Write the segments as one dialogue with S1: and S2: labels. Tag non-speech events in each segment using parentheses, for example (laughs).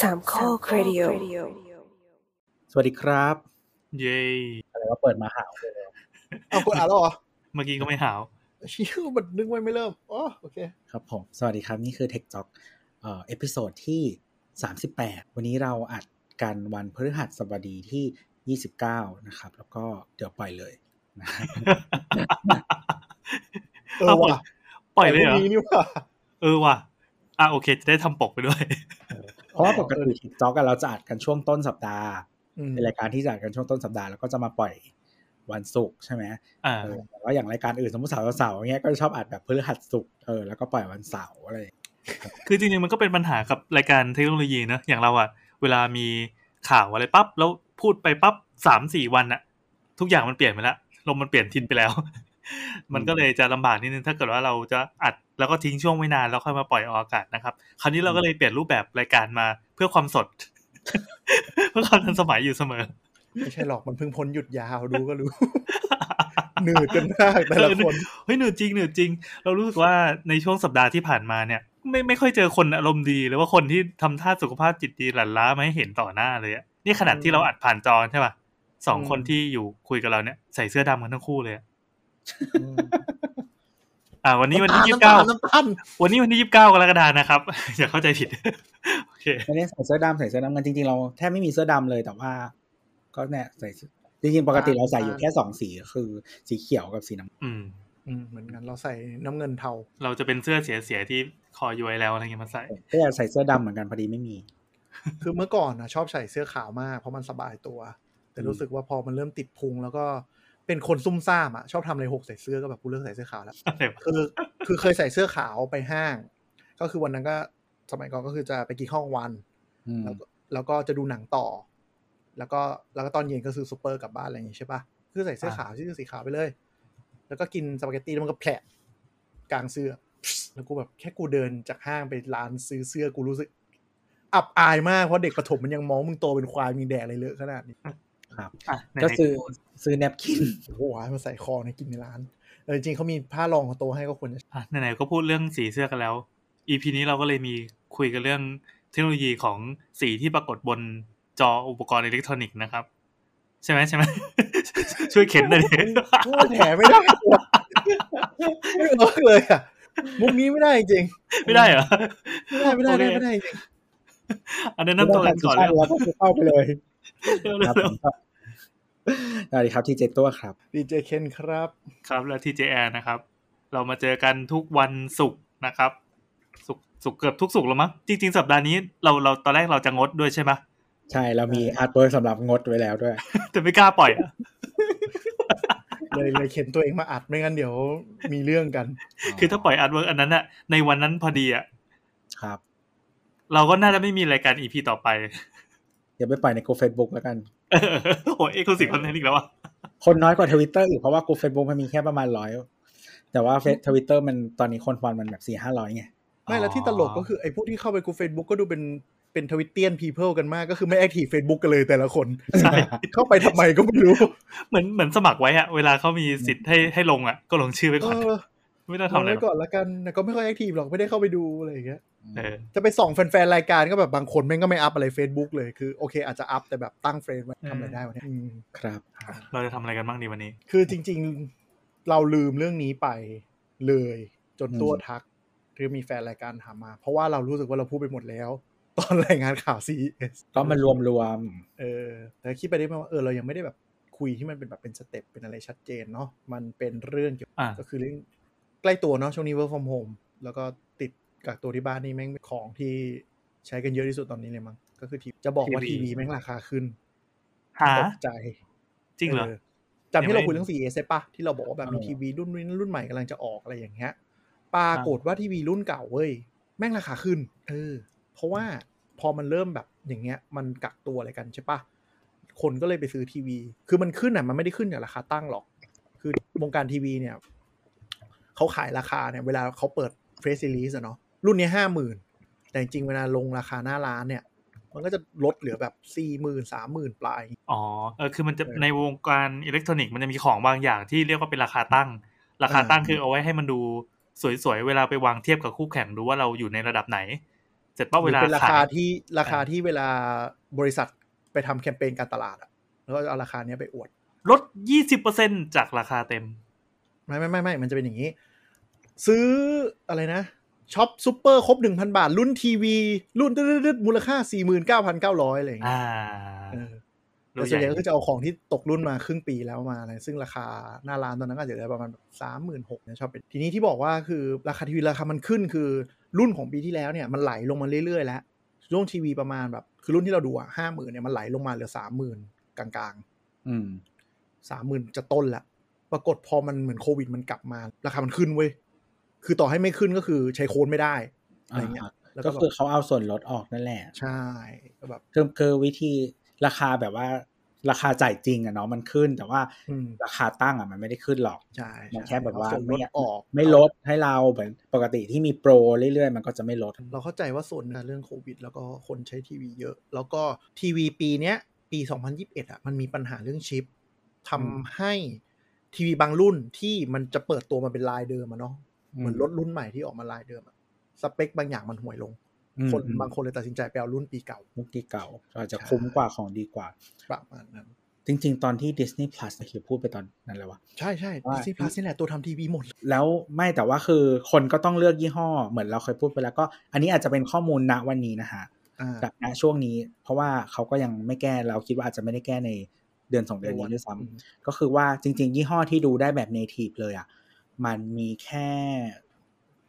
S1: สามข้อครดิโอ
S2: สวัสดีครับ
S3: เย้
S2: อะไรว่าเปิดมาหาวเลย
S4: เอาคุณอ่านแล้วเหรอ
S3: เมื่อกี้ก็ไม่หาว
S4: ชิวมันนึกไว้ไม่เริ่มอ๋อโอเค
S2: ครับผม สวัสดีครับ นี่คือ Tech Talk เอ่อเอพิโซดที่ 38 วันนี้เราอัดกันวันพฤหัสบดีที่ 29 นะครับ แล้วก็เดี๋ยวปล่อยเลยนะ
S4: เออว่ะ
S3: ปล่อยเลยเหรอ
S4: แต่นี้นี่ว่ะ
S3: เออว่ะ อ่ะโอเค จะได้ทำปกไปด้วย
S2: เพราะว่าปกติ Tech Talk อะเราจะอัดกันช่วงต้นสัปดาห์
S4: อืม
S2: เป็นรายการที่จะอัดกันช่วงต้นสัปดาห์แล้วก็จะมาปล่อยวันศุกร์ใช่ไหม
S3: อ่า
S2: เออแต่ว่าอย่างรายการอื่นสมมติเสาร์เสาร์อย่างเงี้ยก็จะชอบอัดแบบพฤหัสศุกร์เออแล้วก็ปล่อยวันเสาร์อะไร
S3: คือจริงๆมันก็เป็นปัญหากับรายการเทคโนโลยีนะ อย่างเราอะเวลามีข่าวอะไรปั๊บ แล้วพูดไปปั๊บสามสี่วันอะทุกอย่างมันเปลี่ยนไปแล้วลมมันเปลี่ยนทิศไปแล้ว (laughs) มันก็เลยจะลำบากนิดนึง ถ้าเกิดว่าเราจะอัดแล้วก็ทิ้งช่วงไว้นานแล้วค่อยมาปล่อยออกอากาศนะครับ คราวนี้เราก็เลยเปลี่ยนรูปแบบรายการมาเพื่อความสด (laughs) เพื่อความทันสมัยอยู่เสมอ
S4: ไม่ใช่หรอกมันเพิ่งพ้นหยุดยาวดูก็รู้ (laughs) หนืดกันมากแต่ละคน
S3: (laughs) เฮ้ยหนืดจริงหนืดจริง เรารู้สึกว่าในช่วงสัปดาห์ที่ผ่านมาเนี่ยไม่ไม่ค่อยเจอคนอารมณ์ดี หรือว่าคนที่ทำท่าสุขภาพจิตดีหลั่นล้ามาให้เห็นต่อหน้าเลยอะนี่ขนาดที่เราอัดผ่านจอใช่ป่ะสอง
S4: อืม
S3: คนที่อยู่คุยกับเราเนี่ยใส่เสื้อดำกันทั้งคู่เลยอะอ่า วันนี้วันที่ยี่สิบเก้า
S4: น้ำตาล
S3: วันนี้วันที่ยี่สิบเก้ากรกฎานะครับ (laughs) อย่าเข้าใจผิด โอเค
S2: ไม่ได้ใส่เสื้อดำใส่เสื้อดำกันจริงๆเราแทบไม่มีเสื้อดำเลยแต่ว่า ก็เนี่ยใส่เสื้อจริงๆปกติเราใส่อยู่แค่สองสีคือสีเขียวกับสีน้ำ
S3: อืม
S4: อืมเหมือนกันเราใส่น้ำเงินเทา
S3: เราจะเป็นเสื้อเสียๆที่คอย้วยแล้วอะไรเงี้ยมาใส่
S2: เงินก็อยากใส่เสื้อดำเหมือนกันพอดีไม่มี
S4: คือเมื่อก่อนนะชอบใส่เสื้อขาวมากเพราะมันสบายตัว แต่รู้สึกว่าพอมันเริ่มติดพุงแล้วก็เป็นคนซุ่มซ่ามอ่ะชอบทำอะไรหกใส่เสื้อก็แบบกูเลิกใส่เสื้อขาวแล้ว
S3: อะไรวะ
S4: คือคือเคยใส่เสื้อขาวไปห้าง ก็คือวันนั้นก็สมัยก่อนก็คือจะไปกินข้าวกลางวัน
S2: อืม
S4: แล้วก็แล้วก็จะดูหนังต่อ แล้วก็แล้วก็ตอนเย็นก็ซื้อซูเปอร์กลับบ้านอะไรอย่างงี้ใช่ปะคือใส่เสื้อขาวชื่อสีขาวไปเลย แล้วก็กินสปาเกตตี้แล้วมันก็แผลกลางเสื้อ แล้วกูแบบแค่กูเดินจากห้างไปร้านซื้อเสื้อกูรู้สึก อับอายมากเพราะเด็กประถมมันยังมองมึงโตเป็นควายมีแดกอะไรเลอะขนาดนี้
S3: อ่ะไหนๆ
S2: ก็ซื้อซื้อแนปกิน
S4: โอ้โหเอามาใส่คอในกินในร้านเออจริงๆเขามีผ้ารองของโตให้ก็ควรจะ
S3: อ่ะไหนๆก็พูดเรื่องสีเสื้อกันแล้ว EP นี้เราก็เลยมีคุยกันเรื่องเทคโนโลยีของสีที่ปรากฏบนจออุปกรณ์อิเล็กทรอนิกส์นะครับ ใช่ไหมใช่ไหม (laughs) ช่วยเข็นหน่อย
S2: (laughs)
S3: ดิ
S4: ช่วยแถไม่ได้วะไม่เลิกเลยอ่ะมุกนี้ไม่ได้จริง
S3: ไม่ได้เหรอ
S4: ไม่ได้ไม่ได้ไม่ได้จริง
S3: อันนั้นน้ำตัวกันก่อน
S2: แล้
S3: เล
S2: วย ก็คือเข้าไปเลยครับ
S3: เร็
S2: ผ
S3: ว
S2: มครับสวัสดีครับที่เจตัวครับ
S4: ดีเจเคนครับ
S3: ๆครับและ TJR นะครับ เรามาเจอกันทุกวันศุกร์นะครับศุกร์ศุกร์เกือบทุกศุกร์แล้วมั้งจริง ๆ สัปดาห์นี้เราเราตอนแรกเราจะงดด้วยใช่ไหม (laughs)
S2: ใช่เรามีอาร์ตเวิร์สำหรับงดไว้แล้วด้วย
S3: แต่ไม่กล้าปล่อยอะ
S4: เลยเลยเข็นตัวเองมาอัดไม่งั้นเดี๋ยวมีเรื่องกัน
S3: คือถ้าปล่อยอาร์ตเวิร์กอันนั้นอะในวันนั้นพอดีอะ
S2: ครับ
S3: เราก็น่าจะไม่มีรายการ EP ต่อไป
S2: เดี๋ยวไปปล่อยในกูเฟซบุ๊กแล้วกัน
S3: เออโหเอ็กซ์คลูซีฟคอนเทนต์อีกแล้วอ่ะ
S2: คนน้อยกว่าทวิตเตอร์อีกเพราะว่ากูเฟซบุ๊กมันมีแค่ประมาณร้อยแต่ว่าเฟซทวิตเตอร์มันตอนนี้คนฟอลมันแบบสี่ห้าร้อยไง
S4: ไม่แล้วที่ตลกก็คือไอ้พวกที่เข้าไปกู Facebook ก็ดูเป็นเป็นทวิตเตียนพีเพิลกันมากก็คือไม่แอคทีฟ Facebook กันเลยแต่ละคน
S3: ใช่
S4: เข้าไปทำไมก็ไม่
S3: (laughs)
S4: รู้
S3: เหมือนเหมือนสมัครไว้อะเวลาเขามีสิทธิ์ให้ให้ลงอะก็ลงชื่อไว้
S4: เอ
S3: ก่อน
S4: อ
S3: ไม่ต้อง
S4: ล
S3: ทำ
S4: ง
S3: อะไรห
S4: ไว้
S3: รอก
S4: ก่อนละกันแต่ก็ไม่ค่อยแอคทีฟหรอกไม่ได้เข้าไปดูอะไรอย่างเงี้ย
S3: เออ
S4: จะไปส่องแฟนๆ รายการก็แบบบางคนแม่งก็ไม่อัพอะไร Facebook เลยคือโอเคอาจจะอัพแต่แบบตั้งเฟรนไว้ทำอะไรได้วะเนี่ยอืม
S2: ครับ
S3: เราจะทำอะไรกันบ้างดีวันนี้
S4: คือจริง ๆ เราลืมเรื่องนี้ไปเลย จนตัวทักคือมีแฟนรายการถามมา เพราะว่าเรารู้สึกว่าเราพูดไปหมดแล้ว (laughs) ตอนรายงานข่าว CES
S2: ก็มันรวมรวม
S4: เออแต่คิดไปได้ไหมว่าเออเรายังไม่ได้แบบคุยที่มันเป็นแบบเป็นสเต็ปเป็นอะไรชัดเจนเนาะมันเป็นเรื่องเกี่ยว
S3: อ่า
S4: ก็คือเรื่องใกล้ตัวเนาะช่วงนี้ work from home แล้วก็ติดกักตัวที่บ้านนี่แม่งเป็นของที่ใช้กันเยอะที่สุดตอนนี้เลยมั้งก็คือทีจะบอกว่า
S3: TV
S4: ทีวีแม่งราคาขึ้น
S3: หา
S4: ตกใจ
S3: จริงเหรอ
S4: จำที่เรา
S3: ยังไม่
S4: คุยเรื่อง 4S ใช่ปะที่เราบอกว่าแบบมี
S3: เออ
S4: ทีวีรุ่นนี้รุ่นใหม่กำลังจะออกอะไรอย่างเงี้ยปรากฏว่าทีวีรุ่นเก่าเว้ยแม่งราคาขึ้น เออ เพราะว่าพอมันเริ่มแบบอย่างเงี้ย มันกักตัวอะไรกันใช่ปะคนก็เลยไปซื้อทีวี คือมันขึ้นอ่ะมันไม่ได้ขึ้นอย่างราคาตั้งหรอก คือวงการทีวีเนี่ยเขาขายราคาเนี่ย เวลาเขาเปิดเฟสซิลิสอะเนาะรุ่นเนี้ห้าหมื่นแต่จริงๆเวลาลงราคาหน้าร้านเนี่ย มันก็จะลดเหลือแบบสี่หมื่นสามหมื่นปลาย
S3: อ๋อเออคือมันจะ
S4: เออ
S3: ในวงการอิเล็กทรอนิกส์มันจะมีของบางอย่างที่เรียกว่าเป็นราคาตั้ง ราคาตั้ง
S4: อ่า
S3: คือเอาไว้ให้มันดูสวยๆ เวลาไปวางเทียบกับคู่แข่งดูว่าเราอยู่ในระดับไหน เสร็จปั๊บเวลา
S4: เป็นราคา
S3: ขาย
S4: ที่ราคา
S3: อ่า
S4: ที่เวลาบริษัทไปทำแคมเปญการตลาดอะแล้วก็เอาราคาเนี้ยไปอวด
S3: ลดยี่สิบเปอร์เซ็นจากราคาเต็ม
S4: ไม่ไม่ไม่ไม่มันจะเป็นอย่างนี้ ซื้ออะไรนะช็อปซูเปอร์ครบหนึ่งพันบาท รุ่นทีวี รุ่นดืดๆมูลค่าสี่หมื่นเก้าพันเก้าร้อยอะไรอย่างเงี้
S3: อ่าย
S4: เออแต่
S3: รู้
S4: ส่วนใหญ่
S3: อย่าง
S4: ก็จะเอาของที่ตกรุ่นมาครึ่งปีแล้วมาอะไรซึ่งราคาหน้าร้านตอนนั้นก็อาจจะได้ประมาณสามหมื่นหกนะชอบเป็นทีนี้ที่บอกว่าคือราคาทีวีราคามันขึ้นคือรุ่นของปีที่แล้วเนี่ยมันไหลลงมาเรื่อยๆแล้วช่วงทีวีประมาณแบบคือรุ่นที่เราดูอ่ะห้าหมื่นเนี่ยมันไหลลงมาเหลือสามหมื่นกลางๆ
S2: อืม
S4: สามหมื่นจะต้นละปรากฏพอมันเหมือนโควิดมันกลับมา ราคามันขึ้นเว้ย คือต่อให้ไม่ขึ้นก็คือใช้โค้ดไม่ได้ อะไรเงี้ย
S2: อ่า
S4: แล้ว
S2: ก็
S4: ก็แบ
S2: คือบ เขาเอาส่วนลดออกนั่นแหละ
S4: ใช่ก็แบบ
S2: คือคือวิธีราคาแบบว่า ราคาจ่ายจริงอะเนาะมันขึ้น แต่ว่า
S4: อืม
S2: ราคาตั้งอะมันไม่ได้ขึ้นหรอก
S4: ใช่
S2: มัน
S4: ใช่
S2: แค่แบบว่า
S4: เอส่นลด
S2: ไม่
S4: ออก
S2: ไม่ลดให้เราเหมือนปกติที่มีโปรเรื่อยๆ มันก็จะไม่ลด
S4: เราเข้าใจว่าส่วนหนึ่งเรื่องโควิด แล้วก็คนใช้ทีวีเยอะ แล้วก็ทีวีปีเนี้ย ปี 2021 อ่ะ มันมีปัญหาเรื่องชิป
S2: อื
S4: ทำ
S2: ม
S4: ให้ทีวีบางรุ่นที่มันจะเปิดตัวมาเป็นลายเดิมอะเนาะ เหมือนรถรุ่นใหม่ที่ออกมาลายเดิมอะสเปคบางอย่างมันห่วยลง
S2: อืม
S4: คนบางคนเลยตัดสินใจไปเอารุ่นปีเก่า
S2: มุกที่เก่าอาจจะ
S4: ใช่
S2: คุ้มกว่าของดีกว่า
S4: ประมาณนั้น
S2: จริง ๆ ตอนที่ Disney Plus นะคือพูดไปตอนนั้นแล้ววะ
S4: ใช่ใช่
S2: ว่า
S4: ดิสนีย์พลัสนี่แหละตัวทำทีวีหมดเลย
S2: แล้วไม่แต่ว่าคือคนก็ต้องเลือกยี่ห้อ เหมือนเราเคยพูดไปแล้วก็ อันนี้อาจจะเป็นข้อมูลณวันนี้นะฮะ
S4: อ่า
S2: แบบณช่วงนี้ เพราะว่าเขาก็ยังไม่แก้เราคิดว่าอาจจะไม่ได้แก้ในเดือนสองเดือนนี้ด้วยซ้ำ
S4: อืม
S2: ก็คือว่าจริง ๆ ยี่ห้อที่ดูได้แบบ native เลยอะ่ะ มันมีแค่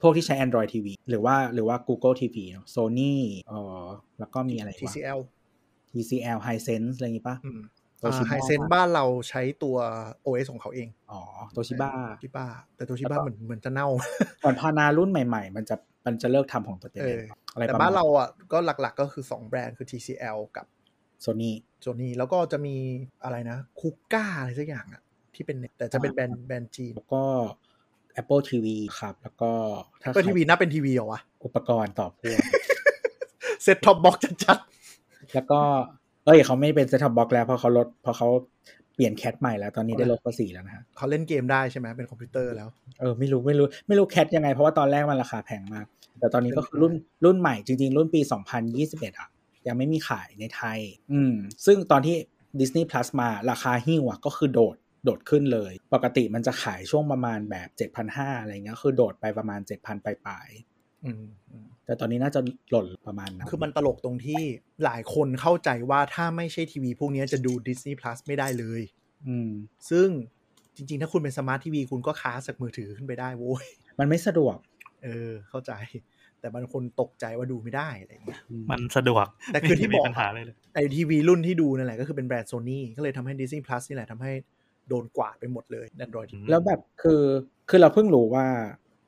S2: พวกที่ใช้ Android TV หรือว่าหรือว่า Google TV เนอะ Sony เออแล้วก็มีอะไรวะ
S4: TCL
S2: TCL Hisense อะไรอย่างงี้ปะ
S4: อืม
S2: Toshiba
S4: ไฮเซนบ้านเราใช้ตัว OS ของเขาเอง
S2: อ๋อ Toshiba
S4: ชิบ้า แต่ตัวชิบ้า
S2: แล้วก็
S4: เหมือนเหมือนจะเน่า
S2: ก่อนพานารุ่นใหม่ ๆ มันจะมันจะเลิกทำของตัวเอง
S4: เออ
S2: อะไร
S4: แต่
S2: ประ
S4: บ้า
S2: มาณ
S4: นเราอ่ะก็หลักๆก็คือ 2 แบรนด์คือ TCL กับ
S2: Sony
S4: โ o นี่แล้วก็จะมีอะไรนะคุก้าอะไรสักอย่างอ่ะ ที่เป็นเน็ตแต่จะเป็นแบรนด์แบรนด์จีน
S2: แล้วก็ Apple TV ครับ แล้วก็ถ้า
S4: ก็
S2: ใคร
S4: ทีวีน่าเป็นทีวีเหรอวะ
S2: อุปกรณ์ต่อพ่วง
S4: เซ็ตท็อปบ็อกชัด
S2: แล้วก็ เอ้ยเขาไม่เป็น set top box แล้วเพราะเขาลดเพราะเขาเปลี่ยนแคทใหม่แล้วตอนนี้ได้ลดภาษีแล้วนะฮะ
S4: ๆเขาเล่นเกมได้ใช่ไหมเป็นคอมพิวเตอร์แล้ว
S2: เออไม่รู้ไม่รู้ไม่รู้แคทยังไง เพราะว่าตอนแรกมันราคาแพงมาก แต่ตอนนี้ก็คือรุ่นรุ่นใหม่จริง ๆ รุ่นปี 2021 อ่ะ ยังไม่มีขายในไทย อืม ซึ่งตอนที่ Disney Plus มาราคาหิ้วอะก็คือโดดโดดขึ้นเลย ปกติมันจะขายช่วงประมาณแบบ 7,500 อะไรเงี้ยคือโดดไปประมาณ 7,000ปลาย
S4: อืมอืม
S2: ๆแต่ตอนนี้น่าจะหล่นประมาณนั้น
S4: คือมันตลกตรงที่หลายคนเข้าใจว่าถ้าไม่ใช่ทีวีพวกเนี้ยจะดู Disney Plus ไม่ได้เลย
S2: อืม
S4: ซึ่งจริงๆ ถ้าคุณเป็นสมาร์ททีวีคุณก็ค้าสักมือถือขึ้นไปได้โว้ย
S2: มันไม่สะดวก
S4: เออ เข้าใจ แต่บางคนตกใจว่าดูไม่ได้อะไรเงี้ย
S2: อืม
S3: มันสะดวก
S4: แต่คือที่
S3: ไม่
S4: บอก
S3: มีปัญหาเลยเลย
S4: ไอทีวีรุ่นที่ดูนั่นแหละก็คือเป็นแบรนด์โซนี่ก็เลยทำให้ Disney Plus นี่แหละทำให้โดนกวาดไปหมดเลยแอนดรอย
S2: แล้วแบบคือคือเราเพิ่งรู้ว่า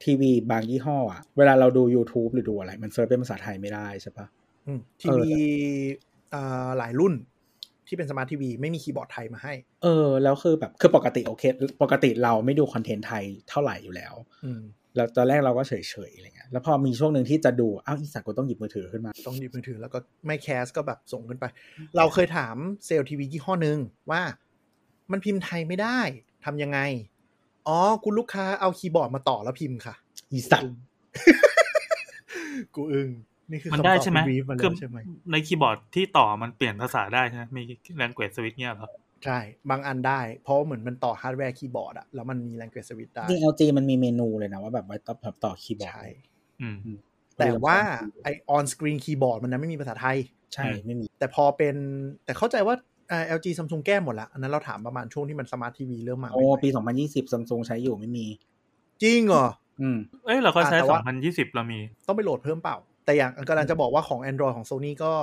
S2: ทีวีบางยี่ห้ออ่ะเวลาเราดู YouTube หรือดูอะไร มันเซิร์ชเป็นภาษาไทยไม่ได้ใช่ปะ
S4: ทีวีอ่าหลายรุ่นที่เป็นสมาร์ททีวีไม่มีคีย์บอร์ดไทยมาให้
S2: เออแล้วคือแบบคือปกติโอเค ปกติเราไม่ดูคอนเทนต์ไทยเท่าไหร่อยู่แล้ว
S4: อืม
S2: แล้วตอนแรกเราก็เฉยๆอะไรเงี้ยแล้วพอมีช่วงหนึ่งที่จะดูอ้าวอีสักกูต้องหยิบมือถือขึ้นมา
S4: ต้องหยิบมือถือแล้วก็ไม่แคสก็แบบส่งขึ้นไป เราเคยถามเซลล์ทีวียี่ห้อหนึ่งว่ามันพิมพ์ไทยไม่ได้ทำยังไง อ๋อ คุณลูกค้าเอาคีย์บอร์ดมาต่อแล้วพิมพ์ค่ะ
S2: อีสัตว์
S4: กูอึ้งนี่คือ
S3: มัน
S4: คำต
S3: ได้
S4: อบ
S3: ใช่ไหม
S4: ที่ brief าแล้ว
S3: คือ
S4: ใช่ไหม
S3: ในคีย์บอร์ดที่ต่อมันเปลี่ยนภาษาได้ใช่ไหมมีแรงเกวดสวิตเงี้ยเหรอ
S4: ใช่ บางอันได้ เพราะเหมือนมันต่อฮาร์ดแวร์คีย์บอร์ดอะแล้วมันมีแรงเกรสวิตได้
S2: จริง LG มันมีเมนูเลยนะว่าแบบไว้ต่อแบบต่อคีย์บอร์ด
S4: ใช่
S3: อืม
S4: แต่ว่าไอออนสกรีนคีย์บอร์ดมันนั้นไม่มีภาษาไทย
S2: ใช่ไม่มี
S4: แต่พอเป็นแต่เข้าใจว่าเอ่อ LG Samsung แก้หมดละอันนั้นเราถามประมาณช่วงที่มันสมาร์ททีวีเริ่มมา
S2: โอ้
S4: ใหม่ๆ
S2: ปี 2020ซัมซุงใช้อยู่ไม่มี
S4: จริงเหรอ
S2: อืม
S3: เอ้ย เราก็ใช้
S4: อ่ะแต่ว่า
S3: 2020 เรามี
S4: ต้องไปโหลดเพิ่มเปล่า แต่อย่างกำลังจะบอกว่าของ Android ของ Sony ก็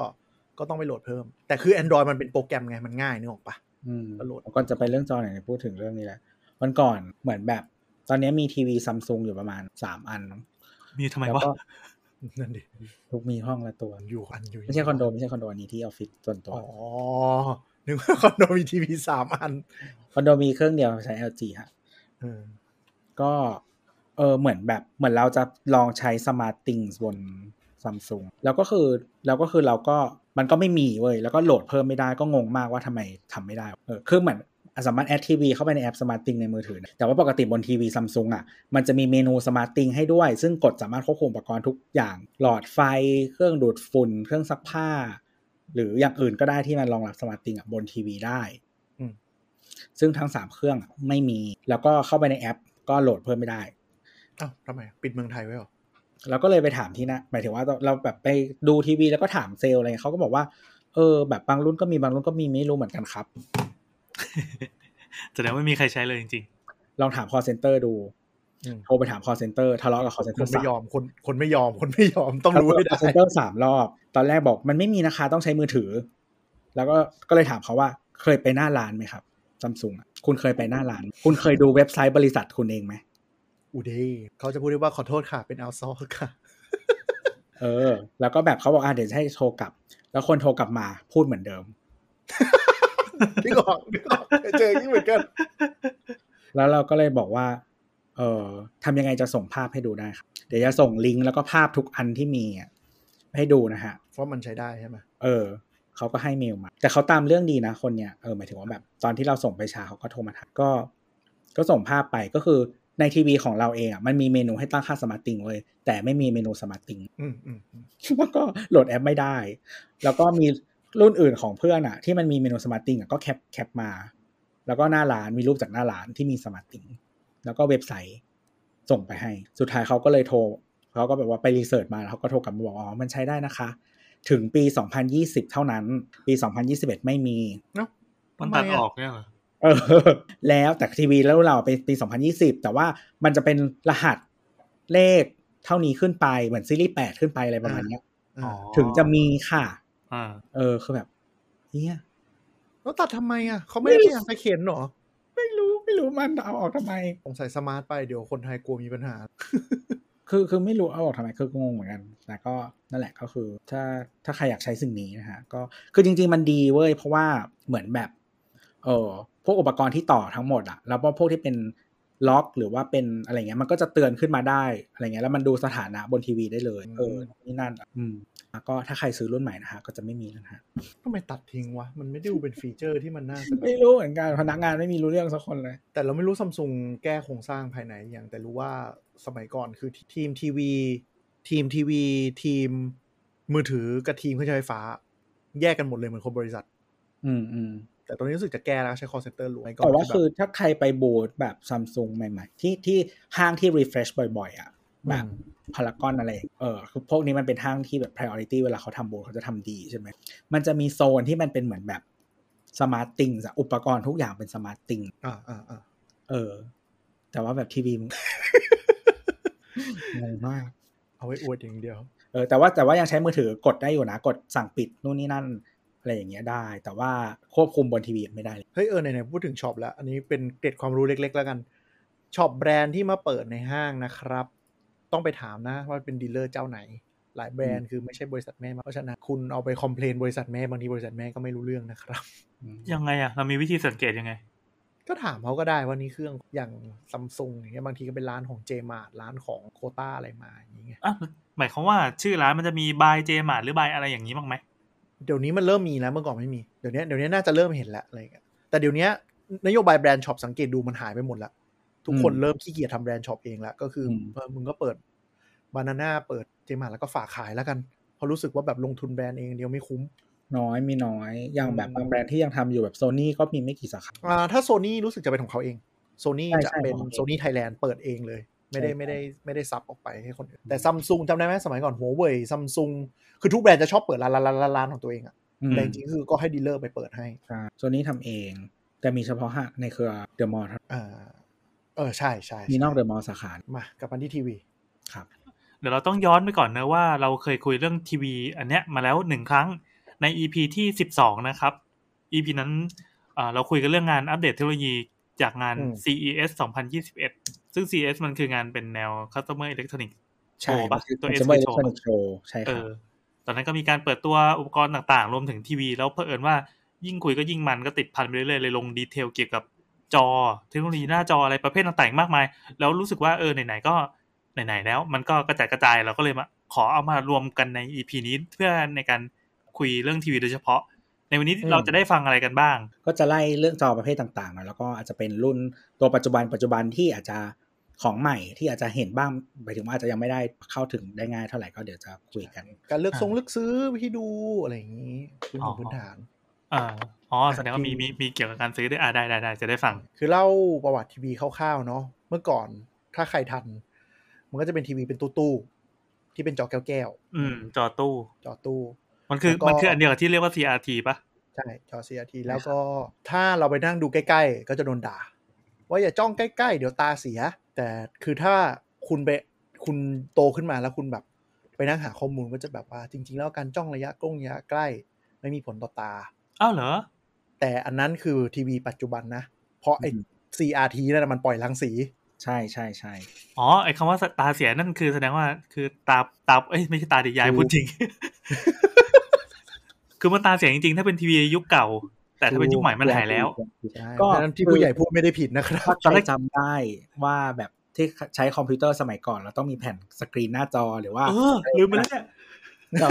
S4: ก็ต้องไปโหลดเพิ่ม แต่คือ Android มันเป็นโปรแกรมไง มันง่ายนึกออกปะ
S2: อืม
S4: ก็โหลด
S2: ก่อนจะไปเรื่องจอไหนพูดถึงเรื่องนี้แหละวันก่อนเหมือนแบบตอนนี้มีทีวีซัมซุงอยู่ประมาณสามอัน
S3: มีทำไม
S2: แล้ว
S3: วะ
S2: ก็
S4: นั่นดิ
S2: ทุกมีห้องละตัว
S4: อยู่อันอยู่
S2: ไม่ใช่คอนโดไม่ใช่คอนโดอันนี้ที่ออฟฟิศส่วนตัว
S4: อ๋อนึกว่า (laughs) คอนโดมีทีวีสามอัน
S2: คอนโดมีเครื่องเดียวใช้ LG ฮะ
S4: เออ
S2: ก็เออเหมือนแบบเหมือนเราจะลองใช้ Smart Things บนซัมซุงแล้วก็คือแล้วก็คือเราก็มันก็ไม่มีเว้ยแล้วก็โหลดเพิ่มไม่ได้ก็งงมากว่าทำไมทำไม่ได้เออคือเหมือน สามารถแอดทีวีเข้าไปในแอปสมาร์ทติงในมือถือนะแต่ว่าปกติบนทีวีซัมซุงอ่ะมันจะมีเมนูสมาร์ทติงให้ด้วย ซึ่งกดสามารถควบคุมอุปกรณ์ทุกอย่าง หลอดไฟ เครื่องดูดฝุ่น เครื่องซักผ้า หรืออย่างอื่นก็ได้ที่มันรองรับสมาร์ทติงอ่ะบนทีวีได้
S4: อืม
S2: ซึ่งทั้งสามเครื่องอะไม่มี แล้วก็เข้าไปในแอป ก็โหลดเพิ่มไม่ได้
S4: อ้าวทำไมอะปิดเมืองไทยไว้เหรอ
S2: เราก็เลยไปถามที่นะหมายถึงว่าเราแบบไปดูทีวีแล้วก็ถามเซลล์อะไรเงี้ยเขาก็บอกว่า เออ แบบบางรุ่นก็มีบางรุ่นก็มีไม่รู้เหมือนกันครับ
S3: แสดงว่าไม่มีใครใช้เลยจริง
S2: ลองถาม call center ดู
S4: อืม
S2: โทรไปถาม call center ทะเลาะกับ call
S4: คน
S2: center
S4: ไม่ยอมคนคนไม่ยอมคนไม่ยอมต้อง
S2: สาม
S4: รู้ให้ได้
S2: ทะเลาะกับ call center สามรอบ ตอนแรกบอกมันไม่มีนะคะต้องใช้มือถือ แล้วก็ก็เลยถามเขาว่าเคยไปหน้าร้านไหมครับซัมซุงคุณเคยไปหน้าร้าน คุณเคยดูเว็บไซต์บริษัทคุณเองไหม
S4: อูเดย์เขาจะพูดได้ว่าขอโทษค่ะเป็นเอาซอค่ะ (laughs)
S2: เออ แล้วก็แบบเขาบอกอ่ะเดี๋ยวจะให้โทรกลับ แล้วคนโทรกลับมาพูดเหมือนเดิม
S4: นึกออกนึกออกเคยเจออย่างนี้เหมือนกัน
S2: แล้วเราก็เลยบอกว่า เออทำยังไงจะส่งภาพให้ดูได้ครับ เดี๋ยวจะส่งลิงก์แล้วก็ภาพทุกอันที่มีอะให้ดูนะฮะ
S4: เพราะมันใช้ได้ใช่ไหม
S2: เออ เขาก็ให้เมลมา แต่เขาตามเรื่องดีนะคนเนี้ย เออหมายถึงว่าแบบตอนที่เราส่งไปช้าเขาก็โทรมาทักก็ ก็ส่งภาพไปก็คือในทีวีของเราเองอ่ะมันมีเมนูให้ตั้งค่าสมาร์ตติงเว้ยแต่ไม่มีเมนูสมาร์ตติง
S4: อืมอืมอืม
S2: (laughs) แล้วก็โหลดแอปไม่ได้ แล้วก็มีรุ่นอื่นของเพื่อนอ่ะ ที่มันมีเมนูสมาร์ตติงอ่ะก็แคปแคปมา แล้วก็หน้าร้านมีรูปจากหน้าร้านที่มีสมาร์ตติงแล้วก็เว็บไซต์ส่งไปให้ สุดท้ายเขาก็เลยโทรเขาก็แบบว่าไปรีเสิร์ชมาแล้วเขาก็โทรกลับมาบอกอ๋อมันใช้ได้นะคะ ถึงปี 2020 เท่านั้น ปี 2021 ไม่มี
S4: เนาะ
S3: ๆ มันตัด
S4: ทำไะ
S3: ออกเนี่ยเหรอ
S2: เออ (laughs) แล้วแต่ทีวีแล้วเราไปปี 2020 แต่ว่ามันจะเป็นรหัสเลขเท่านี้ขึ้นไปเหมือนซีรีส์8ขึ้นไปอะไรประมาณเนี้ย
S4: อ่า
S2: ถึงจะมีค่ะ
S3: อ่า
S2: เออคือแบบเนี่ย
S4: แล้วตัดทำไมอ่ะเขาไม่ได้พยายามไปเขียนหรอ
S2: ไม่รู้ไม่รู้มันเอาออกทำไม
S4: สงสัยสมาร์ทไปเดี๋ยวคนไทยกลัวมีปัญหา
S2: คือคือไม่รู้เอาออกทำไมคืองงเหมือนกันแต่ก็นั่นแหละก็คือ ถ้าถ้าใครอยากใช้สิ่งนี้นะฮะก็คือจริง ๆ มันดีเว้ยเพราะว่าเหมือนแบบเออพวกอุปกรณ์ที่ต่อทั้งหมดอะแล้วก็พวกที่เป็นล็อกหรือว่าเป็นอะไรเงี้ยมันก็จะเตือนขึ้นมาได้อะไรเงี้ยแล้วมันดูสถานะบนทีวีได้เลย เออนี่นั่นอะอืมแล้วก็ถ้าใครซื้อรุ่นใหม่นะฮะก็จะไม่มีแล้วนะฮะ
S4: ทำไมตัดทิ้งวะ มันไม่ได้ดูเป็นฟีเจอร์ที่มันน่าจะ (laughs) แบบ
S2: ไม่รู้เหมือนกันพนักงานไม่มีรู้เรื่องสักคนเลย
S4: แต่เราไม่รู้ซัมซุงแก้โครงสร้างภายในอย่าง แต่รู้ว่าสมัยก่อนคือทีมทีวี ทีมทีวี ทีมมือถือกับทีมเครื่องใช้ไฟฟ้า แยกกันหมดเลยเหมือนคนบริษัท
S2: อืมอืม
S4: แต่ตอนนี้รู้สึกจะแก้แล้วใช้ call center ล้วน
S2: แต่ว่าคือถ้าใครไปบูธแบบซัมซุงใหม่ๆ ที่ที่ห้างที่ refresh บ่อยๆ อ่ะ แบบพารากอนอะไรอย่างเออคือพวกนี้มันเป็นห้างที่แบบ priority เวลาเขาทำบูธเขาจะทำดีใช่ไหมมันจะมีโซนที่มันเป็นเหมือนแบบสมาร์ตติงอะอุปกรณ์ทุกอย่างเป็นสมาร์ตติง
S4: อ่าอ่าอ่า
S2: เออ แต่ว่าแบบทีวีมึง งงมาก
S4: เอาไว้อวดอย่างเดียว
S2: เออแต่ว่าแต่ว่ายังใช้มือถือกดได้อยู่นะ กดสั่งปิดนู่นนี่นั่นอะไรอย่างเงี้ยได้ แต่ว่าควบคุมบนทีวีไม่ได้เลย
S4: เฮ้ยเออไหนๆพูดถึงช็อปแล้ว อันนี้เป็นเกร็ดความรู้เล็ก ๆ แล้วกันช็อปแบรนด์ที่มาเปิดในห้างนะครับ ต้องไปถามนะว่าเป็นดีลเลอร์เจ้าไหน หลายแบรนด์คือไม่ใช่บริษัทแม่มาเพราะฉะนั้นคุณเอาไปคอมเพลนบริษัทแม่บางทีบริษัทแม่ก็ไม่รู้เรื่องนะครับ
S2: อืม
S3: ยังไงอ่ะ เรามีวิธีสังเกตยังไง
S4: ก็ถามเขาก็ได้ว่านี่เครื่องอย่างซัมซุงอย่างเงี้ยบางทีก็เป็นร้านของเจมาร์ร้านของโคต้าอะไรมาอย่างเงี้ย
S3: อ่ะหมายความว่าชื่อร้านมันจะมีบายเจมาหรือบายอะไรอย่างนี้บ้างไหม
S4: เดี๋ยวนี้มันเริ่มมีแล้วเมื่อก่อนไม่มีเดี๋ยวนี้เดี๋ยวนี้น่าจะเริ่มเห็นแล้วอะไรอย่างเงี้ยแต่เดี๋ยวนี้นโยบายแบรนด์ช็อปสังเกตดูมันหายไปหมดแล้ว ทุกคน
S2: อืม
S4: เริ่มขี้เกียจทำแบรนด์ช็อปเองแล้วก็คืออ
S2: ม
S4: เออมึงก็เปิดบานาน่าเปิดเจมาแล้วก็ฝากขายแล้วกันเพราะรู้สึกว่าแบบลงทุนแบรนด์เองเดียวไม่คุ้ม
S2: น้อยมีน้อยอย่างแบบ
S4: อืม
S2: บางแบรนด์ที่ยังทำอยู่แบบโซนี่ก็มีไม่กี่สาขา
S4: อ่าถ้าโซนี่รู้สึกจะเป็นของเขาเองโซนี่
S2: ใช่
S4: จะ
S2: ใช่
S4: เป็น
S2: ของเขาเอง
S4: โซนี่ไทยแลนด์เปิดเองเลย ไม่ได้
S2: ใช่
S4: ไม่ได้ไม่ได้ซับออกไปให้คนอื่นแต่ซัมซุงจำได้ไหมสมัยก่อนหัวเว่ยซัมซุงคือทุกแบรนด์จะชอบเปิดร้านร้านร้านร้านของตัวเองอะแต่จริงๆคือก็ให้ดีลเลอร์ไปเปิดให้
S2: ใช่โซนี่ทำเอง แต่มีเฉพาะห้างในเครือเดอะมอลล์
S4: อ่าเออใช่ใช่ใช่
S2: มีนอกเดอะมอลล์สาขา
S4: มา กลับมาที่ทีวี
S2: ครับ
S3: เดี๋ยวเราต้องย้อนไปก่อนเนะว่าเราเคยคุยเรื่องทีวี อันเนี้ยมาแล้วหนึ่งครั้งใน EP ที่ 12 นะครับ EP นั้นอ่าเราคุยกันเรื่องงานอัปเดตเทคโนโลยีจากงาน
S4: อืม
S3: CES 2021 ซึ่ง CES มันคืองานเป็นแนว Customer Electronics
S2: ใช่
S3: โชว์ปะ
S2: มัน
S3: ตัว
S2: มัน
S3: S
S2: จะไม่
S3: คือโชว์
S2: Electronic Show ใช่ค
S3: เอ
S2: รับ
S3: อตอนนั้นก็มีการเปิดตัวอุปกรณ์ต่างๆ รวมถึงทีวี แล้วเผอิญว่ายิ่งคุยก็ยิ่งมันก็ติดพันไปเรื่อยๆเลยลงดีเทลเกี่ยวกับจอเทคโนโลยีหน้าจออะไรประเภทต่างๆมากมาย แล้วรู้สึกว่าเออไหนๆก็ไหนๆแล้ว มันก็กระจายกระจายเราก็เลยมาขอเอามารวมกันใน EP นี้เพื่อในการคุยเรื่องทีวีโดยเฉพาะ ในวันนี้
S2: อืม
S3: เราจะได้ฟังอะไรกันบ้าง
S2: ก็จะไล่เรื่องจอประเภทต่างๆหน่อยแล้วก็อาจจะเป็นรุ่นตัวปัจจุบันปัจจุบันที่อาจจะของใหม่ที่อาจจะเห็นบ้างหมายถึงว่าอาจจะยังไม่ได้เข้าถึงได้ง่ายเท่าไหร่ก็เดี๋ยวจะคุยกัน
S4: การเลือก
S3: อ่า
S4: ทรงเลือกซื้อวิธีดูอะไรอย่างนี้พื้น
S3: อ๋อ
S4: ฐานพื้นฐาน
S3: อ่าอ๋อ
S4: อ่ะ
S3: แสดงว่ามี
S4: จริง
S3: มีมีเกี่ยวกับการซื้อด้วยอ่าได้ได้ได้จะได้ฟัง
S4: คือเล่าประวัติทีวีคร่าวๆเนาะเมื่อก่อนถ้าใครทัน มันก็จะเป็นทีวีเป็นตู้ๆที่เป็นจอแก้ว
S3: อืม จอตู้
S4: ๆจอตู้
S3: มันคือมั
S4: แล้วก็
S3: นคืออันเดียวกับที่เรียกว่า CRT ปะ
S4: ใช่จอ CRT แล้วก็ถ้าเราไปนั่งดูใกล้ๆ ก็จะโดนด่า ว่าอย่าจ้องใกล้ๆ เดี๋ยวตาเสีย แต่คือถ้าคุณไปคุณโตขึ้นมาแล้วคุณแบบไปนั่งหาข้อมูลก็จะแบบว่า จริง ๆ แล้วการจ้องระยะกล้องระยะใกล้ ไม่มีผลต่อตา
S3: อ้าวเหรอ
S4: แต่อันนั้นคือทีวีปัจจุบันนะ เพราะไอ้ CRT นั่นนะมันปล่อยรังสี
S2: ใช่ใช่ใช่
S3: อ๋อไอคำว่าตาเสียนั่นคือแสดงว่าคือตาตาเอ้ยไม่ใช่ตาดิยาย
S4: ถูก
S3: พูดจริง (laughs) คือมันตาเสียจริงๆ ถ้าเป็นทีวียุคเก่า แต่ถ้าเป็นยุคใหม่มันหายแล้ว
S4: ใช่
S2: ก็
S4: เพราะฉะนั้นที่ผู้ใหญ่พูดไม่ได้ผิดนะครับ
S2: ตอนแรกจำได้ว่าแบบที่ใช้คอมพิวเตอร์สมัยก่อนเราต้องมีแผ่นสกรีนหน้าจอหรือว่า
S3: เออลืมไปแล้วเนี่ย
S2: เรา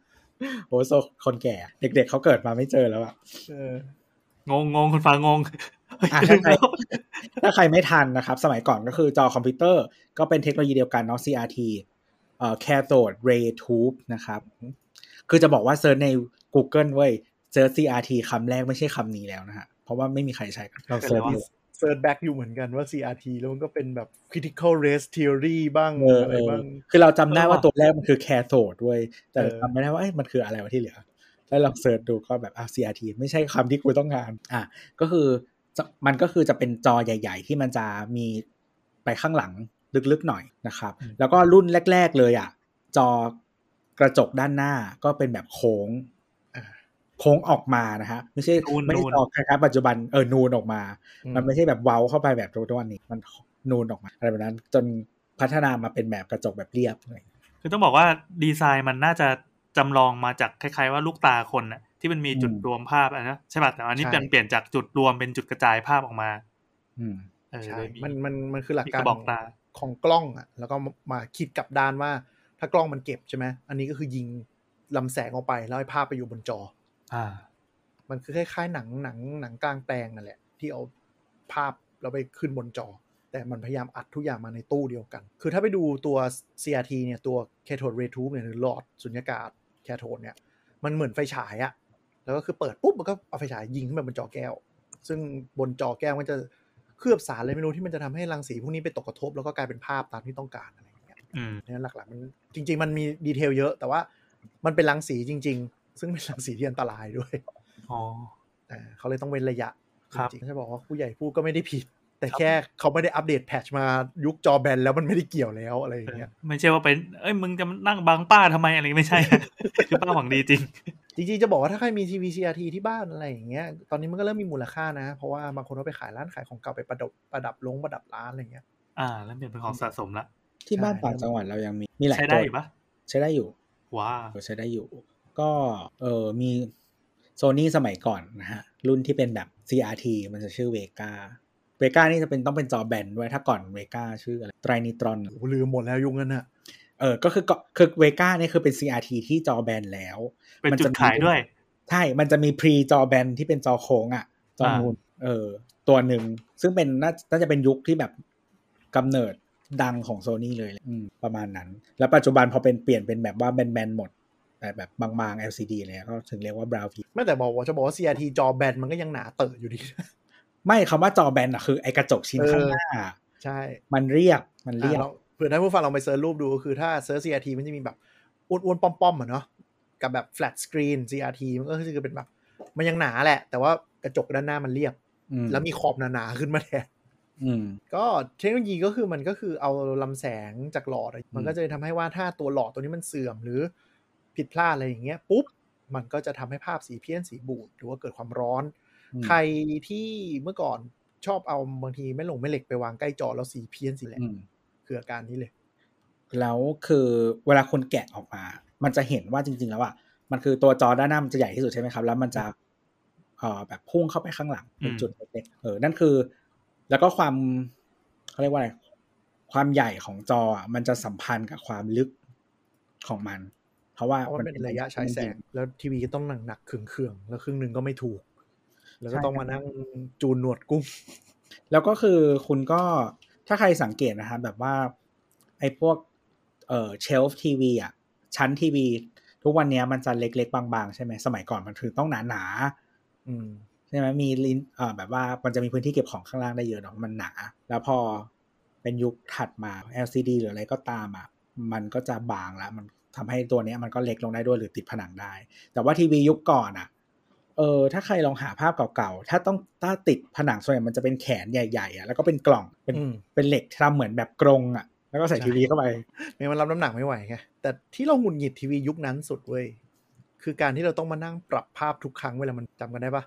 S2: (laughs) โอ้โซคนแก่อะเด็กๆเขาเกิดมาไม่เจอแล้วอะ
S4: เออง
S3: งงงคนฟังงง
S2: อ่ะ
S3: ลื
S2: ถ้าม ใคร (laughs)
S3: แล้ว
S2: ถ้าใครไม่ทันนะครับ สมัยก่อนก็คือจอคอมพิวเตอร์ก็เป็นเทคโนโลยีเดียวกันเนาะ CRT เอ่อ cathode ray tube นะครับ คือจะบอกว่าเซิร์ชใน Google เว้ยเจอ CRT คำแรกไม่ใช่คำนี้แล้วนะฮะ เพราะว่าไม่มีใครใช้กันเราเซิร์ช
S3: เออ
S4: เซิร์ชแบ็กอยู่เหมือนกันว่า CRT แล้วมันก็เป็นแบบ critical race theory บ้าง
S2: เออ
S4: อะ
S2: เอ
S4: ไร
S2: อ
S4: บ้าง
S2: คือเราจำได้ว่าตัวแรกมันคือ cathode เว้ยแต่
S4: เออ
S2: จำไม่ได้ว่าเอ๊ะมันคืออะไรวะที่เหลือ แล้วเราเสิร์ชดูก็แบบอ้าว CRT ไม่ใช่คำที่กูต้องการอ่ะ ก็คือจะมันก็คือจะเป็นจอใหญ่ ๆ ที่มันจะมีไปข้างหลังลึกๆหน่อยนะครับ
S3: อืม
S2: แล้วก็รุ่นแรก ๆ เลยอ่ะ จอกระจกด้านหน้าก็เป็นแบบโค้งโค้งออกมานะฮะไม่ใช่
S3: นูน
S2: ไม่ใช่
S3: นูน
S2: จอคล้ายๆปัจจุบันเออนูนออกมา มันไม่ใช่แบบเว้าเข้าไปแบบทุกวันนี้มันนูนออกมาอะไรแบบนั้น จนพัฒนามาเป็นแบบกระจกแบบเรียบเลย
S3: คือต้องบอกว่าดีไซน์มันน่าจะจำลองมาจากคล้ายๆว่าลูกตาคนน่ะที่มันมีจุดรวมภาพอะนะใช่ป่ะแต่อันนี้
S4: ใช่
S3: เป็นเปลี่ยนจากจุดรวมเป็นจุดกระจายภาพออกมา
S2: อืม
S3: เออ
S4: ใช่
S3: โดยมี
S4: มันมันมันคือหลัก
S3: มีก
S4: การ
S3: ระบอกตา
S4: ของกล้องอ่ะ แล้วก็มาคิดกลับด้านว่า ถ้ากล้องมันเก็บใช่ไหมอันนี้ก็คือยิงลำแสงออกไป แล้วให้ภาพไปอยู่บนจอ
S3: อ่า
S4: มันคือคล้ายๆหนังหนังหนังกลางแปลงนั่นแหละ ที่เอาภาพเราไปขึ้นบนจอ แต่มันพยายามอัดทุกอย่างมาในตู้เดียวกัน คือถ้าไปดูตัว CRT เนี่ยตัว cathode ray tube เนี่ยหรือหลอดสุญญากาศ cathode เนี่ย มันเหมือนไฟฉายอะแล้วก็คือเปิดปุ๊บมันก็เอาไฟฉายยิงขึ้นไปบนจอแก้ว ซึ่งบนจอแก้วมันจะเคลือบสารอะไรไม่รู้ที่มันจะทำให้รังสีพวกนี้ไปตกกระทบ แล้วก็กลายเป็นภาพตามที่ต้องการอะไรอย่างเงี้ย
S3: อืม
S4: เนี่ยหลักๆมันจริง ๆ มันมีดีเทลเยอะ แต่ว่ามันเป็นรังสีจริง ๆ ซึ่งเป็นรังสีที่อันตรายด้วย
S3: อ๋อ
S4: อ่าเขาเลยต้องเว้นระยะ
S3: ครับ
S4: จริงๆจะบอกว่าผู้ใหญ่พูดก็ไม่ได้ผิด แต่แค่เขาไม่ได้อัปเดตแพทชมายุคจอแบนแล้วมันไม่ได้เกี่ยวแล้วอะไรอย่างเงี้ย
S3: ไม่ใช่ว่าเป็น เอ้ยมึงจะมานั่งบังป้าทำไมอะไรไม่ (laughs) ใช่นะ คือป้าหวังดีจริง
S4: จริง ๆ จะบอกว่าถ้าใครมีทีวีซีอาทีที่บ้านอะไรอย่างเงี้ยตอนนี้มันก็เริ่มมีมูลค่านะ เพราะว่าบางคนก็ไปขายร้านขายของเก่าไปประดับประดับลงประดับร้านอะไรอย่างเงี้ย
S3: อ่า แล้วเปลี่ยนเป็นของสะสมละ
S2: ที่บ้าน
S4: ใช่
S2: ต่างจังหวัดเรายังมีมีหลาย
S3: ใช้
S2: ตั
S3: ได้
S2: ว
S3: อยู่ปะ
S2: ใช้ได้อยู่
S3: ว้า
S2: ก็ใช้ได้อยู่ ก็เออมีโซนี่สมัยก่อนนะฮะ รุ่นที่เป็นแบบ CRT มันจะชื่อเวกาเวกานี่จะเป็นต้องเป็นจอแบนด้วยถ้าก่อนเวกาชื่ออะไรไตรนิตรอน
S4: โอ้โหลืมหมดแล้วยุคนั้นอะ
S2: เออ ก็คือก็คือเวกานี่คือเป็น CRT ที่จอแบนแล้ว
S3: เป็น
S2: มัน
S3: จุ
S2: จะ
S3: ด
S2: มี
S3: ขายด้วย
S2: ใช่ มันจะมีพรีจอแบนที่เป็นจอโค้งอะ่ะ จอนูนเออ ตัวหนึ่ง ซึ่งเป็นน่าน่าจะเป็นยุคที่แบบกำเนิดดังของโซนี่เลยแหละอืมประมาณนั้น แล้วปัจจุบันพอเป็นเปลี่ยนเป็นแบบว่าแบนๆหมด แต่แบบบางๆ LCD เลยก็ถึงเรียกว่าบราวน์
S4: แม้แต่บอกว่าจะบอกว่า CRT จอแบนมันก็ยังหนาเตอะ (laughs) อยู่ดี
S2: ไม่คำว่าจอแบนอะคือไอกระจกชิ้นข้างหน้า
S4: ใช่
S2: มันเรียบมันเรียบ
S4: อ่ะลองเผื่อท่านผู้ฟังลองไปเซิร์ชรูปดูก็คือถ้าเซิร์ช CRT มันจะมีแบบอ้วนๆป้อมๆอ่ะเนาะกับแบบ flat screen CRT มันก็คือเป็นแบบ มันยังหนาแหละ แต่ว่ากระจกด้านหน้ามันเรียบ
S2: อืม
S4: แล้วมีขอบหนาๆขึ้นมาแทน
S2: อืม
S4: ก็เทคโนโลยีก็คือมันก็คือเอาลำแสงจากหลอดอะมันก็จะทำให้ว่าถ้าตัวหลอดตัวนี้มันเสื่อมหรือผิดพลาดอะไรอย่างเงี้ยปุ๊บ มันก็จะทำให้ภาพสีเพี้ยนสีบูดหรือว่าเกิดความร้อน
S2: อืม
S4: ใครที่เมื่อก่อนชอบเอาบางทีแม่หลงแม่เหล็กไปวางใกล้จอแล้วสีเพี้ยนสีแหละ
S2: อืม
S4: คืออาการนี้เลย
S2: แล้วคือเวลาคนแกะออกมา มันจะเห็นว่าจริง ๆ แล้วอ่ะ มันคือตัวจอด้านหน้ามันจะใหญ่ที่สุดใช่ไหมครับ แล้วมันจะเอ่อแบบพุ่งเข้าไปข้างหลังเป็น
S3: อืม
S2: จุดเล็กๆเออ นั่นคือ แล้วก็ความเขาเรียกว่าอะไร ความใหญ่ของจออ่ะมันจะสัมพันธ์กับความลึกของมัน เพราะว่า
S4: เพราะมันเป็นระยะฉายแสง แล้วทีวีก็ต้องหนักๆเคืองๆแล้วครึ่งหนึ่งก็ไม่ถูก แล้วก็ต้องมานั่งจูนหนวดกุ้ง (laughs)
S2: แล้วก็คือคุณก็ถ้าใครสังเกตนะครับแบบว่า ไอ้พวกเอ่อเชลฟ์ทีวีอ่ะ ชั้นทีวี ทุกวันเนี้ยมันจะเล็กๆ บางๆ ใช่ไหมสมัยก่อนมันคือต้องหนา
S4: อืม
S2: ๆใช่ไหมมีลิ้นเอ่อแบบว่ามันจะมีพื้นที่เก็บของข้างล่างได้เยอะเนาะมันหนา แล้วพอเป็นยุคถัดมา LCD หรืออะไรก็ตามอ่ะมันก็จะบางละมันทำให้ตัวเนี้ยมันก็เล็กลงได้ด้วยหรือติดผนังได้ แต่ว่าทีวียุคก่อนอ่ะ เออถ้าใครลองหาภาพเก่าๆ ถ้าต้องถ้าติดผนังส่วนใหญ่มันจะเป็นแขนใหญ่ๆอ่ะแล้วก็เป็นกล่องเป็น
S4: อืม
S2: เป็นเหล็กทำเหมือนแบบกรงอ่ะ แล้วก็ใส่ทีวีเข้าไป
S4: ไม่งั้นมันรับน้ำหนักไม่ไหวไงแต่ที่เราหงุดหงิดทีวียุคนั้นสุดเว้ยคือการที่เราต้องมานั่งปรับภาพทุกครั้งเวลามันจำกันได้ปะ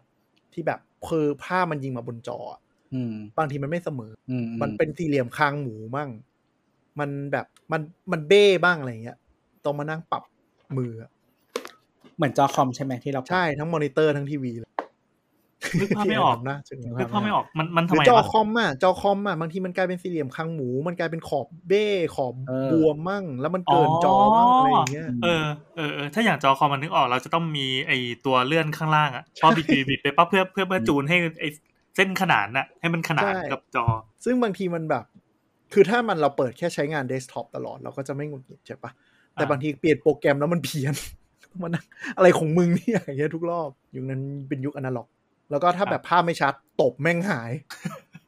S4: ที่แบบเพอภาพมันยิงมาบนจออะ
S2: อืม
S4: บางทีมันไม่เสมอ
S2: อืม
S4: มันเป็นสี่เหลี่ยมคางหมูมั่ง มันแบบมันมันเบ้บ้างอะไรเงี้ย ต้องมานั่งปรับมืออะ
S2: เหมือนจอคอมใช่ไหมที่เรา
S4: ใช่ทั้งมอนิเตอร์ทั้งทีวีเลย
S3: นึก (laughs) ภาพไม่ออก
S4: (laughs) ที่เรทำนะถึง
S3: นึกภาพไม่ออกมันมัน
S4: ห
S3: ทำ
S4: รือ
S3: ไม
S4: จอ
S3: วะ
S4: คอมอ่ะจอคอมอ่ะบางทีมันกลายเป็นสี่เหลี่ยมคางหมู มันกลายเป็นขอบเบ้ขอบบวมมั่ง แล้วมันเกินจอมั่งอะไรอย่างเงี้ย
S3: เออเออเออถ้าอย่างจอคอมมันนึกออกเราจะต้องมีไอตัวเลื่อนข้างล่างอ่ะพอบิดบิดบิดไปปั๊บเพื่อเพื่อเพื่อจูนให้ไอเส้นขนานน่ะให้มันขนาน
S4: ใช่
S3: กับจอ
S4: ซึ่งบางทีมันแบบ คือถ้ามันเราเปิดแค่ใช้งานเดสก์ท็อปตลอด เราก็จะไม่หงุดหงิดใช่ปะแต่
S3: อ่า
S4: บางทีเปลี่ยนโปรแกรมแล้วมันเพี้ยน (laughs) มันงอะไรของมึงเนี่ยอย่างเงี้ยทุกรอบยุคนั้นเป็นยุคอนาล็อก แล้วก็ถ้าแบบภาพไม่ชัด ตบแม่งหาย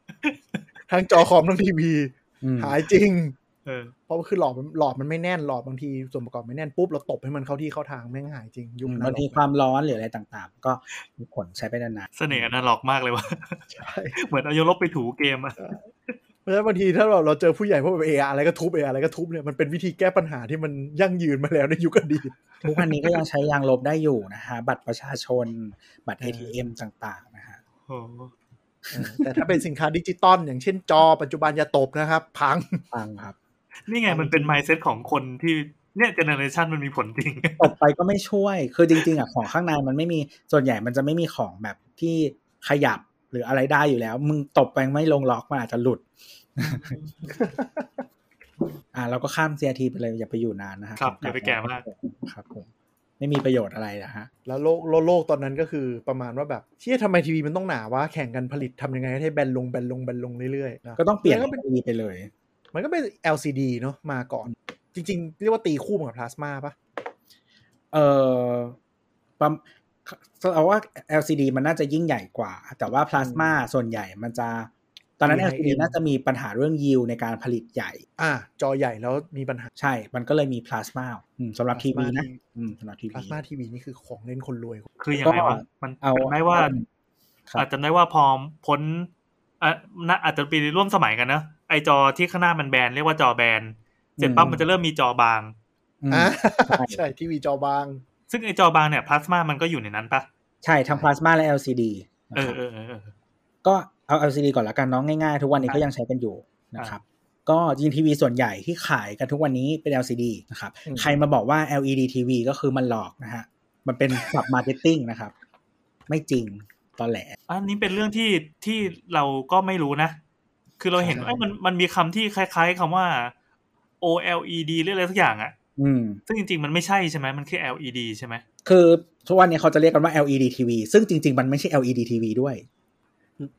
S4: (laughs) ทั้งจอคอมทั้งทีวี
S2: อืม
S4: หายจริง
S3: เออ
S4: เพราะว่าคือหลอดมันหลอดมันไม่แน่นหลอดบางทีส่วนประกอบไม่แน่นปุ๊บเราตบให้มันเข้าที่เข้าทางแม่งหายจริงยุคอนา
S2: บาง
S4: ล็
S2: ที
S4: อก
S2: ความร้อนหรืออะไรต่างๆ ก็มีผลใช้ไปนาน
S3: เสน่ห์อนาล็อกมากเลยว่ะ
S4: ใช่
S3: เหมือนเอายกลบไปถูเกมอ่ะ
S4: เพราะฉะนั้นบางทีถ้าเราเราเจอผู้ใหญ่พวกเออะไรก็ทุบเออะไรก็ทุบเนี่ยมันเป็นวิธีแก้ปัญหาที่มันยั่งยืนมาแล้วในยุคอ
S2: (laughs)
S4: ดีต
S2: ๆทุกวันนี้ก็ยังใช้ยางลบได้อยู่นะฮะบัตรประชาชนบัตร
S4: เออ
S2: ATM ต่างๆนะฮะ
S3: โอ้โห
S4: เออแต่ถ้าเป็นสินค้าดิจิตอลอย่างเช่นจอปัจจุบันอย่าตบนะครับ พัง
S2: ฟังครับ
S3: นี่ไงมันเป็น mindset ของคนที่เนี่ยเจเนอเรชันมันมีผลจริง
S2: ตบไปก็ไม่ช่วย คือจริงๆอ่ะของข้างในมันไม่มีส่วนใหญ่มันจะไม่มีของแบบที่ขยับหรืออะไรได้อยู่แล้ว มึงตบไปไม่ลงล็อกมันอาจจะหลุด อ่าเราก็ข้าม CRT ไปเลยอย่าไปอยู่นานนะฮะ
S3: ครับอย่าไปแก่มาก
S2: ครับผมไม่มีประโยชน์อะไรนะฮะ
S4: แล้วโลกโลกโลกตอนนั้นก็คือประมาณว่าแบบเชี่ยทำไมทีวีมันต้องหนาวะแข่งกันผลิตทำยังไงให้แบนลงแบนลงแบนลงเรื่อยๆนะ
S2: ก็ต้องเปลี่ยน
S4: มัก็เป็น
S2: ทีวีไปเลย
S4: มันก็เป็น LCD เนาะมาก่อน จริง ๆ เรียกว่าตีคู่กับพลาสมาปะ
S2: เออประมเราว่า LCD มันน่าจะยิ่งใหญ่กว่า แต่ว่าพลาสมาส่วนใหญ่มันจะ ตอนนั้น LCD น่าจะมีปัญหาเรื่องยิวในการผลิตใหญ่
S4: อ่ะจอใหญ่แล้วมีปัญหา
S2: ใช่ มันก็เลยมีพลาสมาอืมสำหรับทีวี
S4: plasma
S2: นะ
S4: TV
S2: อืมสำหรับที
S4: พลา
S2: วี
S4: สมาทีวีนี่คือของเล่นคนรวย
S3: คือยังไงวะ มัน
S2: เอา
S3: จำได้ว่า
S2: ครับ
S3: อาจจำได้ว่าพอพ้นอ่ะน่าอาจจะปีร่วมสมัยกันนะไอจอที่ข้างหน้ามันแบนเรียกว่าจอแบน เสร็จปั๊บมันจะเริ่มมีจอบาง
S2: อืม
S4: อ่ะใช่ทีวีจอบาง
S3: ซึ่งไอจอบางเนี่ยพลาสมามันก็อยู่ในนั้นปะ
S2: ใช่ทั้งพลาสมาและ LCD นะ
S3: เอ
S2: ครั
S3: อ
S2: บ
S3: เออเออเออ
S2: ก็เอา LCD ก่อนละกันเน้องง่ายๆ ทุกวันนี้
S3: ครับ
S2: ก็ยังใช้กันอยู่นะครับ ก็จริงทีวีส่วนใหญ่ที่ขายกันทุกวันนี้เป็น LCD นะครับ
S4: อืม
S2: ใครมาบอกว่า LED TV ก็คือมันหลอกนะฮะ มันเป็น (laughs) สับมาร์เก็ตติ้งนะครับ ไม่จริงตอนแหล
S3: อันนี้เป็นเรื่องที่ที่เราก็ไม่รู้นะ คือเราเห็น
S2: ใช่
S3: ว่าเอ้ยมันมันมีคำที่คล้าย ๆคำว่า OLED หรืออะไรสักอย่างอะ
S2: อืม
S3: ซึ่งจริงๆมันไม่ใช่ใช่ไหมมันคือ LED ใช่ไหม
S2: คือทุกวันนี้เขาจะเรียกกันว่า LED TV ซึ่งจริง ๆ มันไม่ใช่ LED TV ด้วย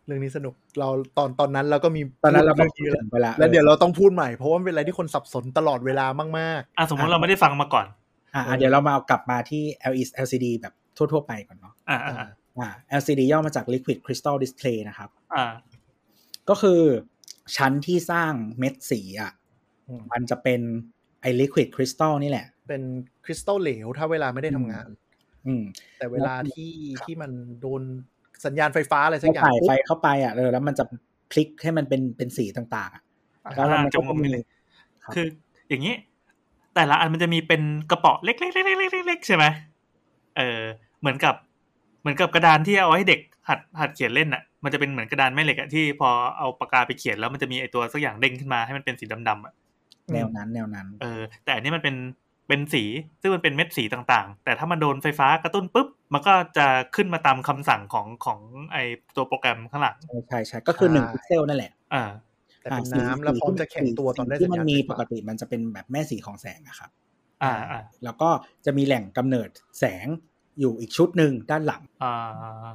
S4: เรื่องนี้สนุกเราตอนตอนนั้นเราก็มี
S2: ตอนนั้นเราก็
S4: เรื่อง
S2: พูด
S4: นี้แล้ว
S2: ถึงไปละ
S4: แล้วเดี๋ยวเราต้องพูดใหม่ เพราะว่ามันเป็นอะไรที่คนสับสนตลอดเวลามาก
S3: อ่ะสมมติเราไม่ได้ฟังมาก่อน
S2: อ่ะอ่ะเดี๋ยวเรามาเอากลับมาที่ LED LCD แบบทั่ว ๆ ไปก่อนเนาะ
S3: อ่า
S4: ๆ
S3: อ่า
S2: อ่า LCD ย่อมาจาก Liquid Crystal Display นะครับ
S3: อ่า
S2: ก็คือชั้นที่สร้างเม็ดสีอ่ะ
S4: อืม
S2: มันจะเป็นไอลิควิดคริสตัลนี่แหละ
S4: เป็นคริสตัลเหลวถ้าเวลาไม่ได้ทำงาน
S2: อืม
S4: แต่เวลาที่ที่มันโดนสัญญาณไฟฟ้าอะไรสัก
S2: ถ้า
S4: อย่าง
S2: ใส่
S4: ปุ๊บ
S2: ไฟเข้าไปอ่ะเออแล้วมันจะพลิกให้มันเป็นเป็นสีต่างๆอะ
S3: อ่า
S2: แล้วมันก็
S3: จำมุม
S2: มี
S3: ไปเลย
S2: ครับ
S3: คืออย่างนี้ แต่ละอันมันจะมีเป็นกระเป๋อเล็กๆๆๆๆๆใช่ไหมเออเหมือนกับ เหมือนกับกระดานที่เอาให้เด็กหัดหัดเขียนเล่นน่ะ มันจะเป็นเหมือนกระดานแม่เหล็กอะที่พอเอาปากกาไปเขียนแล้วมันจะมีไอตัวสักอย่างเด้งขึ้นมาให้มันเป็นสีดำๆอะ
S2: แนวนั้นแนวนั้น
S3: เออแต่อันนี้มันเป็นเป็นสีซึ่งมันเป็นเม็ดสีต่างๆ แต่ถ้ามันโดนไฟฟ้ากระตุ้นปุ๊บ มันก็จะขึ้นมาตามคำสั่งของของไอตัวโปรแกรมข้างหลัง
S2: ใช่ใช่ก็คือหนึ่งพิกเซลนั่นแหละ
S3: อ่า
S4: แต่เป็น
S2: อ่า
S4: น้ำแล้วพร้อมจะแข็งตัวตอนได้
S2: สี
S4: สัญ
S2: ที่มัน
S4: ญาณ
S2: มี
S4: ไฟ
S2: ป
S4: ฟ้าก
S2: ติมันจะเป็นแบบแม่สีของแสงอะครับ
S3: อ่าอ่า
S2: แล้วก็จะมีแหล่งกำเนิดแสงอยู่อีกชุดหนึ่งด้านหลัง
S3: อ่า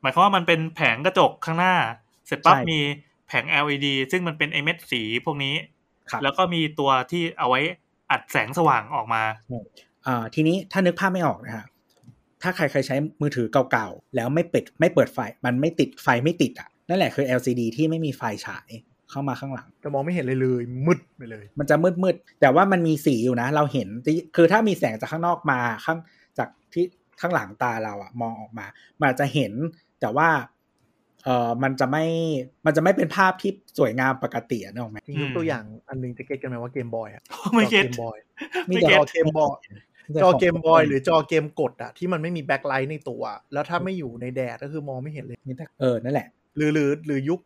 S3: หมายความว่ามันเป็นแผงกระจกข้างหน้า เสร็จปั๊บ
S2: ใช่
S3: มีแผง LED ซึ่งมันเป็นไอเม็ดสีพวกนี้
S2: ครับ
S3: แล้วก็มีตัวที่เอาไว้อัดแสงสว่างออกมา
S2: อ่าทีนี้ถ้านึกภาพไม่ออกนะฮะถ้าใครเคยใช้มือถือเก่าๆ แล้วไม่ปิดไม่เปิดไฟ มันไม่ติดไฟไม่ติดอ่ะนั่นแหละคือ LCD ที่ไม่มีไฟฉายเข้ามาข้างหลัง
S4: จะมองไม่เห็นเลยเลยมืดไปเลย
S2: มันจะมืดมืดๆแต่ว่ามันมีสีอยู่นะ เราเห็นที่คือถ้ามีแสงจากข้างนอกมาข้างจากที่ข้างหลังตาเราอะมองออกมา มันอาจจะเห็นแต่ว่าเออมันจะไม่มันจะไม่เป็นภาพที่สวยงามปกติอะนึกออกไหม
S4: จริง
S3: อืม
S4: ยกตัวอย่างอันหนึงจะเก็ตกันไหมว่าเกมบอยอะ
S3: ไม่
S4: จอ
S3: เก็ต
S4: เกมบอย
S3: ไม่เก็ต
S4: จอเกมบอยจอเกมบอยหรือจอเกมกดอะที่มันไม่มีแบ็คไลท์ในตัว แล้วถ้าไม่อยู่ในแดดก็คือมองไม่เห็นเลย
S2: เออนั่นแหละ
S4: หรือหรือหรือยุค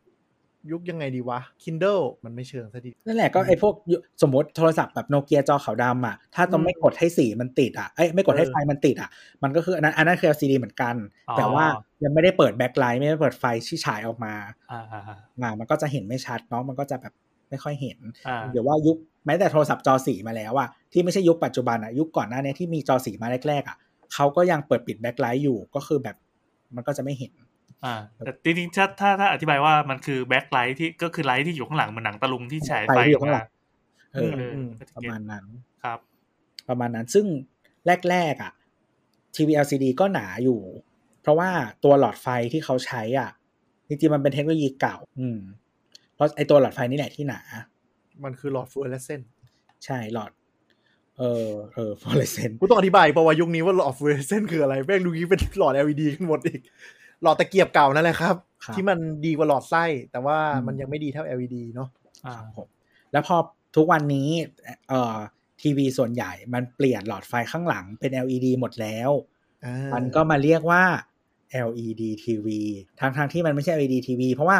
S4: ยุคยังไงดีวะ Kindle มันไม่เชิงซะดี
S2: นั่นแหละก็ไอ้พวกสมมติโทรศัพท์แบบโนเกียจอขาวดำอ่ะถ้าต้อง
S4: อืม
S2: ไม่กดให้สีมันติดอ่ะเอ้ยไม่กดให้
S4: เออ
S2: ไฟมันติดอ่ะมันก็คืออันนั้นอันนั้นคือ LCD เหมือนกัน
S3: อ๋อ
S2: แต่ว่ายังไม่ได้เปิดแบ็คไลท์ไม่ได้เปิดไฟที่ฉายออกมา
S3: อ่าอ่าอ่า
S2: อ่ามันก็จะเห็นไม่ชัดเนาะมันก็จะแบบไม่ค่อยเห็น
S3: อ่า
S2: หรือว่ายุคแม้แต่โทรศัพท์จอสีมาแล้วอะที่ไม่ใช่ยุคปัจจุบันอะยุคก่อนหน้านี้ที่มีจอสีมาแรกๆอะเขาก็ยังเปิดปิดแบ็คไลท์อยู่ก็คือแบบมันก็จะไม่เห็น
S3: อ่าแต่จริงๆถ้าถ้าถ้าอธิบายว่ามันคือแบ็คไลท์ที่ก็คือไลท์ที่อยู่ข้างหลังเหมือนหนังตะลุงที่ฉายไฟ
S2: ไฟที่อยู่
S3: ออก
S2: ข้างหลั
S3: มาง
S2: เออ
S3: เออ
S4: ม
S3: ก็จะ
S2: ประ
S3: เก็ต
S2: มาณนั้น
S3: ครับ
S2: ประมาณนั้นซึ่งแรกๆอะทีวี LCD ก็หนาอยู่ เพราะว่าตัวหลอดไฟที่เขาใช้อะจริงๆมันเป็นเทคโนโลยีเก่า อืม เพราะไอตัวหลอดไฟนี่แหละที่หนา
S4: มันคือหลอดฟลูออเรสเซนต์
S2: ใช่หลอด เออเออฟลูอเรสเซน
S4: กูต้องอธิบายประวัติยุคนี้ว่าหลอดฟลูออเรสเซนต์คืออะไรแม่งดูงี้เป็น (laughs) หลอด LED ขึ้นหมดอีก หลอดตะเกียบเก่านั่นแหละครับ
S2: ครับ
S4: ที่มันดีกว่าหลอดไส้แต่ว่า
S2: อืม
S4: มันยังไม่ดีเท่า LED เนาะ
S3: อ่า
S2: ครับผมแล้วพอทุกวันนี้เอ่อทีวีส่วนใหญ่มันเปลี่ยนหลอดไฟข้างหลังเป็น LED หมดแล้ว
S4: อ่า
S2: มันก็มาเรียกว่า LED TV ทั้งทางๆที่มันไม่ใช่ LED TV เพราะว่า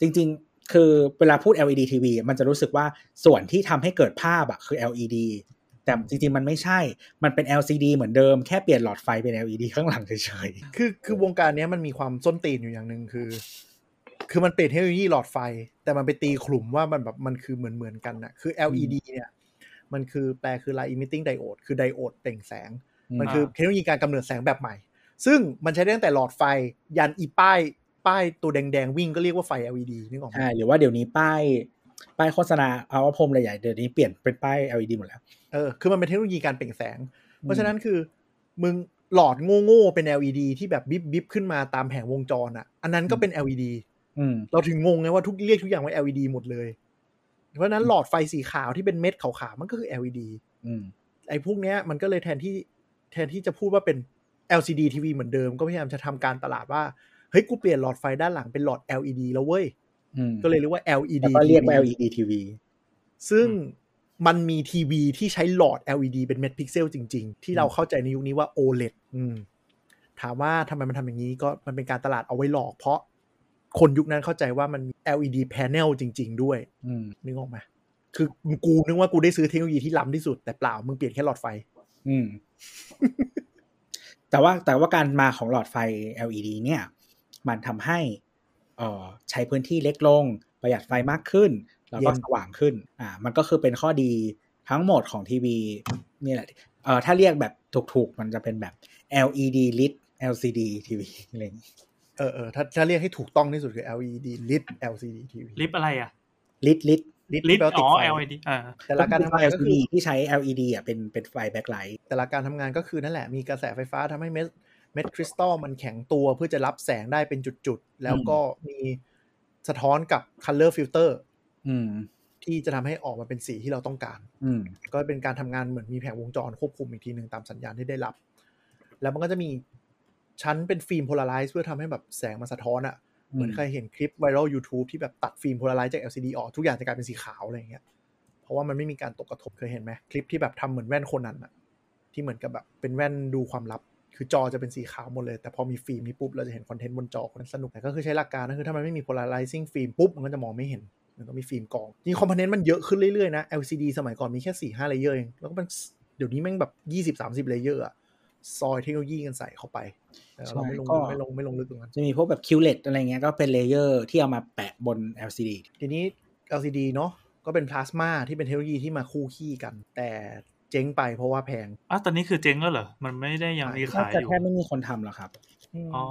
S2: จริงๆ คือเวลาพูด LED TV มันจะรู้สึกว่าส่วนที่ทำให้เกิดภาพอะคือ LED แต่จริงๆ มันไม่ใช่ มันเป็น LCD เหมือนเดิม แค่เปลี่ยนหลอดไฟเป็น LED ข้างหลังเฉย
S4: คือคือวงการเนี้ยมันมีความส้นตีนอยู่อย่างหนึ่งคือ คือมันเปลี่ยนเทคโนโลยีหลอดไฟ แต่มันไปตีขลุ่มว่ามันแบบมันคือเหมือนเหมือนกันนะคือ LED เนี่ยมันคือแปลคือ light emitting diode คือไดโอดเปล่งแสง
S2: ๆ
S4: มัน
S3: อ่า
S4: คือเทคโนโลยีการกำเนิดแสงแบบใหม่ ซึ่งมันใช้ได้ตั้งแต่หลอดไฟ ยันอีป้าย ป้ายตัวแดงๆ วิ่งก็เรียกว่าไฟ LED นึกออกไหม
S2: ใช่หรือว่าเดี๋ยวนี้ป้ายป้ายโฆษณาเอาว่าพรมใหญ่ๆเดี๋ยวนี้เปลี่ยนเป็นป้าย LED หมดแล้ว
S4: เออ คือมันเป็นเทคโนโลยีการเปล่งแสง เพราะฉะนั้นคือ มึงหลอดโง่ๆ เป็น LED ที่แบบบิบบิบขึ้นมาตามแผงวงจรอ่ะ อันนั้นก็เป็น LED
S2: อืม
S4: เราถึงงงไงว่าทุกเรียกทุกอย่างว่า LED หมดเลย เพราะฉะนั้นหลอดไฟสีขาวที่เป็นเม็ดขาวๆ มันก็คือ LED
S2: อืม
S4: ไอ้พวกเนี้ยมันก็เลยแทนที่แทนที่จะพูดว่าเป็น LCD TV เหมือนเดิม ก็พยายามจะทำการตลาดว่า เฮ้ย กูเปลี่ยนหลอดไฟด้านหลังเป็นหลอด LED แล้วเว้ย
S2: อืม
S4: ก็เลยเรียกว่า LED
S2: แล้วก็เรียกว่า
S4: TV
S2: LED TV
S4: ซึ่งมันมีทีวีที่ใช้หลอด LED เป็นเม็ดพิกเซลจริง ๆ ที่เราเข้าใจในยุคนี้ว่า OLED อืมถามว่าทำไมมันทำอย่างนี้ก็มันเป็นการตลาดเอาไว้หลอก เพราะคนยุคนั้นเข้าใจว่ามันมี LED panel จริง ๆ ด้วย
S2: อืม
S4: นึกออกไหมคือกูนึกว่ากูได้ซื้อเทคโนโลยีที่ล้ำที่สุดแต่เปล่ามึงเปลี่ยนแค่หลอดไฟ
S2: อืม (laughs) แต่ว่าแต่ว่าการมาของหลอดไฟ LED เนี่ย มันทำให้เอ่อใช้พื้นที่เล็กลง ประหยัดไฟมากขึ้น แล้วก็
S4: เย็น
S2: สว่างขึ้น อ่า มันก็คือเป็นข้อดีทั้งหมดของทีวีนี่แหละเอ่อถ้าเรียกแบบถูกๆ มันจะเป็นแบบ LED lit LCD TV อะไรอย่างงี้
S4: เออเออถ้าถ้าเรียกให้ถูกต้องที่สุดคือ LED lit LCD TV
S3: ลิฟต์อะไรอ่ะ
S2: lit lit
S4: ลิด
S3: ลิฟต์
S4: แปลว่าติ
S3: อ๋
S4: ด
S3: อ
S4: ไฟ
S3: LED อ่า
S4: แต่ละการทำงานก็คือ
S2: LCD ที่ใช้ LED อ่ะเป็นเป็นไฟแบ็คไลท์
S4: แต่ละการทำงานก็คือนั่นแหละมีกระแสไฟฟ้าทำให้เม็ดเม็ดคริสตัลมันแข็งตัวเพื่อจะรับแสงได้เป็นจุดๆ แล้วก็มีสะท้อนกับ color filter
S2: อืม
S4: ที่จะทำให้ออกมาเป็นสีที่เราต้องการ
S2: อืม
S4: ก็เป็นการทำงานเหมือนมีแผงวงจรควบคุมอีกทีหนึ่งตามสัญญาณที่ได้รับ แล้วมันก็จะมีชั้นเป็นฟิล์มโพลาไรซ์เพื่อทำให้แบบแสงมาสะท้อนอะเหมือนเคยเห็นคลิปไวรัล YouTube ที่แบบตัดฟิล์มโพลาไรซ์จาก LCD ออกทุกอย่างจะกลายเป็นสีขาวอะไรอย่างเงี้ย เพราะว่ามันไม่มีการตกกระทบเคยเห็นไหมคลิปที่แบบทำเหมือนแว่นคนนั้นอะที่เหมือนกับแบบเป็นแว่นดูความลับ คือจอจะเป็นสีขาวหมดเลย แต่พอมีฟิล์มนี้ปุ๊บเราจะเห็นคอนเทนต์บนจอคนนั้นสนุกแต่ก็คือใช้หลักการก็คือถ้ามันไม่มี polarizing ฟิล์มปุ๊บมันก็จะมองไม่เห็น มันก็มีฟิล์มกรองจริงคอมโพเนนต์มันเยอะขึ้นเรื่อยๆนะ LCD สมัยก่อนมีแค่4ี่ห้าเลเยอร์เองแล้วก็มันเดี๋ยวนี้แม่งแบบ 20 30เลเยอร์อะซอยเทคโนโลยีกันใส่เข้าไปแต่เราไม่ลง
S2: ใช่ก็
S4: ไม่ลงไม่ลงลึกตรงนั้น
S2: จะมีพวกแบบ QLED อะไรเงี้ยก็เป็นเลเยอร์ที่เอามาแปะบน LCD
S4: ทีนี้ LCD เนาะก็เป็นพลาสมาที่เป็นเทคโนโลยีที่มาคู่ขี้กัน แต่ เจ๊งไปเพราะว่าแพง
S3: อ่ะตอนนี้คือเจ๊งแล้วเหรอ มันไม่ได้ยังมี
S2: น่า
S3: ขาย
S2: จะ
S3: อยู่
S2: แทบไม่มีคนทำหรอกครับ
S3: อ๋อ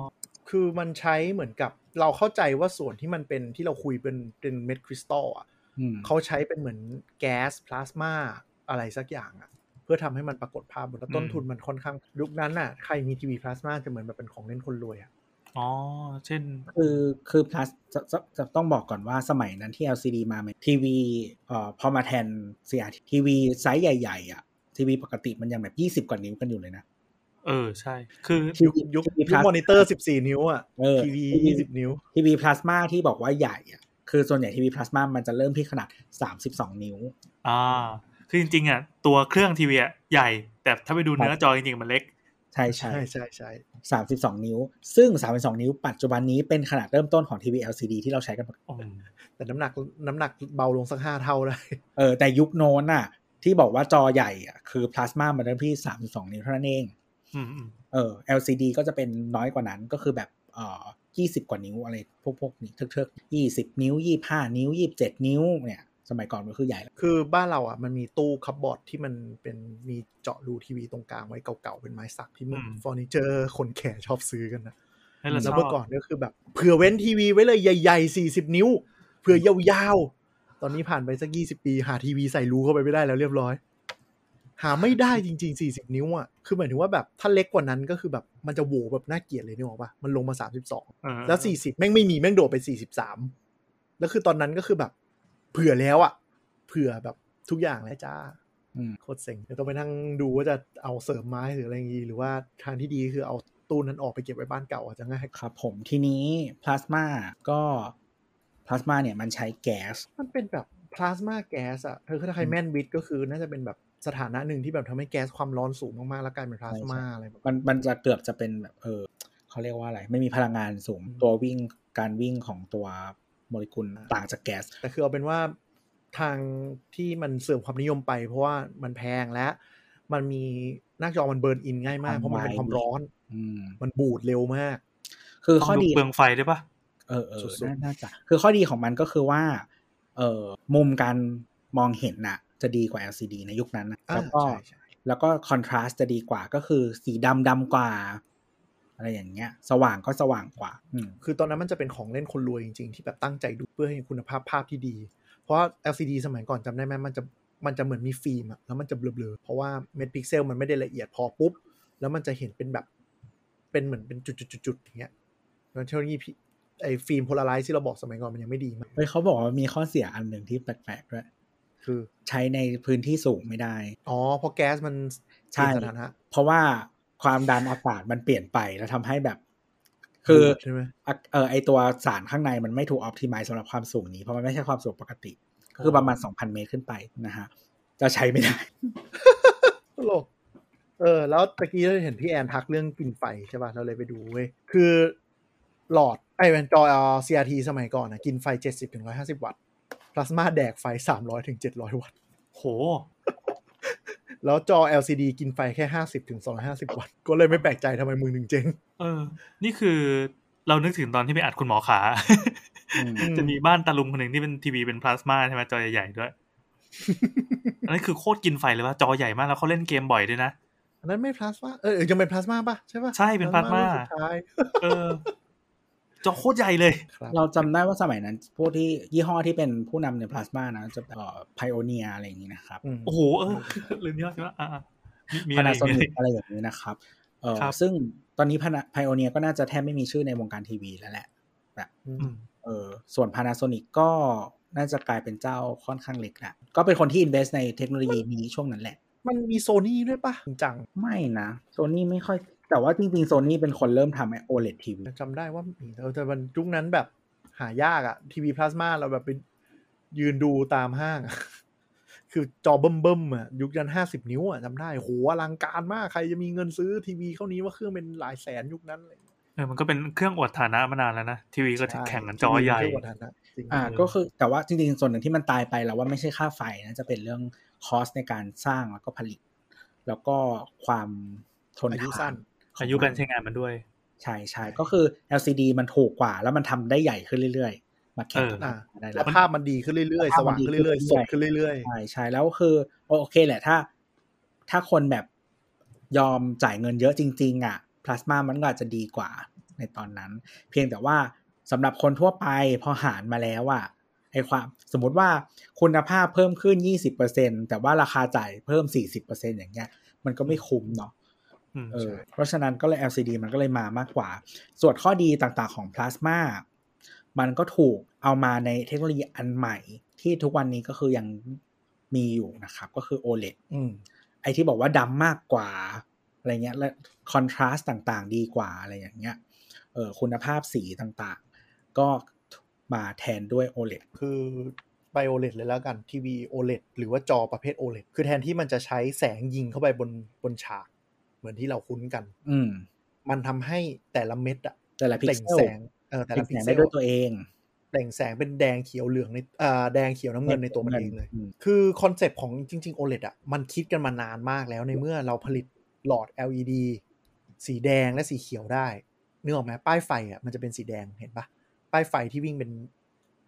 S4: คือมันใช้เหมือนกับเราเข้าใจว่าส่วนที่มันเป็นที่เราคุยเป็นเป็นเม็ดคริสตัลอ่ะ
S2: อืม
S4: เขาใช้เป็นเหมือนแก๊สพลาสมาอะไรสักอย่างอ่ะ เพื่อทำให้มันปรากฏภาพบนแล้วต้นทุนมันค่อนข้างยุคนั้นน่ะใครมีทีวีพลาสมาจะเหมือนแบบเป็นของเล่นคนรวยอ่ะ
S3: อ๋อ เช่น
S2: คือคือ plus จะจะจะต้องบอกก่อนว่าสมัยนั้นที่ LCD มาใหม่ทีวีเอ่อพอมาแทน CRT ทีวีไซส์ใหญ่ๆอ่ะทีวีปกติมันยังแบบ 20 กว่านิ้วกันอยู่เลยนะ
S3: เออ ใช่ คือ
S2: TV
S4: ยุคยุคยุค
S2: Plasma
S4: มอนิเตอร์ 14 นิ้วอ่ะ
S2: เออ
S4: ทีวี
S2: ทีวี
S4: 20 นิ้ว
S2: ทีวีพลาสมาที่บอกว่าใหญ่อ่ะคือส่วนใหญ่ทีวีพลาสมามันจะเริ่มที่ขนาด 32 นิ้ว
S3: อ่า คือจริงๆอ่ะตัวเครื่องทีวีอ่ะใหญ่ แต่ถ้าไปดูเนื้อจอจริงๆมันเล็ก
S2: ใช่ใช่
S4: ใช่ใช่ใช่
S2: สามสิบสองนิ้ว ซึ่งสามสิบสองนิ้ว ปัจจุบันนี้เป็นขนาดเริ่มต้นของทีวี LCD ที่เราใช้กันปกติ
S3: อืม
S4: แต่น้ำหนักน้ำหนักเบาลงสักห้าเท่าได้
S2: เออแต่ยุคโน้นน่ะ ที่บอกว่าจอใหญ่อ่ะคือพลาสมามันเริ่มที่สามสิบสองนิ้วเท่านั้นเอง
S3: อืมอืม
S2: เออ LCD ก็จะเป็นน้อยกว่านั้นก็คือแบบเอ่อยี่สิบกว่านิ้วอะไรพวกพวกนี้เทิกๆยี่สิบนิ้วยี่ห้านิ้วยี่บเจ็ดนิ้วเนี่ยสมัยก่อนมันคือใหญ่แล้ว
S4: คือบ้านเราอ่ะมันมีตู้คับบอร์ดที่มันเป็นมีเจาะรูทีวีตรงกลางไว้เก่าๆ เป็นไม้สักที่มึงเฟอร์นิเจอร์คนแก่ชอบซื้อกันนะ
S3: ให้เราช
S4: แล้ว
S3: อ
S4: เมื่
S3: บ
S4: อก่อนก็คือแบบเผื่อเว้นทีวีไว้เลยใหญ่ๆ 40 นิ้ว เผื่อยาวๆ ตอนนี้ผ่านไปสัก 20 ปีหาทีวีใส่รูเข้าไปไม่ได้แล้วเรียบร้อย หาไม่ได้จริง ๆ 40 นิ้วอ่ะคือหมายถึงว่าแบบถ้าเล็กกว่านั้นก็คือแบบมันจะโหวแบบน่าเกลียดเลยนึกออกปะมันลงมา 32
S3: เออ
S4: แล้วสี่สิบแม่งไม่มีแม่งโดดไปสี่สิบสามแล้วคือตอนนั้นก็คือแบบ เผื่อแล้วอะเผื่อแบบทุกอย่างแล้วจ้า
S2: อืม
S4: โคตรเซ็งเดี๋ยวต้องไปนั่งดูว่าจะเอาเสริมไม้หรืออะไรอย่างงี้หรือว่าทางที่ดีคือเอาตู้นั้นออกไปเก็บไว้บ้านเก่าอาจจะง่าย
S2: ครับผมทีนี้พลาสมาก็พลาสมาเนี่ยมันใช้แก๊ส
S4: มันเป็นแบบพลาสมาแก๊สอะเธอคือถ้าใครแม่นวิทย์ก็คือน่าจะเป็นแบบสถานะหนึ่งที่แบบทำให้แก๊สความร้อนสูงมากๆแล้วกลายเป็นพลาสมาอะไรแบบ
S2: มันมันจะเกือบจะเป็นแบบเออเขาเรียกว่าอะไร ไม่มีพลังงานสูง
S4: อืม
S2: ตัววิ่งการวิ่งของตัวโมเลกุลต่างจากแก๊ส
S4: แต่คือเอาเป็นว่าทางที่มันเสื่อมความนิยมไป เพราะว่ามันแพงและ มันมีหน้าจอมันเบิร์นอินง่ายมาก
S2: ความ
S4: เพราะมันเป็น
S2: ไว
S4: ความร้อน
S2: อืม
S4: มันบูดเร็วมาก
S2: คือ
S3: ต้
S2: ข้อ
S3: องดู
S2: ดี
S3: เปลืองไฟด้วยปะ
S2: เออเออ
S4: สุดๆ
S2: น่าน่าจะคือข้อดีของมันก็คือว่าเออมุมการมองเห็นน่ะ จะดีกว่า LCD ในยุคนั้นนะ
S4: อ่า
S2: แล้วก็
S4: ใช่ใช่
S2: แล้วก็คอนทราสต์จะดีกว่าก็คือสีดำดำกว่า อะไรอย่างเงี้ย สว่างก็สว่างกว่า อืม
S4: คือตอนนั้นมันจะเป็นของเล่นคนรวยจริงๆ ที่แบบตั้งใจดูเพื่อให้คุณภาพภาพที่ดี เพราะว่า LCD สมัยก่อนจำได้ไหมมันจะมันจะเหมือนมีฟิล์มอะแล้วมันจะเบลอๆ เพราะว่าเม็ดพิกเซลมันไม่ได้ละเอียดพอปุ๊บ แล้วมันจะเห็นเป็นแบบเป็นเหมือนเป็นจุดๆๆๆอย่างเงี้ยแล้วเทคโนโลยีพี่ไอ้ฟิล์มโพลาไรซ์ที่เราบอกสมัยก่อนมันยังไม่ดีมาก
S2: เฮ้ยเขาบอกว่ามีข้อเสียอันหนึ่งที่แปลกๆด้วย
S4: คือ
S2: ใช้ในพื้นที่สูงไม่ได้
S4: อ๋อเพราะแก๊สมัน
S2: ใช่
S4: เปลี่ยนสถานะ
S2: เพราะว่าความดันอากาศมันเปลี่ยนไปแล้วทำให้แบบ คือ
S4: ใช่ไหม
S2: อ่ะเออไอตัวสารข้างในมันไม่ถูกออ t ติ i z e สำหรับความสูงนี้ เพราะมันไม่ใช่ความสูงปกติ ก็คือประมาณ 2,000 เมตรขึ้นไปนะฮะ จะใช้ไม่ได้
S4: ตลกเออ แล้วตะกี้เราเห็นพี่แอนทักเรื่องกลิ่นไฟใช่ป่ะเราเลยไปดูเว้ยคือหลอดไอแวนจอย CRT สมัยก่อนนะกินไฟ 70ถึง150 วัตต์พลาสมาแดกไฟ 300ถึง700 วัตต์
S3: โห
S4: แล้วจอ LCD กินไฟแค่ 50ถึง250 วัตต์ ก็เลยไม่แปลกใจทำไมมึงถึงเจ๊ง
S3: เออ นี่คือเรานึกถึงตอนที่ไปอัดคุณหมอขา
S2: อืม
S3: จะมีบ้านตาลุงคนหนึ่งที่เป็นทีวีเป็นพลาสมาใช่ไหมจอใหญ่ๆด้วย อันนั้นคือโคตรกินไฟเลยว่าจอใหญ่มากแล้วเขาเล่นเกมบ่อยด้วยนะ
S4: อันนั้นไม่พลาสมาเออเออยังเป็นพลาสมาป่ะใช่ป่ะ
S3: ใช่เป็นพลาสมา
S4: รุ่สุดท้าย
S3: เออ จอโคตรใหญ่เลย
S4: ครับ
S2: เราจำได้ว่าสมัยนั้น พวกที่ยี่ห้อที่เป็นผู้นำในพลาสมานะ จะเอ่อไพโอเนียอะไรอย่างนี้นะครับ
S4: อืม
S3: โอ้โห เออ ลืมยอดใช่ไหมอ่ะอ่ะมีมี
S2: พา
S3: อะไร
S2: นา
S3: อี
S2: โซ
S3: ก
S2: นิ
S3: มีอะไรอี
S2: ก
S3: ก
S2: อะไรอย่างนี้นะครับ เออ
S3: ครับ
S2: ซึ่งตอนนี้ไพโอเนียก็น่าจะแทบไม่มีชื่อในวงการทีวีแล้วแหละ
S3: อืม
S2: เออส่วน Panasonic ก็น่าจะกลายเป็นเจ้าค่อนข้างเล็กนะก็เป็นคนที่ invest ในเทคโนโลยีนี้ช่วงนั้นแหละ
S4: มันมีโซนี่ด้วยป่ะจริงจัง
S2: ไม่นะโซนี่ไม่ค่อย แต่ว่าจริงๆโซนี่เป็นคนเริ่มทำ OLED TV
S4: จำได้ว่ามีเออแต่มันยุคนั้นแบบหายากอะทีวีพลาสมาเราแบบไปยืนดูตามห้างอะ (laughs) คือจอเบิ่มๆอะยุคยันห้าสิบนิ้วอะจำได้โหอลังการมากใครจะมีเงินซื้อทีวีเท่านี้ว่าเครื่องเป็นหลายแสนยุคนั้นเลย
S3: เออ มันก็เป็นเครื่องอวดฐานะมานานแล้วนะ ทีวีก็แข่งกันจอใหญ่
S4: ทีวีเป็นเครื่องวัฒนะจริง
S2: อ่าก็คือแต่ว่าจริงๆ ส่วนหนึ่งที่มันตายไปเราว่าไม่ใช่ค่าไฟนะ จะเป็นเรื่องคอสในการสร้างแล้วก็ผลิต แล้วก็ความทน
S4: อา
S2: ทา
S4: ยุ
S2: น
S4: สั้น
S3: อายุการใช้งานมันด้วย
S2: ใช่ใช่ก็คือ LCD มันถูกกว่า แล้วมันทำได้ใหญ่ขึ้นเรื่อยๆ มาแข่งกับ
S4: เออ
S2: เราได้
S4: แล้
S2: แล้วว
S4: ภาพมันดีขึ้นเรื่อยๆ สว่างขึ้นเรื่อยๆสดขึ้นเรื่อย
S2: ใช่ใช่แล้วคือโอเคแหละถ้า ถ้าคนแบบยอมจ่ายเงินเยอะจริง ๆ อ่ะพลาสมามันก็อาจจะดีกว่าในตอนนั้น เพียงแต่ว่าสำหรับคนทั่วไปพอหารมาแล้วอ่ะไอความสมมติว่าคุณภาพเพิ่มขึ้น 20%แต่ว่าราคาจ่ายเพิ่ม 40%อย่างเงี้ย มันก็ไม่คุ้มเนาะ
S3: อืม
S2: เออเพราะฉะนั้นก็เลย LCD มันก็เลยมามากกว่า ส่วนข้อดีต่างๆของพลาสมามันก็ถูกเอามาในเทคโนโลยีอันใหม่ ที่ทุกวันนี้ก็คือยังมีอยู่นะครับ ก็คือ OLED
S4: อืม
S2: ไอที่บอกว่าดำมากกว่า อะไรเงี้ย และคอนทราสต์ต่างๆ ดีกว่าอะไรอย่างเงี้ย เออคุณภาพสีต่างๆ ก็มาแทนด้วย OLED
S4: คือไบโอเลตเลยแล้วกันทีวีโอเลหรือว่าจอประเภทโอเลคือแทนที่มันจะใช้แสงยิงเข้าไปบนบนฉาก เหมือนที่เราคุ้นกัน
S2: อืม
S4: มันทำให้แต่ละเม็ดอะ
S2: แต่ละพิก
S4: เปล่ง
S2: เซล
S4: แสงเออแต่ละ
S2: เป
S4: พิ
S2: ล่ง
S4: ก
S2: แสง
S4: เซ
S2: ได้
S4: ล
S2: ด้วยตัวเอง
S4: เปล่งแสงเป็นแดงเขียวเหลืองในอ่าแดงเขียวน้ำเงินในตัวมันเองเลย
S2: ม
S4: คือคอนเซปต์ของจริง ๆ OLED อ่ะมันคิดกันมานานมากแล้วในเมื่อเราผลิตหลอด LED สีแดงและสีเขียวได้นึกออกไหมป้ายไฟอ่ะมันจะเป็นสีแดงเห็นปะป้ายไฟที่วิ่งเป็น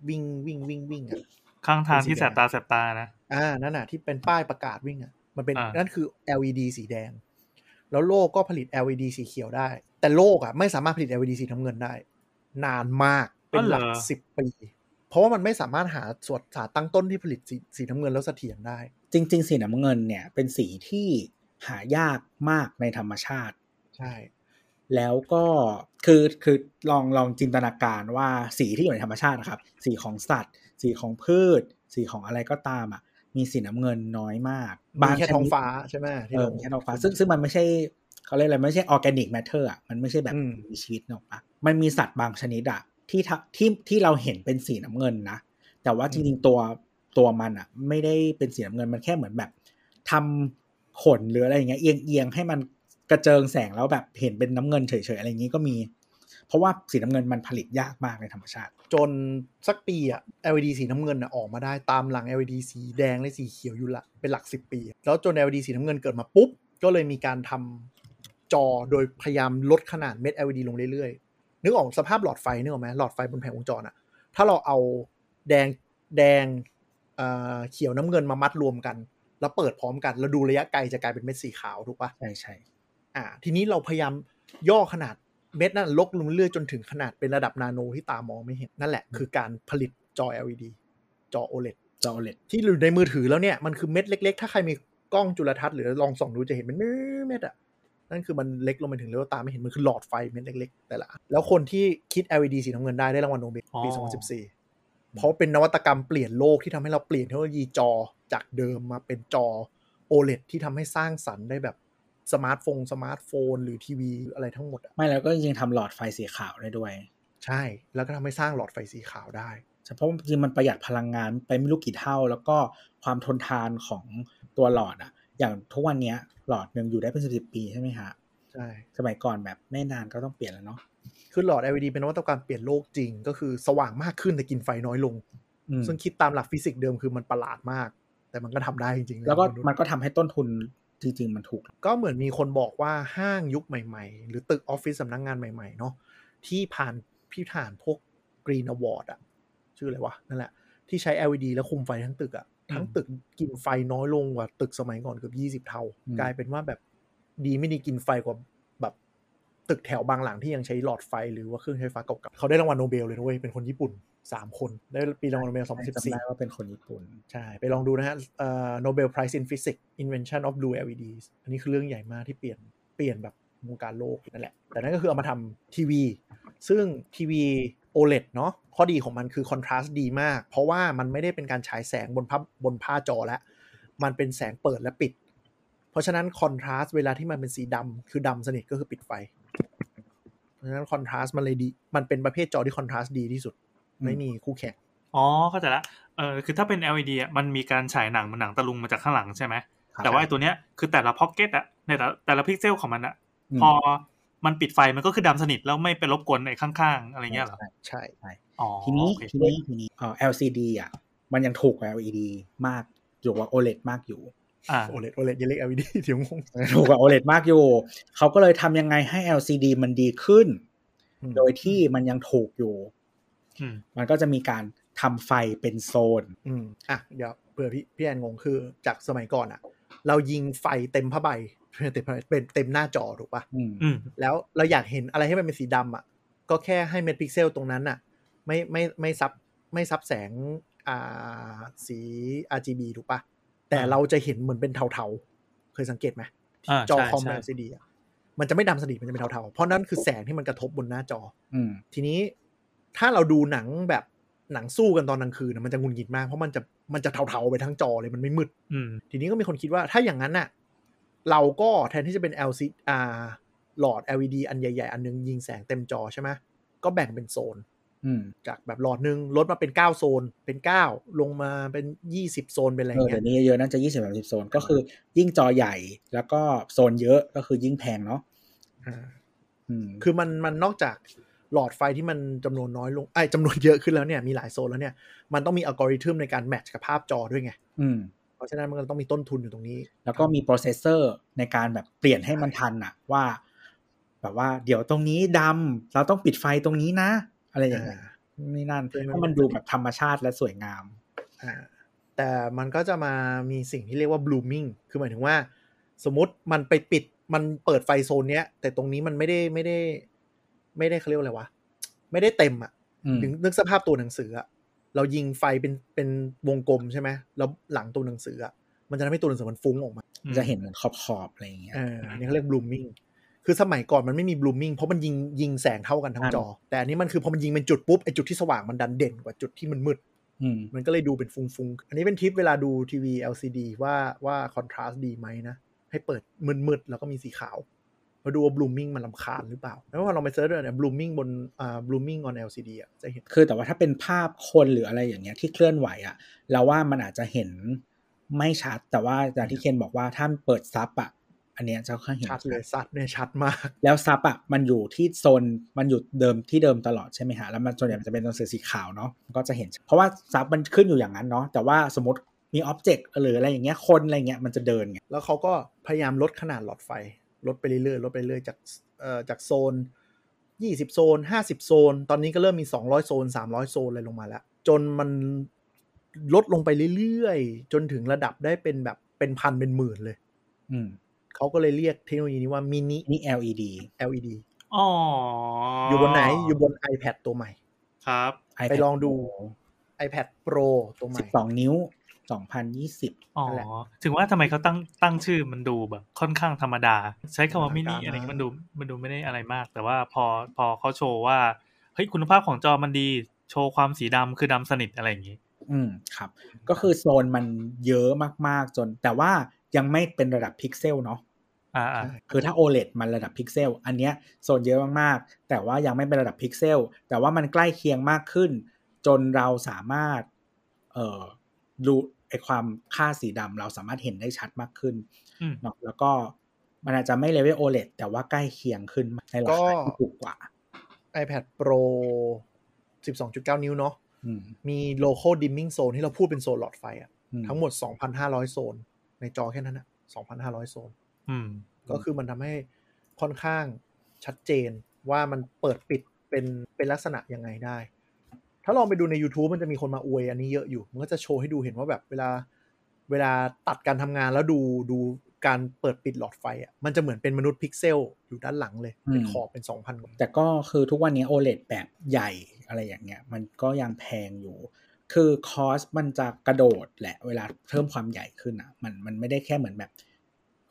S4: วิ่งวิ่งวิ่งวิ่งอ่ะ
S3: ข้างทางที่
S4: เป็นสี
S3: แสบ
S4: แดง
S3: ตาแสบตานะ
S4: อ่านั่นน่ะที่เป็นป้ายประกาศวิ่งอ่ะมันเป็น
S3: อ่านั่
S4: นั่นคือ LED สีแดง แล้วโลกก็ผลิต LED สีเขียวได้ แต่โลกอ่ะไม่สามารถผลิต LED สีน้ำเงินได้ นานมากเป็นหลักสิบปี เพราะว่ามันไม่สามารถหาส่วนสารตั้งต้นที่ผลิตสีสีน้ำเงินแล้วเสถียรได้
S2: จริง ๆ สีน้ำเงินเนี่ยเป็นสีที่หายากมากในธรรมชาติ
S4: ใช่
S2: แล้วก็คือคือลองลองจินตนาการว่าสีที่อยู่ในธรรมชาตินะครับ สีของสัตว์ สีของพืช สีของอะไรก็ตามอ่ะมีสีน้ำเงินน้อยมาก
S4: มีแค่ท้องฟ้า
S2: ชนิด
S4: ใช่ไหมที่
S2: เออ
S4: เรา
S2: มีแค่ท้องฟ้าซึ่งซึ่งมันไม่ใช่เขาเรียกอะไรไม่ใช่ออร์แกนิกแมทเทอร์อ่ะมันไม่ใช่แบบ
S4: อืม
S2: มีชีวิตเนอะปะมันมีสัตว์บางชนิดอ่ะที่ทะที่ที่เราเห็นเป็นสีน้ำเงินนะ แต่ว่าจริงๆตัวตัวมันอ่ะ ไม่ได้เป็นสีน้ำเงินมันแค่เหมือนแบบทำขนหรืออะไรอย่างเงี้ยเอียงเอียงๆให้มันกระเจิงแสงแล้วแบบเห็นเป็นน้ำเงินเฉยๆอะไรอย่างงี้ก็มี เพราะว่าสีน้ำเงินมันผลิตยากมากในธรรมชาติ
S4: จนสักปีอ่ะ LED สีน้ำเงินอ่ะออกมาได้ตามหลัง LED สีแดงและสีเขียวอยู่ละเป็นหลัก 10 ปี แล้วจน LED สีน้ำเงินเกิดมาปุ๊บ ก็เลยมีการทำจอโดยพยายามลดขนาดเม็ด LED ลงเรื่อยๆ นึกออกสภาพหลอดไฟนึกออกไหมหลอดไฟบนแผงวงจรอ่ะ ถ้าเราเอาแดงแดงเอ่อเขียวน้ำเงินมามัดรวมกัน แล้วเปิดพร้อมกันแล้วดูระยะไกลจะกลายเป็นเม็ดสีขาวถูกปะ
S2: ใช่ใช่
S4: อ่าทีนี้เราพยายามย่อขนาดเม็ดนั่นลดลงเรื่อยจนถึงขนาดเป็นระดับนาโนที่ตามองไม่เห็น นั่นแหละคือการผลิตจอ LED จอ OLED
S2: จอเลด
S4: ที่อยู่ในมือถือแล้วเนี่ย มันคือเม็ดเล็กๆ ถ้าใครมีกล้องจุลทรรศน์หรือลองส่องดูจะเห็นเป็นเม็ดๆอ่ะ นั่นคือมันเล็กลงไปถึงเรียกว่าตามไม่เห็น มันคือหลอดไฟเม็ดเล็กๆ แต่ละอันแล้วคนที่คิด LED สีน้ำเงินได้ได้รางวัลโนเบลปี
S3: อ๋อ
S4: 2014 เพราะเป็นนวัตกรรมเปลี่ยนโลกที่ทำให้เราเปลี่ยนเทคโนโลยีจอจากเดิมมาเป็นจอ OLED ที่ทำให้สร้างสรรค์ได้แบบสมาร์ทโฟนสมาร์ทโฟน หรือทีวีอะไรทั้งหมดอะ
S2: ไม่แล้วก็จริงๆทำหลอดไฟสีขาวได้ด้วย
S4: ใช่แล้วก็ทำให้สร้างหลอดไฟสีขาวได้
S2: เฉพาะจริงๆมันประหยัดพลังงานไปไม่รู้กี่เท่า แล้วก็ความทนทานของตัวหลอดอ่ะ อย่างทุกวันเนี้ยหลอดหนึ่งอยู่ได้เป็นสิบสิบปีใช่ไหมฮะ
S4: ใช่
S2: สมัยก่อนแบบไม่นานก็ต้องเปลี่ยนแล้วเนาะ
S4: คือหลอด LED เป็นนวัตกรรมเปลี่ยนโลกจริง ก็คือสว่างมากขึ้นแต่กินไฟน้อยลง
S2: อืม
S4: ซึ่งคิดตามหลักฟิสิกส์เดิมคือมันประหลาดมาก แต่มันก็ทำได้จริงๆนะ
S2: แล้วก็
S4: มษย์
S2: มันก็ทำให้ต้นทุนจริง ๆ มันถูก
S4: ก็เหมือนมีคนบอกว่าห้างยุคใหม่ๆ หรือตึกออฟฟิศสำนักงานใหม่ๆเนาะที่ผ่านพี่ผ่านพวกกรีนอวอร์ดอะชื่ออะไรวะ นั่นแหละ ที่ใช้ LED แล้วคุมไฟทั้งตึกอะทั้งตึกกินไฟน้อยลงกว่าตึกสมัยก่อนเกือบยี่สิบเท่า
S2: อืม
S4: กลายเป็นว่าแบบดีไม่ดีกินไฟกว่าแบบตึกแถวบางหลังที่ยังใช้หลอดไฟหรือว่าเครื่องใช้ไฟเก่าๆเขาได้รางวัลโนเบลเลยนะเว้ยเป็นคนญี่ปุ่นสามคนได้ปีรางวัลโนเบลสองพันสิบ
S2: จำ
S4: สี่
S2: ได้ว่าเป็นคนญี่ปุ่น
S4: ใช่ ไปลองดูนะฮะเอ่อ Nobel Prize in Physics Invention of Blue LEDs อันนี้คือเรื่องใหญ่มากที่เปลี่ยนเปลี่ยนแบบวงการโลกนั่นแหละ แต่นั่นก็คือเอามาทำทีวี ซึ่งทีวี OLED เนาะข้อดีของมันคือคอนทราสต์ดีมาก เพราะว่ามันไม่ได้เป็นการฉายแสงบนภาพบนผ้าจอแล้ว มันเป็นแสงเปิดและปิด เพราะฉะนั้นคอนทราสต์เวลาที่มันเป็นสีดำคือดำสนิทก็คือปิดไฟ เพราะฉะนั้นคอนทราสต์มันเลยดี มันเป็นประเภทจอที่คอนทราสต์ดีที่สุด ไม่มีคู่แข่ง
S3: อ๋อเข้าใจละเออคือถ้าเป็น LED อะมันมีการฉายหนังเหมันหนังตะลุงมาจากข้างหลังใช่ไหมแต่ว่าไอ้ตัวเนี้ยคือแต่ละพ็อกเก็ตอะในแต่ละแต่ละพิกเซลของมันอะ
S2: อืม
S3: พอมันปิดไฟมันก็คือดำสนิทแล้วไม่ไปรบกวนไอ้ข้างๆ อะไรเงี้ยเหรอ
S4: ใช่
S3: อ๋อ
S2: ทีนี้
S3: โอเค
S2: ทีนี้ทีนี้เอ่อ LCD อ่ะมันยังถูกกว่า LED มากถูกกว่า OLED มากอยู่ (laughs)
S3: อ่า
S4: โอเลดโอเลดอย่าเรียก LED (laughs) เดี๋ยวงง
S2: ถูกกว่า OLED มากอยู่ เขาก็เลยทำยังไงให้ LCD มันดีขึ้น
S4: อืม
S2: โดยที่มันยังถูกอยู่
S3: อืม
S2: มันก็จะมีการทำไฟเป็นโซน
S4: อืมอ่ะเดี๋ยวเผื่อพี่พี่แอนงงคือจากสมัยก่อนอะ เรายิงไฟเต็มผ้าใบ (laughs) เต็มผ้าใบเป็นเต็มหน้าจอถูกปะ
S2: อืม
S3: อืม
S4: แล้วเราอยากเห็นอะไรให้มันเป็นสีดำอ่ะ ก็แค่ให้เม็ดพิกเซลตรงนั้นอ่ะ ไม่ไม่ไม่ซับไม่ซับแสงอ่าสี RGB ถูกปะแต่
S3: อ่า
S4: เราจะเห็นเหมือนเป็นเทาๆ เคยสังเกตไหม
S3: อ่า
S4: จอ
S3: ใช่
S4: คอม
S3: ใช่
S4: แ LCD อ่ะมันจะไม่ดำสนิทมันจะเป็นเทาๆ เพราะนั่นคือแสงที่มันกระทบบนหน้าจอ
S2: อืม
S4: ทีนี้ถ้าเราดูหนังแบบหนังสู้กันตอนกลางคืนนะมันจะหงุนงิดมากเพราะมันจะมันจะเทาๆไปทั้งจอเลยมันไม่มืด
S3: อืม
S4: ทีนี้ก็มีคนคิดว่าถ้าอย่างนั้นน่ะ เราก็แทนที่จะเป็น LCD อ่าหลอด LED อันใหญ่ ๆ อันนึงยิงแสงเต็มจอใช่ไหมก็แบ่งเป็นโซน
S2: อืม
S4: จากแบบหลอดหนึ่งลดมาเป็น 9 โซน เป็น 9 ลงมาเป็น 20 โซน เป็นอะไร
S2: เออ
S4: เงี้
S2: เดี๋ย
S4: ยว
S2: นี้เยอะๆน่าจะยี่สิบสามสิบโซนก็คือยิ่งจอใหญ่แล้วก็โซนเยอะก็คือยิ่งแพงเนาะ
S4: อ่า
S2: อืม
S4: คือมันมันนอกจากหลอดไฟที่มันจำนวนน้อยลงไอ้ยจำนวนเยอะขึ้นแล้วเนี่ยมีหลายโซนแล้วเนี่ยมันต้องมีอัลกอริทึมในการแมทช์กับภาพจอด้วยไง
S2: อืม
S4: เพราะฉะนั้นมันก็ต้องมีต้นทุนอยู่ตรงนี้
S2: แล้วก็มีโปรเซสเซอร์ในการแบบเปลี่ยนให้มันทันอะว่า แบบว่าเดี๋ยวตรงนี้ดำเราต้องปิดไฟตรงนี้นะ อะไรอย่างเงี้ยนี่นั่น
S4: ใช่ไหม
S2: ให้มันดูแบบธรรมชาติและสวยงาม
S4: อ่าแต่มันก็จะมามีสิ่งที่เรียกว่า blooming คือหมายถึงว่า สมมติมันไปปิดมันเปิดไฟโซนเนี้ย แต่ตรงนี้มันไม่ได้ไม่ได้ ไม่ได้เขาเรียกว่าอะไรวะ ไม่ได้เต็มอ่ะ
S2: อืม
S4: ถึงนึกสภาพตัวหนังสืออ่ะเรายิงไฟเป็นเป็นวงกลมใช่ไหมแล้วหลังตัวหนังสืออ่ะมันจะทำให้ตัวหนังสือมันฟุ้งออกมา
S2: จะเห็นเหมือนขอบขอบๆอะไรอย่างเงี้ย
S4: เอออันนี่เขาเรียก blooming คือสมัยก่อนมันไม่มี blooming เพราะมันยิงยิงแสงเท่ากันทั้งจอ แต่อันนี้มันคือพอมันยิงเป็นจุดปุ๊บไอจุดที่สว่างมันดันเด่นกว่าจุดที่มันมืด
S2: อืม
S4: มันก็เลยดูเป็นฟุงๆ อันนี้เป็นทิปเวลาดูทีวี LCD ว่าว่าคอนทราสต์ดีไหมนะ ให้เปิดมืดๆ แล้วก็มีสีขาว มาดูว่าบลูมิ n งมันลำคาญหรือเปล่า แล้วพอเราไปเซิร์ชดูเนี่ยบลูมิ n งบนอ่าบลูมิง on LCD อ่ะจะเห็น
S2: คือแต่ว่าถ้าเป็นภาพคนหรืออะไรอย่างเงี้ยที่เคลื่อนไหวอะเราว่ามันอาจจะเห็นไม่ชัด แต่ว่าอย่างที่เคนบอกว่าถ้าเปิดซับอะอันเนี้ยจะค่อนข้างเห็น
S4: ชัดเลยสัตว์เนี่ยชัดมาก
S2: แล้วซับอ่ะมันอยู่ที่โซนมันอยู่เดิมที่เดิมตลอดใช่ไหมฮะแล้วมันส่วนใหญ่มันจะเป็นหนังสือสีขาวเนาะมันก็จะเห็น เพราะว่าซับมันขึ้นอยู่อย่างนั้นเนาะแต่ว่าสมมติมีอ็อบเจกต์หรืออะไรอย่างเงี้ยคนอะไรเงี้ยมันจะเดินไง
S4: แล้วเขาก็พยายามลดขนาดหลอดไฟ ลดไปเรื่อยๆ ลดไปเรื่อยๆ จากเอ่อจากโซน 20 โซน 50 โซน ตอนนี้ก็เริ่มมี 200 โซน 300 โซนเลยลงมาแล้ว จนมันลดลงไปเรื่อยๆ จนถึงระดับได้เป็นแบบเป็นพันเป็นหมื่นเลย
S2: อืม
S4: เขาก็เลยเรียกเทคโนโลยีนี้ว่ามินิ
S2: นี่ LED
S4: LED
S3: อ๋อ
S4: อ
S3: อยู่
S4: บนไหน อยู่บน iPad ตัวใหม่
S3: ครับ
S4: ไปลองดู iPad Pro ตัวใหม่
S2: 12 นิ้ว 2020
S3: อ๋อ
S4: นั่นแหละ
S3: ถึงว่าทำไมเขาตั้งตั้งชื่อมันดูแบบค่อนข้างธรรมดา ใช้คำว่ามินิ
S4: ธรรมดา
S3: อะไรเงี้ยมันดูมันดูไม่ได้อะไรมาก แต่ว่าพอพอเขาโชว์ว่าเฮ้ยคุณภาพของจอมันดีโชว์ความสีดำคือดำสนิทอะไรอย่างงี้
S2: อืมครับ ก็คือโซนมันเยอะมากๆจน แต่ว่ายังไม่เป็นระดับพิกเซลเนาะ
S3: อ่าอ่า
S2: คือถ้า OLED มันระดับพิกเซล อันเนี้ยโซนเยอะมาก ๆ แต่ว่ายังไม่เป็นระดับพิกเซล แต่ว่ามันใกล้เคียงมากขึ้น จนเราสามารถ เอ่อดูไอความค่าสีดำเราสามารถเห็นได้ชัดมากขึ้น
S3: อืม
S2: เนาะแล้วก็มันอาจจะไม่เลเวล OLED แต่ว่าใกล้เคียงขึ้นในราคาที่ถูกกว่า
S4: iPad Pro 12.9 นิ้วเนาะ
S2: อืม
S4: มี local dimming zone ที่เราพูดเป็นโซนหลอดไฟอะ
S2: อื
S4: ทั้งหมด 2,500 โซน ในจอแค่นั้นอะ2,500 โซน
S3: อืม
S4: ก็คือมันทำให้ค่อนข้างชัดเจนว่ามันเปิดปิดเป็นเป็นลักษณะยังไงได้ ถ้าลองไปดูใน YouTube มันจะมีคนมาอวยอันนี้เยอะอยู่ มันก็จะโชว์ให้ดูเห็นว่าแบบเวลาเวลาตัดการทำงานแล้วดูดูการเปิดปิดหลอดไฟอ่ะมันจะเหมือนเป็นมนุษย์พิกเซลอยู่ด้านหลังเลย เป็นขอบเป็น 2,000กว่า
S2: แต่ก็คือทุกวันนี้ OLED แบบใหญ่อะไรอย่างเงี้ย มันก็ยังแพงอยู่ คือคอสมันจะกระโดดแหละเวลาเพิ่มความใหญ่ขึ้นอ่ะ มันมันไม่ได้แค่เหมือนแบบ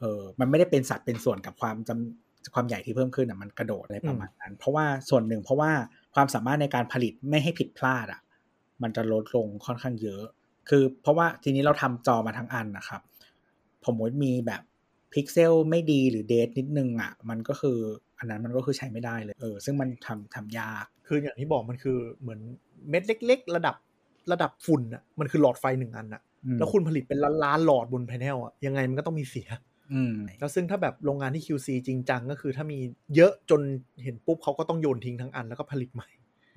S2: เออมันไม่ได้เป็นสัดเป็นส่วนกับความจำความใหญ่ที่เพิ่มขึ้นอ่ะมันกระโดดอะไรประมาณนั้น เพราะว่าส่วนหนึ่งเพราะว่าความสามารถในการผลิตไม่ให้ผิดพลาดอ่ะ มันจะลดลงค่อนข้างเยอะ คือเพราะว่าทีนี้เราทำจอมาทั้งอันนะครับ ผมว่ามีแบบพิกเซลไม่ดีหรือเดทนิดนึงอ่ะ มันก็คืออันนั้นมันก็คือใช้ไม่ได้เลย เออ ซึ่งมันทำทำยาก
S4: คืออย่างที่บอกมันคือเหมือนเม็ดเล็ก ๆ ระดับระดับฝุ่นอ่ะมันคือหลอดไฟหนึ่งอันอ่ะ
S2: อืม
S4: แล้วคุณผลิตเป็นล้านๆหลอดบนแผงอ่ะยังไงมันก็ต้องมีเสีย
S2: อืม
S4: แล้วซึ่งถ้าแบบโรงงานที่ QC จริงจังก็คือถ้ามีเยอะจนเห็นปุ๊บเขาก็ต้องโยนทิ้งทั้งอันแล้วก็ผลิตใหม่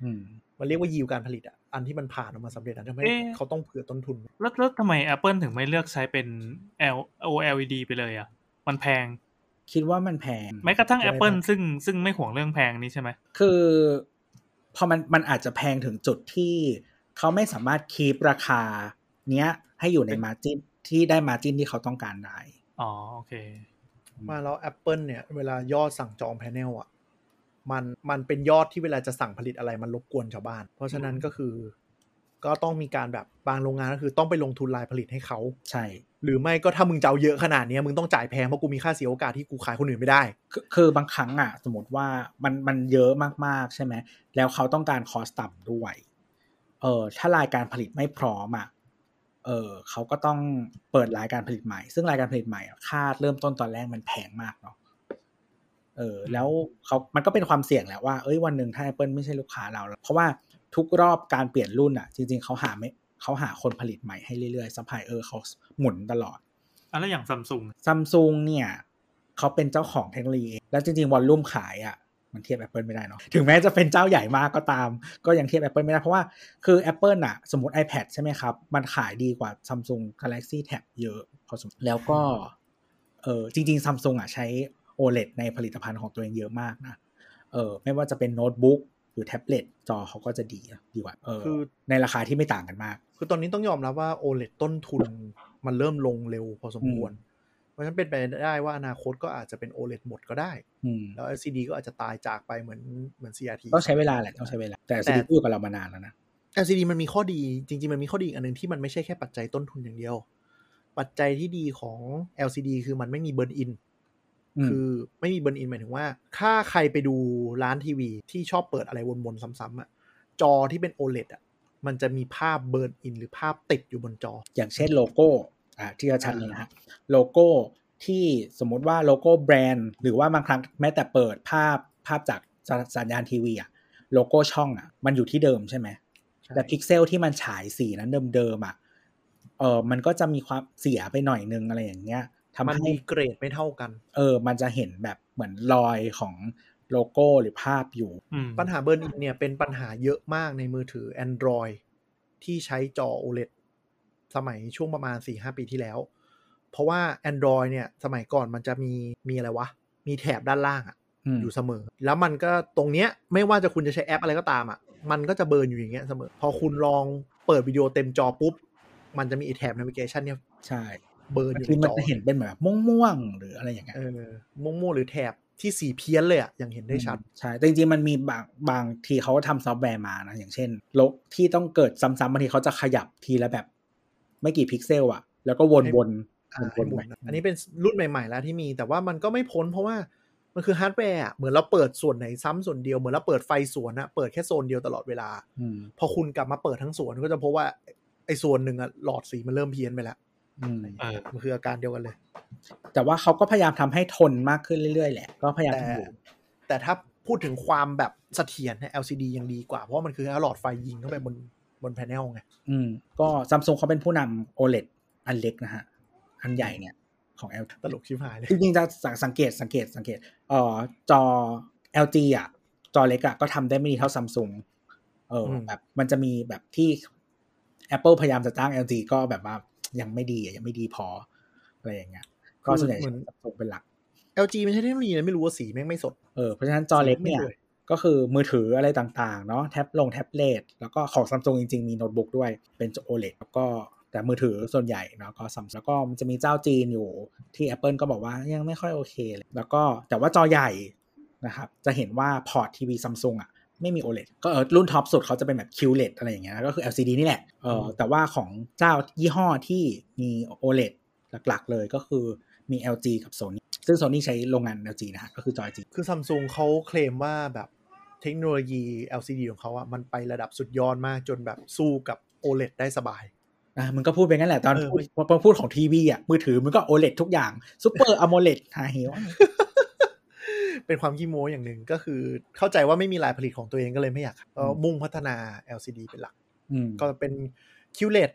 S2: อืม
S4: มันเรียกว่ายิวการผลิตอะอันที่มันผ่านออกมาสำเร็จอะทำให้
S3: เอ๊ะ
S4: เขาต้องเผื่อต้นทุน
S3: แล้วแล้วทำไม Apple ถึงไม่เลือกใช้เป็น L OLED ไปเลยอ่ะ มันแพง
S2: คิดว่ามันแพง
S3: แม้กระทั่ง
S4: ใช่
S3: Apple ซึ่งซึ่งไม่ห่วงเรื่องแพงนี้ใช่ไหม
S2: คือพอมันมันอาจจะแพงถึงจุดที่เขาไม่สามารถคีปราคา เนี้ยให้อยู่ในมาจินที่ได้มาจินที่เขาต้องการได้
S3: อ๋อโอเค
S4: มาแล้ว Apple เนี่ย เวลายอดสั่งจองแพนเนลอ่ะมันมันเป็นยอดที่เวลาจะสั่งผลิตอะไรมันรบกวนชาวบ้าน เพราะฉะนั้นก็คือ ก็ต้องมีการแบบบางโรงงานก็คือต้องไปลงทุนรายผลิตให้เขา
S2: ใช่
S4: หรือไม่ก็ถ้ามึงจะเอาเยอะขนาดเนี้ยมึงต้องจ่ายแพงเพราะกูมีค่าเสียโอกาสที่กูขายคนอื่นไม่ได้
S2: คือคือบางครั้งอ่ะ สมมติว่ามันมันเยอะมากๆใช่ไหมแล้วเขาต้องการคอสต่ำด้วยเออถ้ารายการผลิตไม่พร้อมอ่ะเออเขาก็ต้องเปิดรายการผลิตใหม่ ซึ่งรายการผลิตใหม่อะค่าเริ่มต้นตอนแรกมันแพงมากเนาะเออแล้วเขามันก็เป็นความเสี่ยงแหละว่าเอ้ยวันหนึ่งถ้า Apple ไม่ใช่ลูกค้าเราแล้วเพราะว่าทุกรอบการเปลี่ยนรุ่นอ่ะ จริง ๆเขาหาไม่เขาหาคนผลิตใหม่ให้เรื่อยๆซัพพลายเออร์เขาหมุนตลอด
S3: อันแล้วอย่างซัมซุง
S2: ซัมซุงเนี่ยเขาเป็นเจ้าของเทคโนโลยีเองแล้วจริง ๆ วอลลุ่มขายอะ่ะมันเทียบ Apple ไม่ได้เนาะถึงแม้จะเป็นเจ้าใหญ่มากก็ตาม ก็ยังเทียบ Apple ไม่ได้ เพราะว่าคือ Apple อะสมมติ iPad ใช่ไหมครับ มันขายดีกว่า Samsung Galaxy Tab เยอะพอสมควรแล้วก็เออจริง ๆ Samsung อะใช้ OLED ในผลิตภัณฑ์ของตัวเองเยอะมากนะเออไม่ว่าจะเป็นโน้ตบุ๊กหรือแท็บเล็ตจอเขาก็จะดีดีกว่าเออ
S4: คือ
S2: ในราคาที่ไม่ต่างกันมาก
S4: คือตอนนี้ต้องยอมรับว่า OLED ต้นทุนมันเริ่มลงเร็วพอสมควร เพราะฉะนั้นเป็นไปได้ว่าอนาคตก็อาจจะเป็น OLED หมดก็ได้
S2: อืม
S4: แล้ว LCD ก็อาจจะตายจากไปเหมือนเหมือน CRT
S2: ต้องใช้เวลาแหละต้องใช้เวลาแต่ซีดีพูดกับเรามานานแล้วนะ
S4: LCD มันมีข้อดีจริง ๆ มันมีข้อดีอีกอันหนึงที่มันไม่ใช่แค่ปัจจัยต้นทุนอย่างเดียว ปัจจัยที่ดีของ LCD คือมันไม่มีเบิร์นอิน
S2: อืม
S4: คือไม่มีเบิร์นอินหมายถึงว่า ถ้าใครไปดูร้านทีวีที่ชอบเปิดอะไรวนๆซ้ำๆอะจอที่เป็น OLED อะมันจะมีภาพเบิร์นอินหรือภาพติดอยู่บนจอ
S2: อย่างเช่นโลโก้อ่ะที่จะชัดเลยนะฮะโลโก้ที่สมมุติว่าโลโก้แบรนด์ หรือว่าบางครั้งแม้แต่เปิดภาพภาพจากสสัญญาณทีวีอ่ะโลโก้ช่องอ่ะมันอยู่ที่เดิมใช่ไหม
S4: ใช่
S2: แต่พิกเซลที่มันฉายสีนั้นเดิมๆอ่ะเออมันก็จะมีความเสียไปหน่อยนึงอะไรอย่างเงี้ยทำ
S4: มัน
S2: ให้
S4: มีเกรดไม่เท่ากัน
S2: เออมันจะเห็นแบบเหมือนรอยของโลโก้หรือภาพอยู่
S3: อืม
S4: ปัญหาเบิร์นอินเนี่ยเป็นปัญหาเยอะมากในมือถือ Android ที่ใช้จอ OLED สมัยช่วงประมาณ 4-5 ปีที่แล้ว เพราะว่า Android เนี่ยสมัยก่อนมันจะมีมีอะไรวะ มีแถบด้านล่างอะ
S2: อืม
S4: อยู่เสมอ แล้วมันก็ตรงเนี้ยไม่ว่าจะคุณจะใช้แอปอะไรก็ตามอะมันก็จะเบิร์นอยู่อย่างเงี้ยเสมอ พอคุณลองเปิดวิดีโอเต็มจอปุ๊บ มันจะมีไอ้แถบ navigation เนี่ย
S2: ใช่
S4: เบิร์นอยู่
S2: คือ
S4: ใน
S2: มั
S4: จ
S2: น
S4: อ
S2: จะเห็นเป็นแบบม่วงๆหรืออะไรอย่างเงี้ย
S4: เออม่วงๆหรือแถบที่สีเพี้ยนเลยอะอย่างเห็นได้ชัด
S2: ใช่แต่จริงๆ มันมีบางบางทีเขาก็ทำซอฟต์แวร์มานะ อย่างเช่นลบที่ต้องเกิดซ้ำๆบางทีเขาจะขยับทีละแบบ ไม่กี่พิกเซลอะแล้วก็วนๆวน
S4: อ่า
S2: ๆวน
S4: ให้หมุ
S2: ไป
S4: นนะอันนี้เป็นรุ่นใหม่ ๆ แล้วที่มี แต่ว่ามันก็ไม่พ้นเพราะว่ามันคือฮาร์ดแวร์อะเหมือนเราเปิดส่วนไหนซ้ำส่วนเดียว เหมือนเราเปิดไฟสวนอะเปิดแค่โซนเดียวตลอดเวลา
S2: อืม
S4: พอคุณกลับมาเปิดทั้งสวนก็จะพบว่าไอ้ส่วนหนึ่งอะหลอดสีมันเริ่มเพี้ยนไปแล้ว
S2: อืม
S3: เออ
S4: มันคืออาการเดียวกันเลย
S2: แต่ว่าเขาก็พยายามทำให้ทนมากขึ้นเรื่อยๆ แหละ ก็พยายาม
S4: แต่
S2: ทำอยู่
S4: แต่ถ้าพูดถึงความแบบเสถียรเนี่ย LCD ยังดีกว่า เพราะมันคือเอาหลอดไฟยิงเข้าไปบนบนแผงไง
S2: อืมก็ซัมซุงเขาเป็นผู้นำ OLED อันเล็กนะฮะ อันใหญ่เนี่ยของ L
S4: ตลกชิบหายเลย
S2: จริงๆจะสังสังเกตสังเกตสังเกตเอ่อจอ LG อ่ะ จอเล็กอ่ะก็ทำได้ไม่ดีเท่าซัมซุงเอออ
S4: ม
S2: แบบมันจะมีแบบที่ Apple พยายามจะจ้าง LG ก็แบบว่ายังไม่ดีอะยังไม่ดีพอ อะไรอย่างเงี้ยก็ส่วนใหญ่ใช้ซัมซุงเป็นหลัก
S4: LG ไม่ใช่เทคโนโลยีนะไม่รู้ว่าสีแม่งไม่สด
S2: เออเพราะฉะนั้นจอเล็กเนี่ย
S4: ไม่เลย
S2: ก็คือมือถืออะไรต่างๆ เนาะแท็บลงแท็บเล็ตแล้วก็ของซัมซุงจริง ๆ มีโน้ตบุ๊กด้วยเป็นจอ OLED แล้วก็แต่มือถือส่วนใหญ่เนาะก็ซัมแล้วก็มันจะมีเจ้าจีนอยู่ที่ Apple ก็บอกว่ายังไม่ค่อยโอเคเลยแล้วก็แต่ว่าจอใหญ่นะครับ จะเห็นว่าพอร์ตทีวีซัมซุงอ่ะ ไม่มี OLED ก็เออรุ่นท็อปสุดเขาจะเป็นแบบ QLED อะไรอย่างเงี้ยนะก็คือ LCD นี่แหละเออแต่ว่าของเจ้ายี่ห้อที่มี OLED หลักๆ เลยก็คือมี LG กับ Sony ซึ่ง Sony ใช้โรงงาน LG นะฮะก็คือจอ LG
S4: คือซัมซุงเขาเคลมว่าแบบเทคโนโลยี LCD ของเขาอะมันไประดับสุดยอดมากจนแบบสู้กับ OLED ได้สบาย
S2: อ่ะมันก็พูดไปงั้นแหละตอน
S4: เออ
S2: พูดพอพูดของทีวีอ่ะ มือถือมันก็โอเลทุกอย่างซูเปอร์อโมเลหาเหว
S4: เป็นความขี้โม้อย่างหนึ่งก็คือเข้าใจว่าไม่มีลายผลิตของตัวเองก็เลยไม่อยากก็มุ่งพัฒนา LCD เป็นหลัก
S2: อืม
S4: ก็เป็น QLED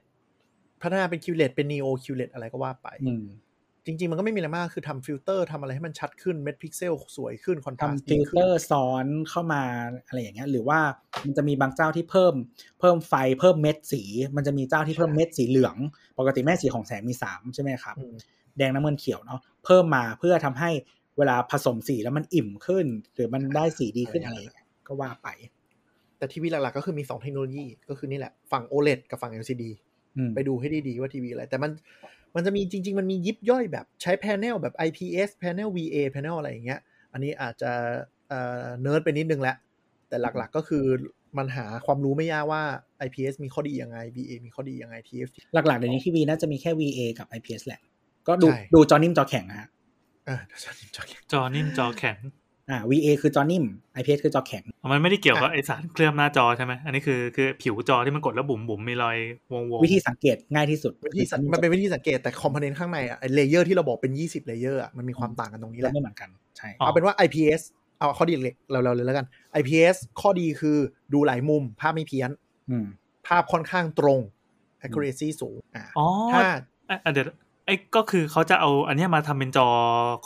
S4: พัฒนาเป็น QLED เป็น Neo QLED อะไรก็ว่าไป
S2: อืม
S4: จริง ๆ มันก็ไม่มีอะไรมากคือทำฟิลเตอร์ทำอะไรให้มันชัดขึ้นเม็ดพิกเซลสวยขึ้นคอนทราส
S2: ทำ
S4: ต์
S2: ฟิ
S4: ดี
S2: ล
S4: ขึ้
S2: เต
S4: น
S2: อร์ซ้อนเข้ามาอะไรอย่างเงี้ยหรือว่ามันจะมีบางเจ้าที่เพิ่ม เพิ่มไฟเพิ่มเม็ดสี มันจะมีเจ้าที่เพิ่มเม็ดสีเหลือง ปกติแม่สีของแสงมีสามใช่ไหมครับ
S4: อืม
S2: แดงน้ำเงินเขียวเนาะเพิ่มมาเพื่อทำให้เวลาผสมสีแล้วมันอิ่มขึ้น หรือมันได้สีดีขึ้นอะไรอย่างเงี้ยก็ว่าไป
S4: แต่ทีวีหลักๆก็คือมีสองเทคโนโลยีก็คือนี่แหละฝั่ง OLED กับฝั่ง LCD
S2: อืม
S4: ไปดูให้ดีๆว่าทีวีอะไร แต่มัน มันจะมีจริง ๆ มันมียิบย่อยแบบใช้ panel แบบ IPS panel VA panel อะไรอย่างเงี้ย อันนี้อาจจะเอ่อเนิร์ดไปนิดนึงแหละ แต่หลักๆก็คือมันหาความรู้ไม่ยากว่า IPS มีข้อดียังไง VA มีข้อดียังไง TFT
S2: หลักๆเดี๋ยวนี้ทีวีน่าจะมีแค่ VA กับ IPS แหละ ก็ดู
S4: ใช่
S2: ดูจอนิ่มจอแข็งนะฮะ
S4: อ่ะเดี๋ยวจะจอแข็ง
S3: จอนิ่มจอแข็ง
S2: อ่า VA คือจอนิ่ม IPS คือจอแข็ง
S3: มันไม่ได้เกี่ยวกับ
S4: อ่ะ
S3: ไอสารเคลือบหน้าจอใช่ไหมอันนี้คือคือผิวจอที่มันกดแล้วบุ๋มบุ๋มมีรอยวงวง
S2: วิธีสังเกตง่ายที่สุด
S4: วิธีสังมันเป็นวิธีสังเกตแต่คอมโพเนนต์ข้างในอะไอ้เลเยอร์ที่เราบอกเป็น 20เลเยอร์อะมันมีความต่างกันตรงนี้แห
S2: แล้ว
S4: ละ
S2: ไม่เหมือนกันใช่
S4: เอาเป็นว่า IPS เอาข้อดีเล็กๆเราๆเลยแล้วกัน IPS ข้อดีคือดูหลายมุม ภาพไม่เพี้ยน
S2: อืม
S4: ภาพค่อนข้างตรง accuracy สูงอ่ะ
S3: อ๋อ
S4: ถ้า
S3: อ่ะอ่ะเดี๋ยวไอ้ก็คือเขาจะเอาอันเนี้ยมาทำเป็นจอ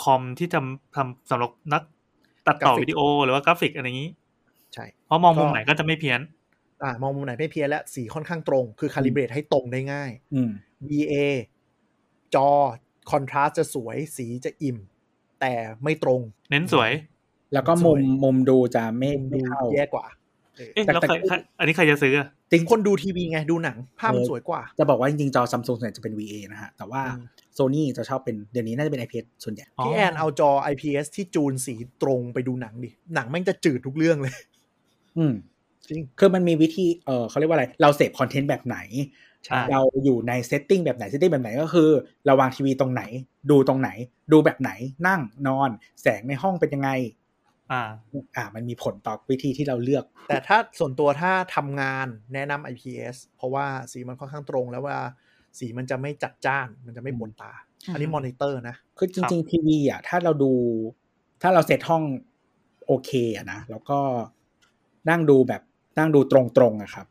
S3: คอมที่ทำทำสำหรับนักตัดต่อวิดีโอหรือว่ากราฟิกอะไรอย่างนี้
S4: ใช่
S3: เพราะมองมุมไหนก็จะไม่เพี้ยน
S4: อ่ะมองมุมไหนไม่เพี้ยนและสีค่อนข้างตรง คือคาลิเบรตให้ตรงได้ง่าย
S2: อืม
S4: VA จอ contrast จะสวยสีจะอิ่ม แต่ไม่ตรง
S3: เน้นสวย
S2: แล้วก็มุม
S4: สวย
S2: มุมดูจะไม่
S4: ดู
S2: ไม่เข้า
S4: แย่กว่า
S3: เอ๊ะ
S2: แต่
S3: แล้วใคร
S2: แต่
S3: ใครอันนี้ใครจะซื้ออะ
S2: จริง
S4: คนดูทีวีไงดูหนัง ภาพมันสวยกว่า
S2: จะบอกว่าจริงๆจอซัมซุงส่วนใหญ่จะเป็น VA นะฮะ แต่ว่า
S4: อืม
S2: Sony จะชอบเป็นเดี๋ยวนี้น่าจะเป็น IPS ส่วนใหญ่
S4: พี่แอนเอาจอ IPS ที่จูนสีตรงไปดูหนังดิ หนังแม่งจะจืดทุกเรื่องเลย
S2: อืม
S4: จริง
S2: คือมันมีวิธี เออเขาเรียกว่าอะไร เราเสพคอนเทนต์แบบไหน
S3: ใช่
S2: เราอยู่ในเซตติ้งแบบไหนเซตติ้งแบบไหนก็คือเระวางทีวีตรงไหน ดูตรงไหน ดูแบบไหนนั่งนอน แสงในห้องเป็นยังไง
S3: อ่า
S2: อ่า มันมีผลต่อวิธีที่เราเลือก
S4: แต่ถ้าส่วนตัวถ้าทำงานแนะนำ IPS เพราะว่าสีมันค่อนข้างตรงแล้วเวลาสีมันจะไม่จัดจ้าน มันจะไม่บนตา อันนี้มอนิเตอร์นะ
S2: คือจริง ๆ ทีวีอ่ะถ้าเราดู ถ้าเราเซตห้องโอเคอะนะแล้วก็นั่งดูแบบนั่งดูตรงๆอะครับ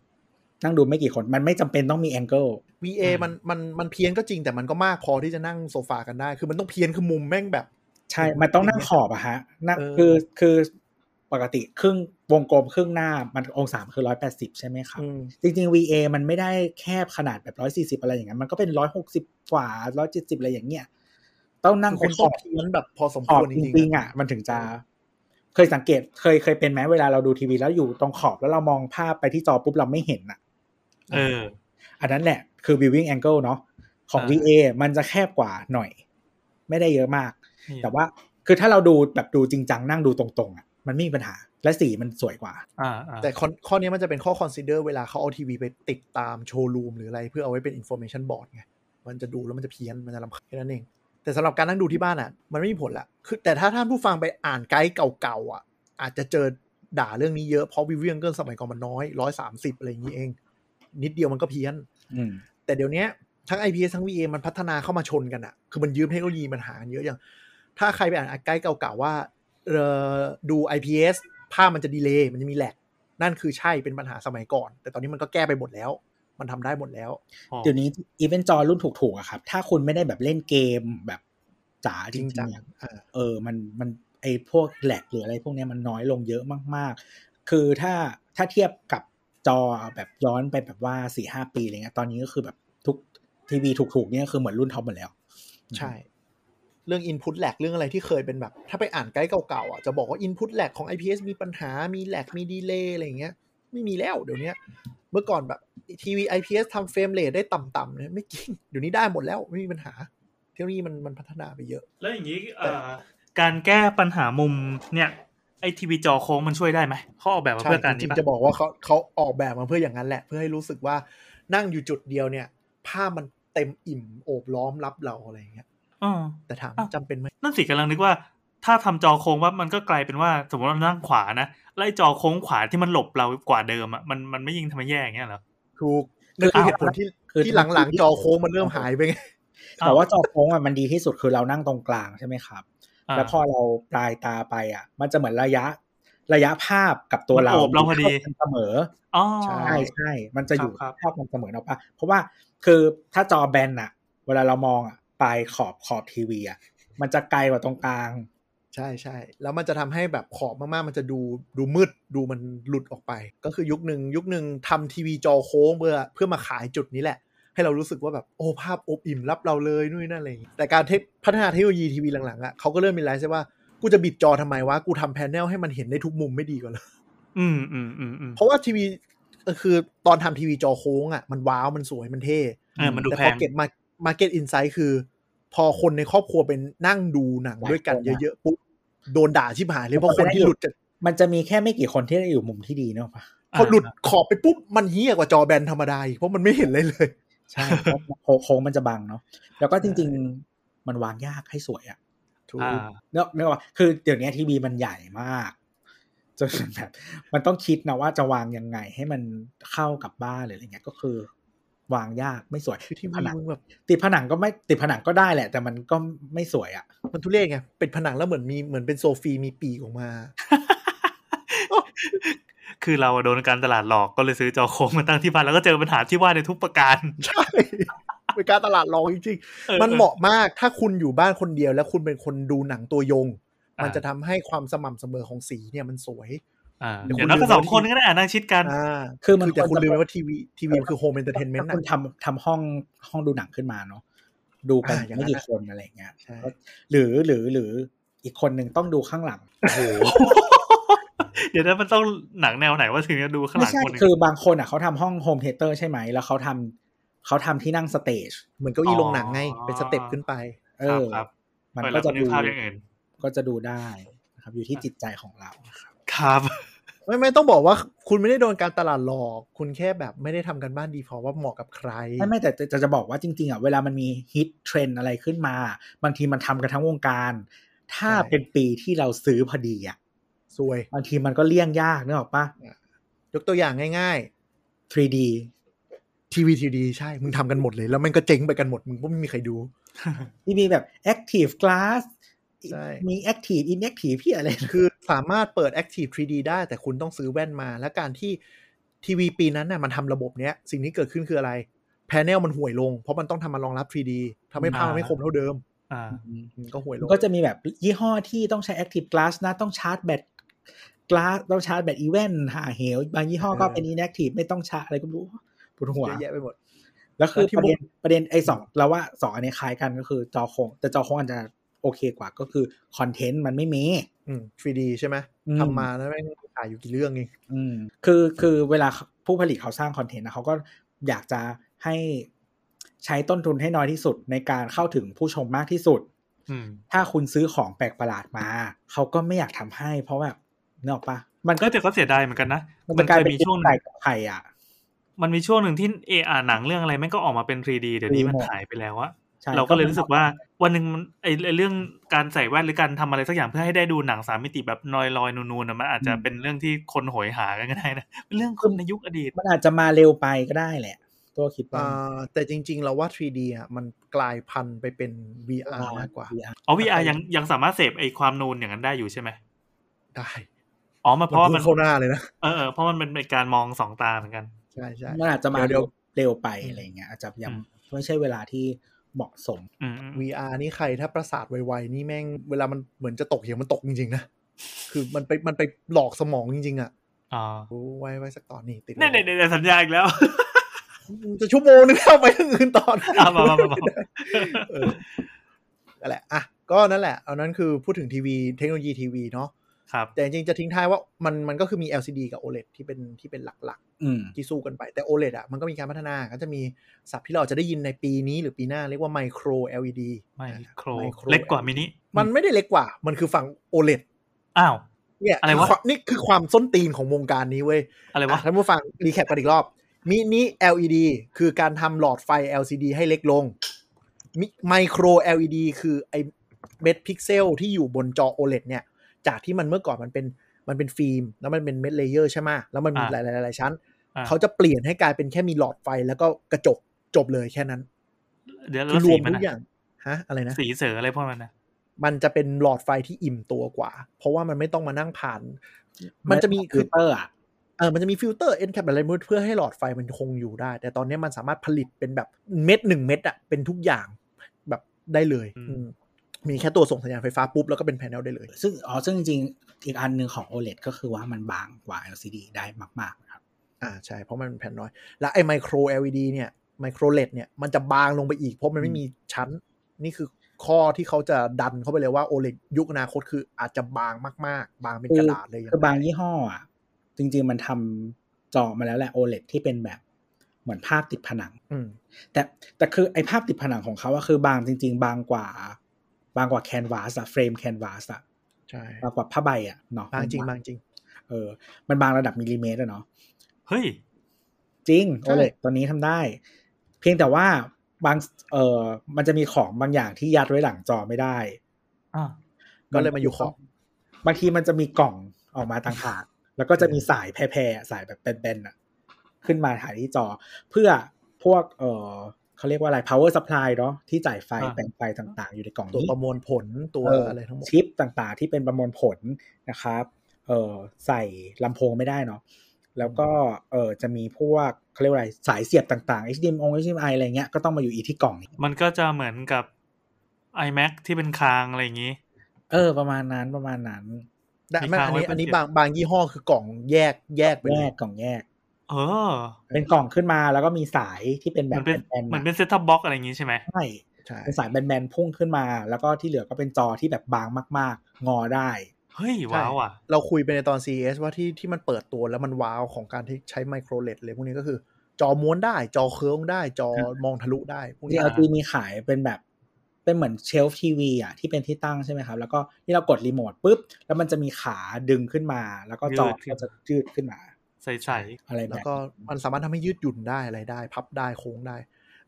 S2: นั่งดูไม่กี่คนมันไม่จำเป็นต้องมีแองเกิล
S4: VA
S3: อืม
S4: มันมันมันเพี้ยนก็จริงแต่มันก็มากพอที่จะนั่งโซฟากันได้ คือมันต้องเพี้ยนคือมุมแม่งแบบ
S2: ใช่ มันต้องนั่งขอบอะฮะนั่ง
S4: เออ
S2: คือคือปกติครึ่งวงกลมครึ่งหน้ามันองศามันคือร้อยแปดสิบใช่ไหมครับ
S4: อืม
S2: จริงๆ VA มันไม่ได้แคบขนาดแบบร้อยสี่สิบ140 อะไรอย่างนั้น มันก็เป็นร้อยหกสิบกว่าร้อยเจ็ดสิบอะไรอย่างเงี้ย ต้องนั่ง
S4: คือมัน
S2: ข
S4: ต้อ
S2: อง บ
S4: เพี้ยนแบบพอสม
S2: ข
S4: ค
S2: อบ
S4: วรจ
S2: จ
S4: ริง
S2: ริง
S4: ๆ
S2: ๆ
S4: อะ
S2: อ่ะ มันถึงจะ เคยสังเกต เคยเคยเป็นไหมเวลาเราดูทีวีแล้วอยู่ตรงขอบแล้วเรามองภาพไปที่จอปุ๊บเราไม่เห็นอ่ะ
S3: เออ
S2: อันนั้นแหละคือ viewing angle เนาะของ
S3: อ่า
S2: VA มันจะแคบกว่าหน่อย ไม่ได้เยอะมาก
S3: นี่
S2: แต่ว่าคือถ้าเราดูแบบดูจริงจังนั่งดูตรงๆอ่ะมันไม่มีปัญหาและสีมันสวยกว่า
S3: อ่าอ่า
S4: แต่ข้อข้อนี้มันจะเป็นข้อ consider เวลาเขาเอาทีวีไปติดตามโชว์รูมหรืออะไรเพื่อเอาไว้เป็น information board ไง มันจะดูแล้วมันจะเพี้ยน มันจะลำคาญแค่นั้นเอง แต่สำหรับการนั่งดูที่บ้านอ่ะ มันไม่มีผลละคือแต่ถ้าท่านผู้ฟังไปอ่านไกด์เก่าๆอ่ะ อาจจะเจอด่าเรื่องนี้เยอะ เพราะวิวเวียงเกินสมัยก่อนมันน้อยร้อยสามสิบอะไรอย่างนี้เอง นิดเดียวมันก็เพี้ยน
S2: อืม
S4: แต่เดี๋ยวเนี้ยทั้ง IPS ทั้ง VA มันพัฒนาเข้ามาชนกันอะคือมันยืมเทคโนโลยีมันหากันเยอะอย่าง ถ้าใครไปอ่านใกล้เก่าๆว่าเอ่อดู IPS ภาพมันจะดีเลย์มันจะมีแหลกนั่นคือใช่เป็นปัญหาสมัยก่อน แต่ตอนนี้มันก็แก้ไปหมดแล้ว มันทำได้หมดแล้ว
S3: อ๋อ
S2: เดี๋ยวนี้อีเวนต์จอรุ่นถูกๆอะครับ ถ้าคุณไม่ได้แบบเล่นเกมแบบจ๋าจ
S4: จริ
S2: ริ
S4: ง
S2: ง
S4: จัง
S2: ๆอะ
S4: อ่า
S2: เออ มันมันไอพวกแหลกหรืออะไรพวกเนี้ยมันน้อยลงเยอะมากๆ คือถ้าถ้าเทียบกับจอแบบย้อนไปแบบว่าสี่ห้าปีอะไรเงี้ยตอนนี้ก็คือแบบทุกทีวีถูกๆเนี่ยคือเหมือนรุ่นท็อปหมดแล้ว
S4: ใช่ เรื่อง Input l a g เรื่องอะไรที่เคยเป็นแบบ ถ้าไปอ่านไกด์เก่าๆอ่ะจะบอกว่า Input l a g ของ IPS มีปัญหามีแหลกมีดีเลย์อะไรอย่างเงี้ย ไม่มีแล้วเดี๋ยวเนี้ยเมื่อก่อนแบบทีวี IPS ทำเฟรมเรทได้ต่ำๆเนี่ยไม่จริง เดี๋ยวนี้ได้หมดแล้วไม่มีปัญหา เทคโนโลยีมันมันพัฒนาไปเยอะ
S3: แล้วอย่างนี้เอ่อการแก้ปัญหามุมเนี่ยไอทีวีจอโค้งมันช่วยได้ไหมเขาออกแบบมา
S4: ใช่
S3: เพื่อการ
S4: จริ
S3: นี้
S4: ง
S3: ปะ
S4: ๆจะบอกว่าเขาเขาออกแบบมาเพื่ออย่างนั้นแหละ เพื่อให้รู้สึกว่านั่งอยู่จุดเดียวเนี่ยภาพมันเต็มอิ่มโอบล้อมรับเราอะไรอย่างเงี้ย
S3: อ๋อ
S4: แต่ถาม
S3: อ้าว
S4: จำเป็นไหม
S3: นั่นสิกำลังนึกว่า ถ้าทำจอโค้งว่ามันก็กลายเป็นว่า สมมติเรานั่งขวานะไล่จอโค้งขวาที่มันหลบเรากว่าเดิมอะมันมันไม่ยิ่งทำให้แย่อย่างเงี้ยเหรอ
S4: ถูกนั่นคือเหตุผลที่
S2: คือ
S4: ที่หลังๆจอโค้งมันเริ่มหายไปไง
S2: แต่ว่าจอโค้งอ่ะมันดีที่สุดคือเรานั่งตรงกลางใช่ไหมครับ
S3: า
S2: แล้วพอเราปลายตาไปอ่ะ มันจะเหมือนระยะระยะภาพกับตัว
S3: มัน
S2: เรา
S3: โอบเราพอดี
S2: ท่กันเสมอ
S3: อ๋อ
S4: ใช่
S2: ใช่ใช่มันจะอยู่
S3: ครับ
S2: ภาพมันเสมอเนาะปะเพราะว่าคือถ้าจอแบนอะเวลาเรามองอะปลายขอบขอบทีวีอะมันจะไกลกว่าตรงกลาง
S4: ใช่ใช่แล้วมันจะทำให้แบบขอบมากๆ มันจะดูดูมืดดูมันหลุดออกไป ก็คือยุคหนึ่งยุคหนึ่งทำทีวีจอโค้งเพื่อเพื่อมาขายจุดนี้แหละ ให้เรารู้สึกว่าแบบโอ้ภาพอบอิ่มรับเราเลยนู่นนนั่นอะไรอย่างงี้แต่การเทคพัฒนาเทคโนโลยีทีวีหลังๆอะ่ะเขาก็เริ่มมีไลฟ์ใช่ว่ากูจะบิดจอทำไมวะกูทำแพนเนลให้มันเห็นได้ทุกมุมไม่ดีกว่าเลย
S3: อืมอืมอืมอืม
S4: เพราะว่าทีวีคือตอนทำทีวีจอโค้งอะ่ะมันว้าวมันสวยมันเท่
S3: เออมันดู
S4: แต่
S3: แพ
S4: พอง เก็บมา Market Insight คือ พอคนในครอบครัวเป็นนั่งดูหนังด้วยกันเยอะๆปุ๊บโดนด่าชิบหายเลยเพราะคนที่หลุดจาก
S2: มันจะมีแค่ไม่กี่คนที่ได้อยู่มุมที่ดีเนาะปะ
S4: พอหลุดขอบไปปุ๊บ มันเฮี้ยกว่าจอแบนธรรมดาอีกเพราะมันไม่เห็นเลยเลย
S2: ใช่ (laughs) เพราะโคโค้งมันจะบังเนาะแล้วก็จริง ๆ มันวางยากให้สวยอะ
S4: ถูก
S3: อ่า
S2: เนาะเนาะคือเดี๋ยวนี้ทีวีมันใหญ่มากจนแบบมันต้องคิดนะว่าจะวางยังไงให้มันเข้ากับบ้านหรืออะไรเงี้ยก็คือ วางยากไม่สวย
S4: คือที่
S2: ผ
S4: วี
S2: นัง
S4: มึงแบบ
S2: ติดผนังก็ไม่ติดผนังก็ได้แหละ แต่มันก็ไม่สวยอะ
S4: มันทุเรศไงเป็นผนังแล้วเหมือนมีเหมือนเป็นโซฟีมีปีกออกมา (laughs)
S3: คือเราอะโดนการตลาดหลอกก็เลยซื้อจอโค้งมาตั้งที่บ้านแล้วก็เจอปัญหาที่ว่าในทุกประการ
S4: ใช่เป็นการตลาดรองจริง
S3: ออ
S4: ๆ มันเหมาะมากถ้าคุณอยู่บ้านคนเดียว แล้วคุณเป็นคนดูหนังตัวยง
S3: อ่า
S4: มันจะทำให้ความสม่ำเสมอของสีเนี่ยมันสวย
S3: อ่า
S4: เดี๋ยว
S3: อย่างน้อยก็
S4: คุณดู
S3: สองคนก็ได้อ่านนั่งชิดกัน
S4: อ่า
S2: คือมัน
S4: แต่คุณลืมไปว่าทีวีทีวีมันคือโฮมเอนเตอร์เทนเมนต์
S2: ถ้าคุณ
S4: นะ
S2: ทำทำห้องห้องดูหนังขึ้นมาเนาะดูกัน
S4: อ่าอย่างนั้
S2: ไม่
S4: น
S2: กี่
S4: อะ
S2: คนอะไรอย่างเงี้ย
S4: ใช่
S2: หรือหรือหรืออีกคนหนึ่งต้องดูข้างหลัง
S3: เดี๋ยวนั้นมันต้องหนังแนวไหนว่าถึงจะดูข้างห
S2: ไม่
S3: ลัง
S2: ใช่
S3: คนหนึ่ง
S2: คือบางคนอ่ะเขาทำห้องโฮมเทเตอร์ใช่ไหม แล้วเขาทำเขาทำที่นั่งสเตจ
S4: เหมือนเก้าอี้
S3: อ๋อ
S4: ลงหนังไงเป็นสเต็ปขึ้นไป
S2: เอ
S3: ค
S2: อ
S3: รับครับ
S2: มัน
S3: เอ
S2: ก็
S3: อแล้ว
S2: จะ
S3: นึ
S2: ดู
S3: ภาพอย่างอื่น
S2: ก็จะดูได้นะครับ อยู่ที่จิตใจของเรานะครับ
S3: ครับ (laughs)
S4: ไม่ไม่ต้องบอกว่าคุณไม่ได้โดนการตลาดหลอก คุณแค่แบบไม่ได้ทำกันบ้านดีพอว่าเหมาะกับใคร
S2: ไม่ไม่แต่แต่จะจะบอกว่าจริง ๆอ่ะเวลามันมีฮิตเทรนอะไรขึ้นมา บางทีมันทำกันทั้งวงการ ถ้า
S4: ใช่
S2: เป็นปีที่เราซื้อพอดีอ่ะ
S4: สวย
S2: บางทีมันก็เลี่ยงยากนึกออกปะ
S4: ยกตัวอย่างง่าย
S2: 3D
S4: ๆ ทีวีทีดีใช่ มึงทำกันหมดเลย แล้วมันก็เจ๊งไปกันหมด มึงก็ไม่มีใครดู
S2: ที่มีแบบ Active Glass
S4: ใช่
S2: มี Active Inactive พี่อะไรนะ
S4: คือสามารถเปิด Active 3D ได้แต่คุณต้องซื้อแว่นมา และการที่ทีวีปีนั้นน่ะมันทำระบบเนี้ย สิ่งที่เกิดขึ้นคืออะไร แพนเนลมันห่วยลง เพราะมันต้องทำมารองรับ 3D ทำให้ภาพมันไม่คมเท่าเดิม
S3: อ่า
S4: มันก็ห่วยล
S2: มัน
S4: ง
S2: ก็จะมีแบบยี่ห้อที่ต้องใช้ Active Glass นะต้องชาร์จแบต Glass ต้องชาร์จแบตอีเวนหาเหว บางยี่ห้อก็
S4: เออ
S2: เป็น Inactive ไม่ต้องชาร์จอะไรก็ไม่รู้ปวดหัว
S4: เยอะแยะไปหมด
S2: แล้วคือ
S4: แล้วที่
S2: ประเด็น
S4: พวก
S2: ประเด็นไอ้สองเราว่าสองอันนี้คล้ายกันก็คือจอโค้งแต่จอโค้งอาจจะโอเคกว่าก็คือคอนเทนต์มันไม่มี
S4: อืม 3D ใช่ไหม
S2: อืม
S4: ทำมาแล้วแม่งขายอยู่กี่เรื่องเอง
S2: อืมคือคือเวลาผู้ผลิตเขาสร้างคอนเทนต์นะเขาก็อยากจะให้ใช้ต้นทุนให้น้อยที่สุดในการเข้าถึงผู้ชมมากที่สุด
S3: อืม
S2: ถ้าคุณซื้อของแปลกประหลาดมา เขาก็ไม่อยากทำให้ เพราะแบบนึกออกปะมันก็
S3: ก็แต่ก็เสียดายเหมือนกันนะ
S2: มันกลายเป็น
S3: มี
S2: ช่
S3: ช่
S2: ว
S3: ว
S2: ง
S3: ง
S2: ไก่กับไข่อ่ะ
S3: มันมีช่วงหนึ่งที่เออาหนังเรื่องอะไรแม่งก็ออกมาเป็น 3D เดี๋ยวนี้มัน
S2: หมด
S3: หายไปแล้วอะ
S2: ใช่
S3: เราก็เลยรู้สึกว่าวันหนึ่งมันไอไอ้เรื่องการใส่แว่นหรือการทำอะไรสักอย่างเพื่อให้ได้ดูหนังสามมิติแบบลอยลอยๆนูนๆน่ะมันอาจจะเป็นเรื่องที่คนโหยหากันก็ได้นะเป็นเรื่องคนในยุคอดีต
S2: มันอาจจะมาเร็วไปก็ได้แหละ ตัวคิดว่า
S4: อ่าแต่จริง ๆ เราว่า 3D อ่ะมันกลายพันธุ์ไปเป็น VR มากกว่า
S3: อ๋อ VR ยังยังสามารถเสพไอความนูนอย่างนั้นได้อยู่ใช่ไหม
S4: ได้
S3: อ๋อมาเพราะว่ามัน
S4: เข้าหน้าเลยนะ
S3: เออเออเพราะมันเป็นการมองสองตาเหมือนกัน
S4: ใช่ใช่
S2: มันอาจจะมา
S4: เดี๋
S2: เร็
S4: ยว ว
S2: เร็วไปอะไรอย่างเงี้ยอาจจะยัง
S3: อืม
S2: ไม่ใช่เวลาที่เหมาะสม
S3: อืมอืม
S4: VR นี่ใครถ้าประสาทไวๆนี่แม่งเวลามันเหมือนจะตกเหวมันตกจริงๆนะ คือมันไปมันไปหลอกสมองจริงๆอ่ะ
S3: อ๋อ
S4: โอ้ไว้ไว้สักตอนนี่ติด
S3: เนี่ยเดี๋ยวเดี๋ยวสัญญาอีกแล้ว (laughs)
S4: จะชั่วโมงนึงแล้วไปเรื่องอื่นตอน
S3: อ่ะมามามามา
S4: เออนั่นแหละอ่ะก็นั่นแหละเอานั้นคือพูดถึงทีวีเทคโนโลยีทีวีเนาะ
S3: ครับ
S4: แต่จริงๆจะทิ้งท้ายว่ามันมันก็คือมี LCD กับ OLED ที่เป็นที่เป็นหลัก
S2: อืม
S4: ๆ ที่สู้กันไปแต่ OLED อ่ะมันก็มีการพัฒนาก็จะมีศัพท์ที่เราอาจจะได้ยินในปีนี้หรือปีหน้าเรียกว่าไมโคร LED
S3: ไมโคร
S4: Micro
S3: เล็กกว่ามินิ
S4: มันไม่ได้เล็กกว่า มันคือฝั่ง OLED
S3: อ้าว
S4: เนี่ย
S3: อะไรวะ
S4: คืควานี่คือความส้นตีนของวงการนี้เว้ย
S3: อะไรวะ
S4: อ่ะท่านผู้ฟังรีแคปกันอีกรอบ มินิ LED คือการทำหลอดไฟ LCD ให้เล็กลงไมโคร LED คือไอเม็ดพิกเซลที่อยู่บนจอ OLED เนี่ย จากที่มันเมื่อก่อนมันเป็นมันเป็นฟิล์ม แล้วมันเป็นเม็ดเลเยอร์ใช่ไหมะแล้วมันมี
S3: อ่า
S4: หลายๆหลายๆชั้น
S3: อ่า
S4: เขาจะเปลี่ยนให้กลายเป็นแค่มีหลอดไฟแล้วก็กระจกจบเลยแค่นั้น
S3: เดี๋ยว
S4: คื
S3: แล้
S4: อ
S3: ว
S4: ร
S3: สี
S4: วม
S3: มัน
S4: ทุกอ
S3: อะ
S4: ย่างฮะอะไรนะ
S3: สีเสืออะไรพวกนั้นนะ
S4: มันจะเป็นหลอดไฟที่อิ่มตัวกว่า เพราะว่ามันไม่ต้องมานั่งผ่าน มันจะมี
S2: คื
S4: คือ อ
S2: เตอร์อ่ะ
S4: เออมันจะมีฟิลเตอร์เอ็นแคปอะไรมืดเพื่อให้หลอดไฟมันคงอยู่ได้ แต่ตอนนี้มันสามารถผลิตเป็นแบบเม็ดหนึ่งเม็ดอะเป็นทุกอย่างแบบได้เลย
S3: อืม
S4: อืมมีแค่ตัวส่งสัญญาณไฟฟ้าปุ๊บ แล้วก็เป็นแผงได้เลย
S2: ซึ่งอ๋อซึ่งจริงๆ อีกอันหนึ่งของ OLED ก็คือว่ามันบางกว่า LCD ได้มากๆนะครับ
S4: อ่าใช่เพราะมันเป็นแผ่นน้อย และไอ้ไมโคร LED เนี่ยไมโครเลดเนี่ยมันจะบางลงไปอีกเพราะมันไม่มีชั้น นี่คือข้อที่เขาจะดันเข้าไปเลยว่า OLED ยุคอนาคตคืออาจจะบางมาก ๆ บางเป็นกระดาษเลย
S2: คือบางยี่ห้ออ่ะ จริงๆ มันทำจอมาแล้วแหละ OLED ที่เป็นแบบ เหมือนภาพติดผนัง
S4: อืม
S2: แต่แต่คือไอ้ภาพติดผนังของเขาอะคือบางจริง ๆ บางกว่า บางกว่าแคนวาสอะเฟรมแคนวาสอะ
S4: ใช่
S2: บางกว่าผ้าใบอะเนาะ
S4: บางจริงบางจริง
S2: เออมันบางระดับมิลลิเมตรอะเนาะ
S3: เฮ้ย
S2: จริง
S4: ใช่
S2: โอเลตอนนี้ทำได้ เพียงแต่ว่าบางเออมันจะมีของบางอย่างที่ยัดไว้หลังจอไม่ได้
S3: อ่า
S4: ก็เลยมาอยู่ขอบ
S2: บางทีมันจะมีกล่องออกมาต่างหากแล้วก็จะมีสายแพร่ๆสายแบบแบนๆอะขึ้นมาถ่ายที่จอ เพื่อพวกเออเขาเรียกว่าอะไร power supply เนาะที่จ่ายไฟ
S3: อ่า
S2: แปลงไฟต่างๆ อยู่ในกล่อง
S4: ตัว
S2: นี้
S4: ประมวลผลตัว
S2: เ
S4: อะไรทั้งหมด
S2: ชิปต่างๆ ที่เป็นประมวลผลนะครับเออใส่ลำโพงไม่ได้เนาะแล้วก็เออจะมีพวกเขาเรียกว่าอะไรสายเสียบต่างๆ HDMI องค์ HDMI อะไรเงี้ยก็ต้องมาอยู่อีที่กล่องนี้
S3: มันก็จะเหมือนกับ iMac ที่เป็นคางอะไรอย่างนี้
S2: เออ ประมาณนั้นประมาณนั้น
S4: แต่ไม่อันนี้
S3: มีค้างไว้
S4: อันนี้บางบางยี่ห้อคือกล่องแยกแยกไป
S2: แย
S4: เลย
S2: กกล่องแยก
S3: เออ
S2: เป็นกล่องขึ้นมาแล้วก็มีสายที่เป็นแบ
S3: มั
S2: บ
S3: นเป็น
S2: แบนๆ
S3: มันเป็
S2: นะ
S3: นเซตท็อปบ็อกอะไรอย่างนี้ใช่ไหม
S2: ใช่
S4: ใช่
S2: เป็นสายแบนๆพุ่งขึ้นมา แล้วก็ที่เหลือก็เป็นจอที่แบบบางมาก ๆ งอได้
S3: เฮ้ย ว้าวอ่ะ
S4: เราคุยไปในตอน CES ว่าที่ที่มันเปิดตัวแล้วมันว้าวของการที่ใช้ไมโครเลดเลยพวกนี้ก็คือ จอม้วนได้จอเคิร์งได้จอ
S2: ครับ
S4: มองทะลุได้พวกนี้
S2: DLG มีขายเป็นแบบเป็นเหมือนเชลฟ์ทีวีอ่ะที่เป็นที่ตั้งใช่ไหมครับ แล้วก็นี่เรากดรีโมทปุ๊บ แล้วมันจะมีขาดึงขึ้นมา แล้วก็จอ
S3: ยืดขึ้น
S2: ก็จะยืดขึ้นมา
S3: ใส
S2: อะไรแบ
S4: แล้ว
S2: บ
S4: ก็มันสามารถทำให้ยืดหยุ่นได้อะไรได้ พับได้โค้งได้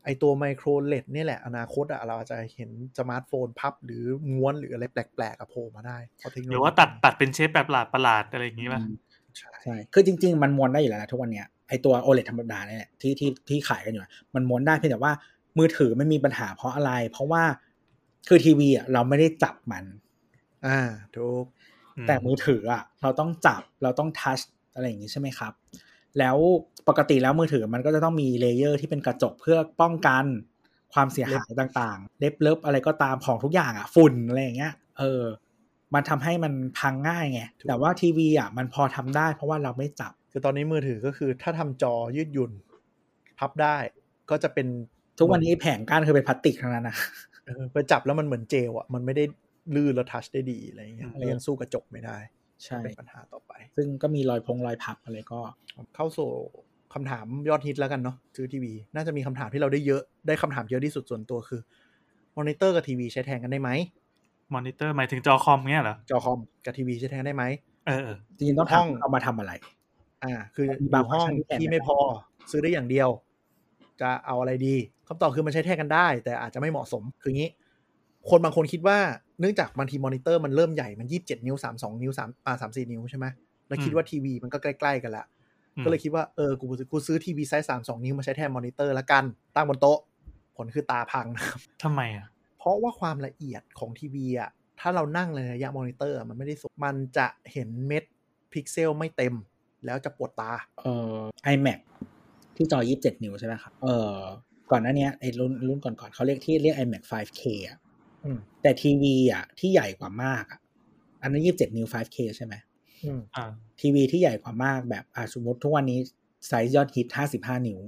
S4: ไอตัวไมโครเลดนี่ยแหละอนาคตอะเราอาจจะเห็นสมาร์ทโฟนพับหรือม้วนหรืออะไรแปลกๆอะโผล่มาได้เพะเทค
S3: ๆ
S4: โน
S3: ห
S4: โลยี
S3: รือว่าตัดตัดเป็นเชฟแบบประหลาดประหลาดๆอะไรอย่างนี้ป่ะ
S2: อืม
S4: ใช่
S2: ใช่คือจริง ๆ มันม้วนได้อยู่แล้วนะทุกวันเนี้ยไอตัว OLED ธรรมดาเนี่ยแหละที่ที่ที่ขายกันอยู่อะมันม้วนได้เพียงแต่ว่ามือถือมันมีปัญหาเพราะอะไร เพราะว่าคือทีวีอ่ะเราไม่ได้จับมัน
S4: อ่าถูก
S2: แต่มือถืออ่ะเราต้องจับเราต้องทัชอะไรอย่างนี้ใช่ไหมครับ แล้วปกติแล้วมือถือมันก็จะต้องมีเลเยอร์ที่เป็นกระจกเพื่อป้องกันความเสียหายต่างๆ เล็บเลิฟอะไรก็ตามของทุกอย่างอ่ะฝุ่นอะไรอย่างเงี้ยเออ มันทำให้มันพังง่ายไง
S4: ถูก
S2: แต่ว่าทีวีอ่ะมันพอทำได้เพราะว่าเราไม่จับ
S4: คือตอนนี้มือถือก็คือถ้าทำจอยืดหยุ่น พับได้ก็จะเป็น
S2: ทุกวันนี้แผงก้านคือเป็นพลาสติกทั้งนั้นนะ
S4: เออไปจับแล้วมันเหมือนเจลอะมันไม่ได้ลื่นแล้วทัชได้ดีอะไรอย่างเงี้ย
S3: อืม
S4: แล้วยังสู้กระจกไม่ได้
S2: ใช่
S4: เป็นปัญหาต่อไป
S2: ซึ่งก็มีรอยพงรอยพับอะไรก็
S4: เข้าสู่คำถามยอดฮิตแล้วกันเนาะซื้อทีวี น่าจะมีคำถามที่เราได้เยอะได้คำถามเยอะที่สุดส่วนตัวคือมอนิเตอร์กับทีวีใช้แทนกันได้ไหม
S3: มอนิเตอร์หมายถึงจอคอมเงี้ยเหรอ
S4: จอคอมกับทีวีใช้แทนกันได้ไหม
S3: เออเออ
S2: จริงๆต้อง
S4: ห้อง
S2: ทำเอามาทำอะไร
S4: อ่า คืออบ
S2: มีาง
S4: ยู่ห้อง
S2: function ที่แทน
S4: ที่ไม่พอซื้อได้อย่างเดียว จะเอาอะไรดีคำตอบคือมันใช้แทนกันได้ แต่อาจจะไม่เหมาะสมคืองี้ คนบางคนคิดว่าเนื่องจากบางทีมอนิเตอร์มันเริ่มใหญ่มันยี่สิบเจ็ดนิ้วสามสองนิ้วสามอ่าสามสี่นิ้วใช่ไหมแล้วคิด
S3: อืม
S4: ว่าทีวีมันก็ใกล้ๆกันละ
S3: อืม
S4: ก็เลยคิดว่าเออกูกูซื้อทีวีไซส์สามสองนิ้วมาใช้แทนมอนิเตอร์ละกัน ตั้งบนโต๊ะ ผลคือตาพังนะครับ
S3: ทำไมอ่ะ
S4: เพราะว่าความละเอียดของทีวีอ่ะถ้าเรานั่งในระยะมอนิเตอร์อะมันไม่ได้สูงมันจะเห็นเม็ดพิกเซลไม่เต็ม แล้วจะปวดตา
S2: เอ่อ iMac ที่จอ 27 นิ้วใช่ไหมครับ เอ่อ ก่อนหน้าเนี้ยไอ้รุ่นรุ่นก่อนๆเขาเรียกที่เรียก iMac 5K อะ
S4: อืม
S2: แต่ทีวีอ่ะที่ใหญ่กว่ามากอ่ะ อันนั้น 27 นิ้ว 5K ใช่ไหม
S4: อืม
S3: อ่า
S2: ทีวีที่ใหญ่กว่ามากแบบอ่ะสมมติทุกวันนี้ไซส์ยอดฮิต 55 นิ้ว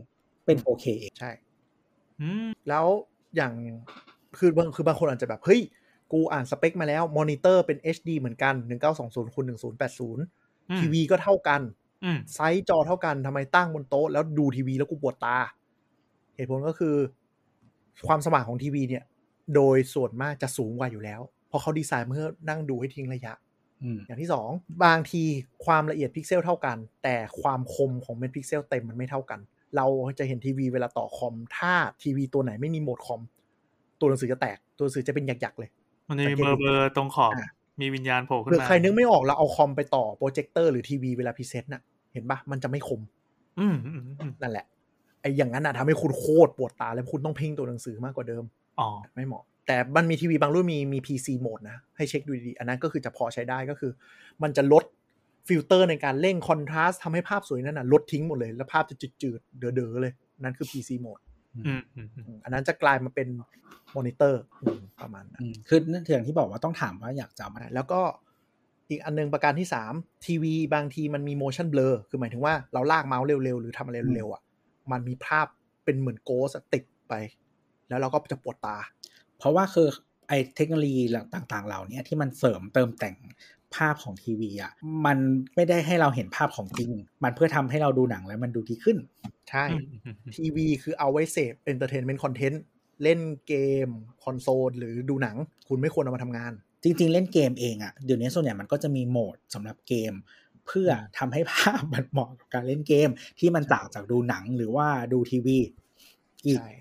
S2: เป็น 4K เอง
S4: ใช่
S3: อืม
S4: แล้วอย่างคือบางคือบางคนอาจจะแบบ เฮ้ย กูอ่านสเปคมาแล้วมอนิเตอร์เป็น HD เหมือนกัน 1920คูณ
S3: อืม
S4: 1080 ทีวีก็เท่ากัน
S3: อืม
S4: ไซส์จอเท่ากันทำไมตั้งบนโต๊ะ แล้วดูทีวีแล้วกูปวดตา เหตุผลก็คือ ความสว่างของทีวีเนี่ย โดยส่วนมากจะสูงกว่าอยู่แล้ว เพราะเขาดีไซน์เพื่อนั่งดูให้ทิ้งระยะ
S2: อืม
S4: อย่างที่สองบางทีความละเอียดพิกเซลเท่ากัน แต่ความคมของเม็ดพิกเซลเต็มมันไม่เท่ากัน เราจะเห็นทีวีเวลาต่อคอม ถ้าทีวีตัวไหนไม่มีโหมดคอม ตัวหนังสือจะแตก ตัวหนังสือจะเป็นหยักๆเลย
S3: มันจะมีเบอร์เบอร์ตรงขอบ
S4: อ่ะ
S3: มีวิญญาณโผล่ขึ้
S4: หรื
S3: น
S4: อ
S3: มา
S4: ใครนึกไม่ออกเราเอาคอมไปต่อโปรเจคเตอร์หรือทีวีเวลาพรีเซนต์น่ะเห็นปะมันจะไม่คม
S3: อืมอืมอืม
S4: นั่นแหละไอ้อย่างนั้นนะทำให้คุณโคตรปวดตาแล้วคุณต้องเพ่งตัวหนังสือมากกว่าเดิม
S3: อ๋อ
S4: ไม่เหมาะ แต่มันมีทีวีบางรุ่นมีมี PC โหมดนะ ให้เช็คดูดีๆอันนั้นก็คือจะพอใช้ได้ก็คือ มันจะลดฟิลเตอร์ในการเร่งคอนทราสต์ทำให้ภาพสวยนั่นนะลดทิ้งหมดเลย แล้วภาพจะจืดๆ เด๋อๆเลย นั่นคือ PC โหมด
S3: อืมอืมอืม
S4: อืมอันนั้นจะกลายมาเป็นมอนิเตอร์ประมาณนั้น
S2: อืมคือเนื่องจากที่บอกว่าต้องถามว่าอยากจะเอามา
S4: แล้วก็อีกอันนึงประการที่ 3 ทีวีบางทีมันมี motion blur คือหมายถึงว่าเราลากเมาส์เร็วๆ หรือทำอะไรเร็วๆอ่ะมันมีภาพเป็นเหมือนโกสติดไป แล้วเราก็จะปวดตา
S2: เพราะว่าคือไอ้เทคโนโลยีต่างๆ เหล่าเนี้ยที่มันเสริมเติมแต่งภ ภาพของทีวีอ่ะมันไม่ได้ให้เราเห็นภาพของจริง มันเพื่อทำให้เราดูหนังแล้วมันดูดีขึ้น
S4: ใช่ทีวีคือเอาไว้เสพเอนเตอร์เทนเมนต์คอนเทนต์เล่นเกม คอนโซล หรือดูหนัง คุณไม่ควรเอามาทำงาน
S2: จริง ๆ เล่นเกมเองอะ่ะเดี๋ยวนี้ส่วนใหญ่มันก็จะมีโหมดสำหรับเกม เพื่อทำให้ภาพมันเหมาะกับการเล่นเกม ที่มันต่างจากดูหนังหรือว่าดูทีวีอีก
S4: ใช่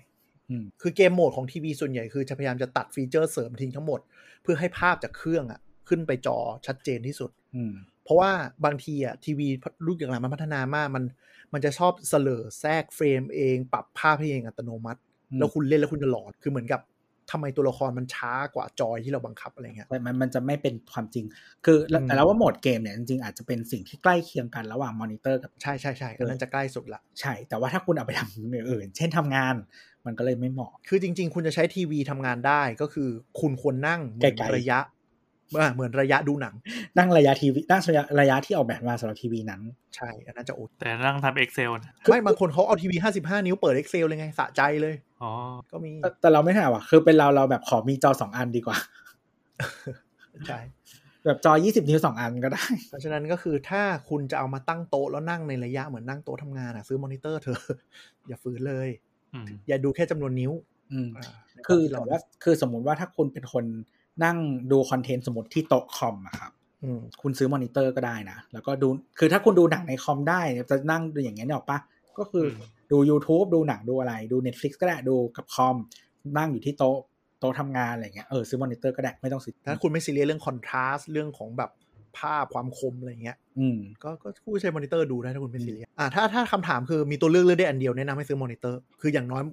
S2: อืม
S4: คือเกมโหมดของทีวีส่วนใหญ่คือจะพยายามจะตัดฟีเจอร์เสริมทิ้งทั้งหมด เพื่อให้ภาพจากเครื่องอะขึ้นไปจอชัดเจนที่สุด
S2: อืม
S4: เพราะว่าบางทีอะทีวีรุ่นอย่างหลังมันพัฒนามากมัน มันจะชอบเสลอแทรกเฟรมเอง ปรับภาพให้เองอัตโนมัติ
S2: อืม
S4: แล้วคุณเล่นแล้วคุณจะหลอนคือเหมือนกับทำไมตัวละครมันช้ากว่าจอยที่เราบังคับอะไรเงี้ย
S2: แต่มันมันจะไม่เป็นความจริง คือแล้ว
S4: อืม
S2: แต่เราว่าโหมดเกมเนี่ยจริงๆอาจจะเป็นสิ่งที่ใกล้เคียงกันระหว่างมอนิเตอร์กับ
S4: ใช่ใช่ใช่อันนั้นจะใกล้สุดละ
S2: ใช่ แต่ว่าถ้าคุณเอาไปทำอย่างอื่น เช่นทำงาน มันก็เลยไม่เหมาะ
S4: คือจริง ๆ คุณจะใช้ทีวีทำงานได้ก็คือคุณควรนั่งเหมือน
S2: ไกลๆ
S4: ระยะอ่าเหมือนระยะดูหนัง
S2: นั่งระยะทีวีนั่งระยะระยะที่ออกแบบมาสำหรับทีวีนั้น
S4: ใช่อันนั้นจะโอเค
S3: แต่นั่งทำเอ็กเซลนะ
S4: ไม่บางคนเขาเอาทีวี 55 นิ้วเปิด Excel เลยไง สะใจเลย
S3: อ๋อ
S4: ก็มี
S2: แต่แต่เราไม่ถนัดว่ะคือเป็นเราเราแบบขอมีจอสองอันดีกว่า
S4: ใช่
S2: แบบจอยี่สิบนิ้วสองอันก็ได้
S4: เพราะฉะนั้นก็คือถ้าคุณจะเอามาตั้งโต๊ะแล้วนั่งในระยะเหมือนนั่งโต๊ะทำงานอ่ะ ซื้อมอนิเตอร์เถอะ (laughs) อย่าฝืนเลย
S3: อืม
S4: อย่าดูแค่จำนวนนิ้ว
S2: อืม
S4: อ่าใน
S2: คือ
S4: ที่
S2: แต่
S4: เรา
S2: ว่าคือสมมติว่าถ้าคุณเป็นคนนั่งดูคอนเทนต์สมมติที่โต๊ะคอมอะครับ
S4: อืม
S2: คุณซื้อมอนิเตอร์ก็ได้นะ แล้วก็ดูคือถ้าคุณดูหนังในคอมได้จะนั่งดูอย่างเงี้ยเนี่ยหรอกปะก็คืออ
S3: ม
S2: ดู YouTube ดูหนังดูอะไรดู Netflix ก็ได้ดูกับคอม นั่งอยู่ที่โต๊ะโต๊ะทำงานอะไรเงี้ยเออซื้อมอนิเตอร์ก็ได้ไม่ต้องซื้อ
S4: ถ้าคุณไม่ซีเรียสเรื่องคอนทราสต์เรื่องของแบบภาพความคมอะไรเงี้ย
S2: อืม
S4: ก็ก็ผู้ใช้มอนิเตอร์ดูได้ถ้าคุณเป็นซีเรียสอ่าถ้าถ้าคำถามคือมีตัวเลือกเลือกได้อันเดียวแนะนำให้ซื้อมอนิเตอร์คืออย่างน้อย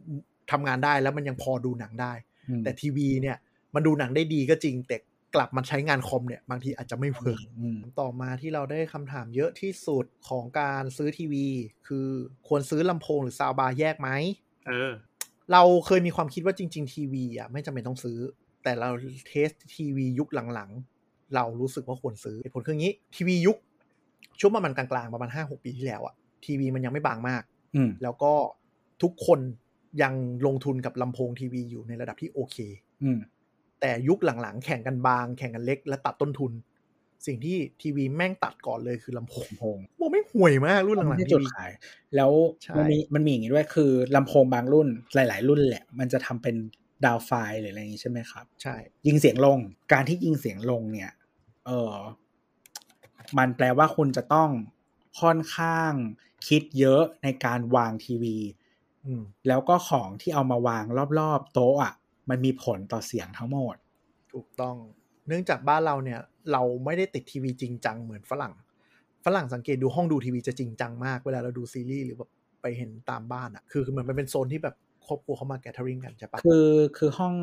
S4: ทำงานได้แล้วมันยังพอดูหนังได้
S2: อืม
S4: แต่ทีวีเนี่ยมันดูหนังได้ดีก็จริง แต่กลับมาใช้งานคอมเนี่ยบางทีอาจจะไม่เวิร์ก
S2: อืม
S4: ต่อมาที่เราได้คำถามเยอะที่สุดของการซื้อทีวี คือควรซื้อลำโพงหรือซาวบาร์แยกไหม
S3: เออ
S4: เราเคยมีความคิดว่าจริง ๆ ทีวีอ่ะไม่จำเป็นต้องซื้อ แต่เราเทสทีวียุคหลังๆ เรารู้สึกว่าควรซื้อเหตุผลคืออย่างนี้ทีวียุคช่วงประมาณกลางๆประมาณห้าหกปีที่แล้วอ่ะทีวีมันยังไม่บางมาก
S2: อืม
S4: แล้วก็ทุกคนยังลงทุนกับลำโพงทีวีอยู่ในระดับที่โอเค
S2: อืม
S4: แต่ยุคหลังๆ แข่งกันบาง แข่งกันเล็กและตัดต้นทุน สิ่งที่ทีวีแม่งตัดก่อนเลยคือลำโพง
S2: ลำโพง
S4: โมไม่งห่วยมากรุ่นหลัง
S2: ที่
S4: ๆที
S2: จุด
S4: วี
S2: ขาย แล้ว
S4: ใช่
S2: มันมีมันมีอย่างนี้ด้วยคือลำโพงบางรุ่นหลาย ๆ รุ่นแหละ มันจะทำเป็นดาวไฟล์หรืออะไรอย่างนี้ใช่ไหมครับ
S4: ใช่
S2: ยิงเสียงลง การที่ยิงเสียงลงเนี่ย เออมันแปลว่าคุณจะต้องค่อนข้างคิดเยอะในการวางทีวี
S4: อืม
S2: แล้วก็ของที่เอามาวางรอบๆ โต๊ะอ่ะ มันมีผลต่อเสียงทั้งหมด
S4: ถูกต้อง เนื่องจากบ้านเราเนี่ย เราไม่ได้ติดทีวีจริงจังเหมือนฝรั่ง ฝรั่งสังเกตดูห้องดูทีวีจะจริงจังมากเวลาเราดูซีรีส์หรือแบบไปเห็นตามบ้านอะ่ะคือคือเหมือนมันเป็นโซนที่แบบครอบครัวเขามาแกทริงกันใช่ปะ
S2: คือคือห้อง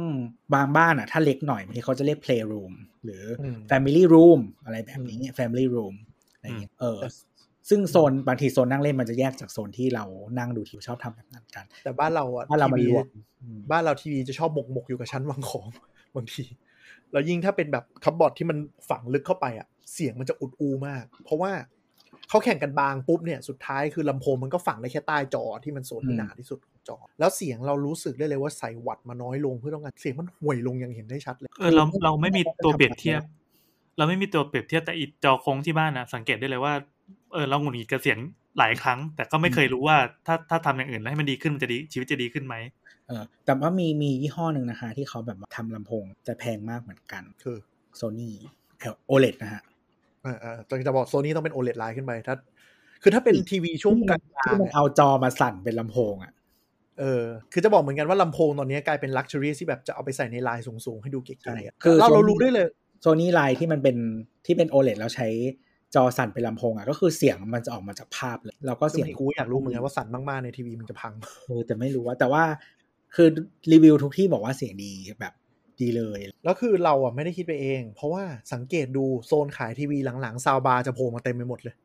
S2: บางบ้านอ่ะ ถ้าเล็กหน่อยบางทีเขาจะเรียก playroom หรืออ
S4: ม
S2: family room อะไรแบบนี้ family room อะไรอย่างเงี้ยเออ
S4: แต่
S2: ซึ่งโซนบางทีโซนนั่งเล่นมันจะแยกจากโซนที่เรานั่งดูทีวีชอบทำแบบนั้นกัน
S4: แต่บ้านเราอ่ะ
S2: บ้านเรามัน
S4: ที
S2: รวม
S4: บ้านเราทีวีจะชอบหมกหมกอยู่กับชั้นวาง (laughs) ของ บางทีแล้วยิ่งถ้าเป็นแบบคับบอร์ดที่มันฝังลึกเข้าไปอ่ะ เสียงมันจะอุดอูมาก เพราะว่าเขาแข่งกันบางปุ๊บเนี่ยสุดท้ายคือลำโพงมันก็ฝังได้แค่ใต้จอที่มันโซนที่หนาที่สุดของจอ แล้วเสียงเรารู้สึกได้เลยว่าใส่วัดมาน้อยลงเพื่อต้องการเสียงมันห่วยลงอย่างเห็นได้ชัดเลย
S3: เออเราเราไม่มีตัวเปรียบเทียบ เราไม่มีตัวเปรียบเทียบแต่อีจอโค้งที่บ้านนะสังเกตได้เลยว่าเออเราหงุดหงิดกับเสียงหลายครั้ง แต่ก็ไม่เคยรู้ว่าถ้าถ้าทำอย่างอื่นแล้วให้มันดีขึ้นมันจะดีชีวิตจะดีขึ้นไหม
S2: เออแต่ว่ามีมียี่ห้อหนึ่งนะคะ ที่เขาแบบว่าทำลำโพง แต่แพงมากเหมือนกัน
S4: คือ
S2: โซนี่โอเลดนะฮะ
S4: เออเออจะจะบอกโซนี่ต้องเป็นโอเลดไลน์ขึ้นไปถ้าคือถ้าเป็นทีวีช่วงกลาง
S2: ที่
S4: ๆ
S2: มัน
S4: อะ
S2: เอาจอมาสั่นเป็นลำโพงอ่ะ
S4: เออ คือจะบอกเหมือนกันว่าลำโพงตอนนี้กลายเป็นลักชัวรี่ที่แบบจะเอาไปใส่ในไลน์สูงๆ ให้ดูเก๋
S2: ใช่
S4: ๆอะ
S2: คือ
S4: เราเรารู้ได้เลย
S2: โซนี่ไลน์ที่มันเป็นที่เป็นโอเลดแล้วใช้จอสั่นเป็นลำโพงอ่ะ ก็คือเสียงมันจะออกมาจากภาพเลยแล้วก็
S4: ก็
S2: เสี
S4: เสี
S2: ย
S4: ย
S2: ง
S4: งกูอยากรู้เหมือนกันว่าสั่นมากๆในทีวีมันจะพัง (laughs)
S2: เออแต่ไม่รู้ว่า แต่ว่าคือรีวิวทุกที่บอกว่าเสียงดีแบบดีเลย
S4: แล้วคือเราอ่ะไม่ได้คิดไปเอง เพราะว่าสังเกตดูโซนขายทีวีหลังๆซาวบาร์จะโผล่มาเต็มไปหมดเลย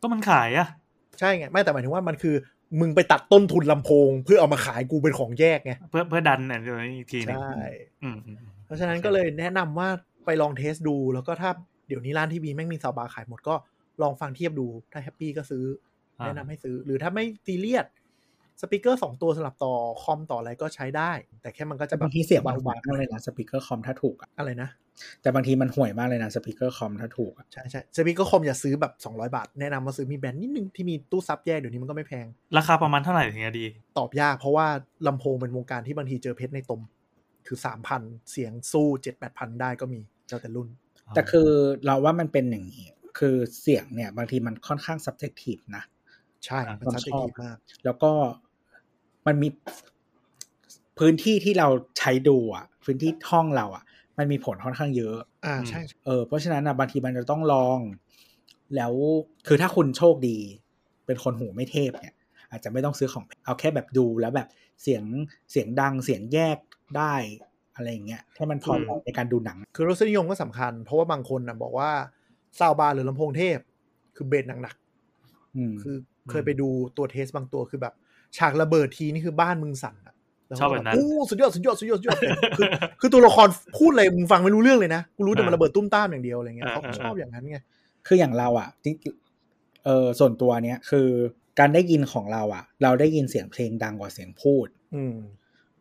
S3: ก็มันขายอะ
S4: ใช่ไง ไม่แต่หมายถึงว่ามันคือ มึงไปตัดต้นทุนลำโพง เพื่อเอามาขายกูเป็นของแยกไง
S3: เพื่อเพื่อดันอันนี้อีกทีหนึง
S4: ใช่
S3: อืมอืมอืม
S4: เพราะฉะนั้น
S3: โอเค
S4: ก็เลยแนะนำว่าไปลองเทสดู แล้วก็ถ้าเดี๋ยวนี้ร้านทีวีแม่งมีซาวบาร์ขายหมดก็ลองฟังเทียบดู ถ้าแฮปปี้ก็ซื้อ
S3: อ่า
S4: แนะนำให้ซื้อ หรือถ้าไม่ซีเรียสสปีกเกอร์สองตัวสลับต่อคอมต่ออะไรก็ใช้ได้ แต่แค่มันก็จะแบบ
S2: แต่า
S4: บ
S2: งทีเสียงมัน
S4: เบาว
S2: หานมากเลยนะสปีกเกอร์คอมถ้าถูกอ่ะ
S4: ๆอะไรนะ
S2: แต่บางทีมันห่วยมากเลยนะสปีกเกอร์คอมถ้าถูกอะ
S4: ใช่ใช่สปีกเกอร์คอมอย่าซื้อแบบ 200 บาท แนะนำมาซื้อมีแบรนด์นิดนึงที่มีตู้ซับแยกเดี๋ยวนี้มันก็ไม่แพง
S3: ราคาประมาณเท่าไหร่ถึงจะดี
S4: ตอบยาก เพราะว่าลำโพงเป็นวงการที่บางทีเจอเพชรในตม คือ 3,000 เสียงสู้7-8,000 ได้ก็มีแล้วแต่รุ่น
S2: แต่คือเราว่ามันเป็นอย่างนี้คือเสียงเนี่ยบางทีมันค่อนข้าง subjective นะ
S4: ใช่
S3: อ่ะ
S4: มัน
S2: ผม
S4: ซับ
S2: ช
S4: เจ
S2: อบ
S4: ทีฟมาก
S2: แล้วก็มันมีพื้นที่ที่เราใช้ดูอ่ะ พื้นที่ห้องเราอ่ะ มันมีผลค่อนข้างเยอะ
S4: อ่า
S3: อืม
S4: ใช่
S2: เออเพราะฉะนั้นนะบางทีมันจะต้องลอง แล้วคือถ้าคุณโชคดี เป็นคนหูไม่เทพเนี่ย อาจจะไม่ต้องซื้อของแพงเอาแค่แบบดูแล้วแบบเสียงเสียงดังเสียงแยกได้อะไรอย่างเงี้ยให้มันพอเหมาะในการดูหนัง
S4: คือรสนิยมก็สำคัญ เพราะว่าบางคนนะบอกว่าซาวบาร์หรือลำโพงเทพ คือเบสหนัก
S2: อืม
S4: ๆคือเคยไปดูตัวเทสบางตัวคือแบบ ฉากระเบิดทีนี่คือบ้านมึงสั่นอะล้ว
S3: ชอบแบบนั้น
S4: โอ้สุดยอดสุดยอดสุดยอดสุดยอดแต่คือคือตัวละครพูดอะไรมึงฟังไม่รู้เรื่องเลยนะกูรู้แต่มันระเบิดตุ้มต้ามอย่างเดียวอะไรเงี้ยเขาก็ชอบอย่างนั้นไง
S2: คืออย่างเราอ่ะจริงเออส่วนตัวเนี้ยคือการได้ยินของเราอ่ะ เราได้ยินเสียงเพลงดังกว่าเสียงพูด
S4: อืม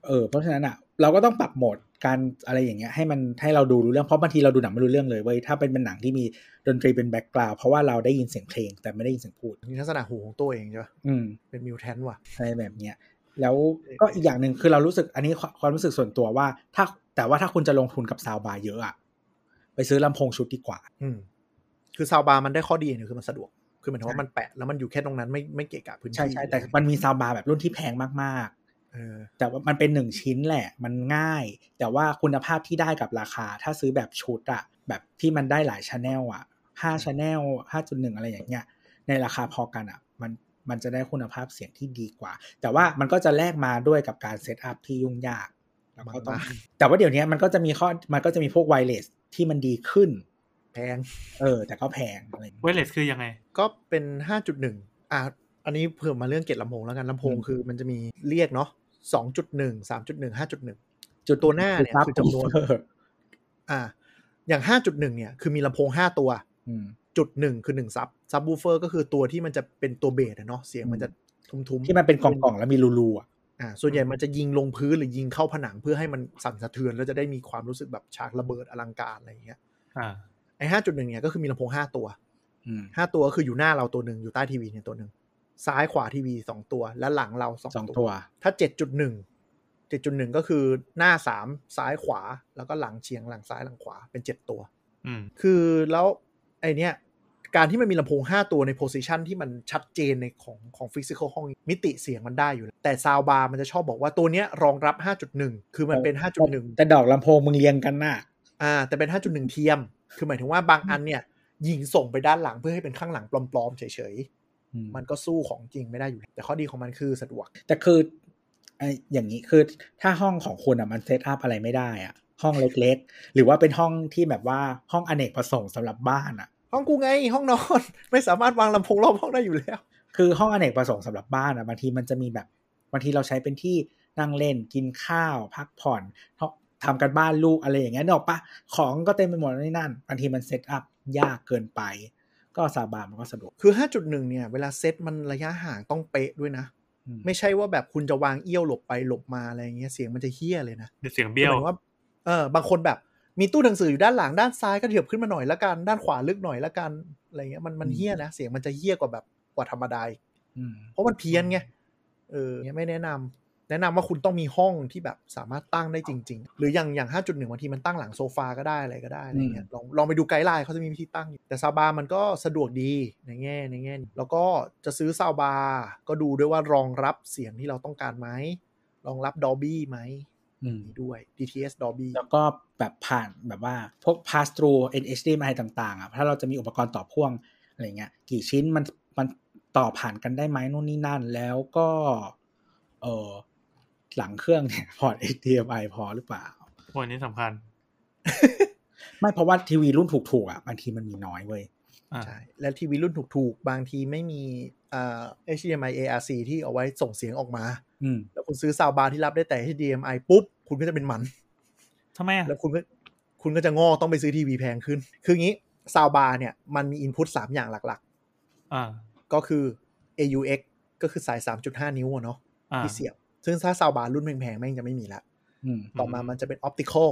S2: เออเพราะฉะนั้นอ่ะเราก็ต้องปรับโหมดการอะไรอย่างเงี้ยให้มันให้เราดูรู้เรื่องเพราะบางทีเราดูหนังไม่รู้เรื่องเลยเว้ยถ้าเป็นเป็นหนังที่มีดนตรีเป็นแบ็กกราวด์เพราะว่าเราได้ยินเสียงเพลงแต่ไม่ได้ยินเสียงพูด
S4: นี่ลักษณะหูของตัวเองใช่ปะ
S2: อืม
S4: เป็นมิวแทนว่ะ
S2: อะไรแบบเนี้ยแล้วก็อีกอย่างหนึ่งคือเรารู้สึกอันนี้ความความรู้สึกส่วนตัวว่า ถ้าแต่ว่าถ้าคุณจะลงทุนกับซาวบาร์เยอะอ่ะไปซื้อลำโพงชุดดีกว่า
S4: อืม คือซาวบาร์มันได้ข้อดีอย่างหนึงคือมันสะดวก คือหมายถึงว่ามันแปะแล้วมันอยู่แค่ตรงนั้นไม่ไม่เกะกะพื้นที่
S2: ใช่ใช่แต่มันมีซาวบาร์แบบรุ่นที่แพงมาก
S4: เออ
S2: ๆ แต่ว่ามันเป็นหนึ่งชิ้นแหละ มันง่าย แต่ว่าคุณภาพที่ได้กับราคา ถ้าซื้อแบบชุดอะแบบที่มันได้หลายชแนลอะห้าชแนลห้าจุดหนึ่งอะไรอย่างเงี้ย ในราคาพอกันอะมันมันจะได้คุณภาพเสียงที่ดีกว่า แต่ว่ามันก็จะแลกมาด้วยกับการเซตอัพที่ยุ่งยากแล้วก็ต้อง
S4: มาก
S2: แต่ว่าเดี๋ยวนี้มันก็จะมีข้อมันก็จะมีพวกไวเลสที่มันดีขึ้น
S4: แพง
S2: เออ แต่ก็แพงอะไรอย่างเงี้ย
S3: เวเลสคือยังไง
S4: ก็เป็น 5.1 อ่ะ อันนี้เพิ่มมาเรื่องเกตลำโพงแล้วกันลำโพง
S2: อืม
S4: คือมันจะมีเรียกเนาะ2.1 3.1 5.1 จุดตัวหน้าเนี่ย
S2: รับ
S4: คือจำนวน อ่า อย่าง 5.1 เนี่ยคือมีลำโพง 5 ตัว
S2: อืม
S4: จุดหนึ่งคือ1ซับซับบูเฟอร์ก็คือตัวที่มันจะเป็นตัวเบสอะเนาะเสียงมันจะทุ้มๆ
S2: ที่มันเป็นกล่องๆแล้วมีรูๆอะ
S4: อ่าส่วนใหญ่มันจะยิงลงพื้นหรือยิงเข้าผนังเพื่อให้มันสั่นสะเทือน แล้วจะได้มีความรู้สึกแบบฉากระเบิดอลังการอะไรอย่างเงี้ย
S3: อ่า
S4: ไอ้ห้าจุดหนึ่งเนี่ยก็คือมีลำโพงห้าตัว
S2: อืม
S4: ห้าตัวก็คืออยู่หน้าเราตัวหนึ่งอยู่ใต้ทีวีเนี่ยตัวหนึ่งซ้ายขวาทีวีสองตัว และหลังเราสอง
S2: สอง
S4: ตั
S2: ตัว ว
S4: ถ้าเจ็ดจุดหนึ่งเจ็ดจุดหนึ่งก็คือหน้าสามซ้ายขวา แล้วก็หลังเฉียงหลังซ้ายหลังขวาเป็นเจ็ดตัว
S3: อืม
S4: คือแล้วไอเนี้ยการที่มันมีลำโพง 5 ตัวในโพซิชันที่มันชัดเจนในของของฟิสิกอลห้องมิติเสียงมันได้อยู่แล้วแต่ซาวบาร์มันจะชอบบอกว่าตัวเนี้ยรองรับ 5.1 คือมันเป็น
S2: แต่ดอกลำโพงมึงเรียงกันน่ะ
S4: 5.1อ่าแต่เป็น 5.1 เทียม คือหมายถึงว่าบางอันเนี่ยยิงส่งไปด้านหลังเพื่อให้เป็นข้างหลังปลอมๆเฉยๆ มันก็สู้ของจริงไม่ได้อยู่แล้วแต่ข้อดีของมันคือสะดวก
S2: แต่คือไออย่างนี้คือถ้าห้องของคุณอ่ะมันเซตอัพอะไรไม่ได้อ่ะ ห้
S4: (laughs)
S2: องเล็กๆ หรือว่าเป็นห้องที่แบบว่าห้องอเนกประสงค์สำหรับบ้านอ่ะ
S4: ห้องกูไงห้องนอน (laughs) ไม่สามารถวางลำโพงรอบห้องได้อยู่แล้ว
S2: คือห้องอเนกประสงค์สำหรับบ้านอ่ะบางทีมันจะมีแบบบางทีเราใช้เป็นที่นั่งเล่นกินข้าว พักผ่อนทำกันบ้านลูกอะไรอย่างเงี้ยนกออกปะของก็เต็มไปหมดนี่นั่นบางทีมันเซตอัพยากเกินไป ก็ซาบามันก็สะดวก
S4: คือ 5.1 เนี่ยเวลาเซตมันระยะห่างต้องเป๊ะด้วยนะ
S2: อืม
S4: ไม่ใช่ว่าแบบคุณจะวางเอี้ยวหลบไปหลบมาอะไรอย่างเงี้ยเสียงมันจะเฮี้ยเลยนะ
S3: เดี๋ยวเสียงเบี้ยว
S4: หมายถึงว่าเออบางคนแบบมีตู้หนังสืออยู่ด้านหลังด้านซ้ายก็เถียบขึ้นมาหน่อยละกันด้านขวาลึกหน่อยละกันอะไรเงี้ยมันมัน
S2: อืม
S4: เฮี้ยนะเสียงมันจะเฮี้ยกว่าแบบกว่าธรรมดาอีก
S2: อืม
S4: เพราะมันเพี้ยนไงเออเนี่ยไม่แนะนำแนะนำว่าคุณต้องมีห้องที่แบบสามารถตั้งได้จริง ๆ หรืออย่างอย่าง 5.1บางทีมันตั้งหลังโซฟาก็ได้อะไรก็ได้อะไรเงี้ยลองลองไปดูไกด์ไลน์เขาจะมีวิธีตั้งอยู่แต่ซาวบาร์มันก็สะดวกดีในแง่ในแง่นี้แล้วก็จะซื้อซาวบาร์ก็ดูด้วยว่ารองรับเสียงที่เราต้องการไหมรองรับ Dolby ไหม
S2: อืม
S4: ด้วย DTS Dolby
S2: แล้วก็แบบผ่านแบบว่าพวก pass through NHDMI ต่างๆอ่ะถ้าเราจะมีอุปกรณ์ต่อพ่วงอะไรเงี้ย กี่ชิ้นมันมันต่อผ่านกันได้ไหมนู่นนี่นั่น แล้วก็เออหลังเครื่องเนี่ย (laughs) พอร์ต HDMI พอหรือเปล่า
S3: วันนี้สำคัญ
S2: ไม่เพราะว่าทีวีรุ่นถูกๆอ่ะบางทีมันมีน้อยเว้ย
S3: อ่า
S4: ใช่ และทีวีรุ่นถูกๆ บางทีไม่มีเอ่อ HDMI ARC ที่เอาไว้ส่งเสียงออกมา
S2: อืม
S4: แล้วคุณซื้อซาวบาร์ที่รับได้แต่ HDMI ปุ๊บ คุณก็จะเป็นหมัน
S3: ทำไมอ่ะ
S4: แล้วคุณก็คุณก็จะงอต้องไปซื้อทีวีแพงขึ้น คืองี้ซาวบาร์เนี่ย มันมีอินพุต3อย่างหลัก
S3: อ่า
S4: ๆ ก็คือ AUX ก็คือสาย 3.5 นิ้วอะเนาะ
S3: อ่า
S4: ที่เสียบ ซึ่งถ้าซาวบาร์รุ่นแพงๆแม่งจะไม่มีละ
S2: อืม
S4: ต่อมามันจะเป็นออปติคอล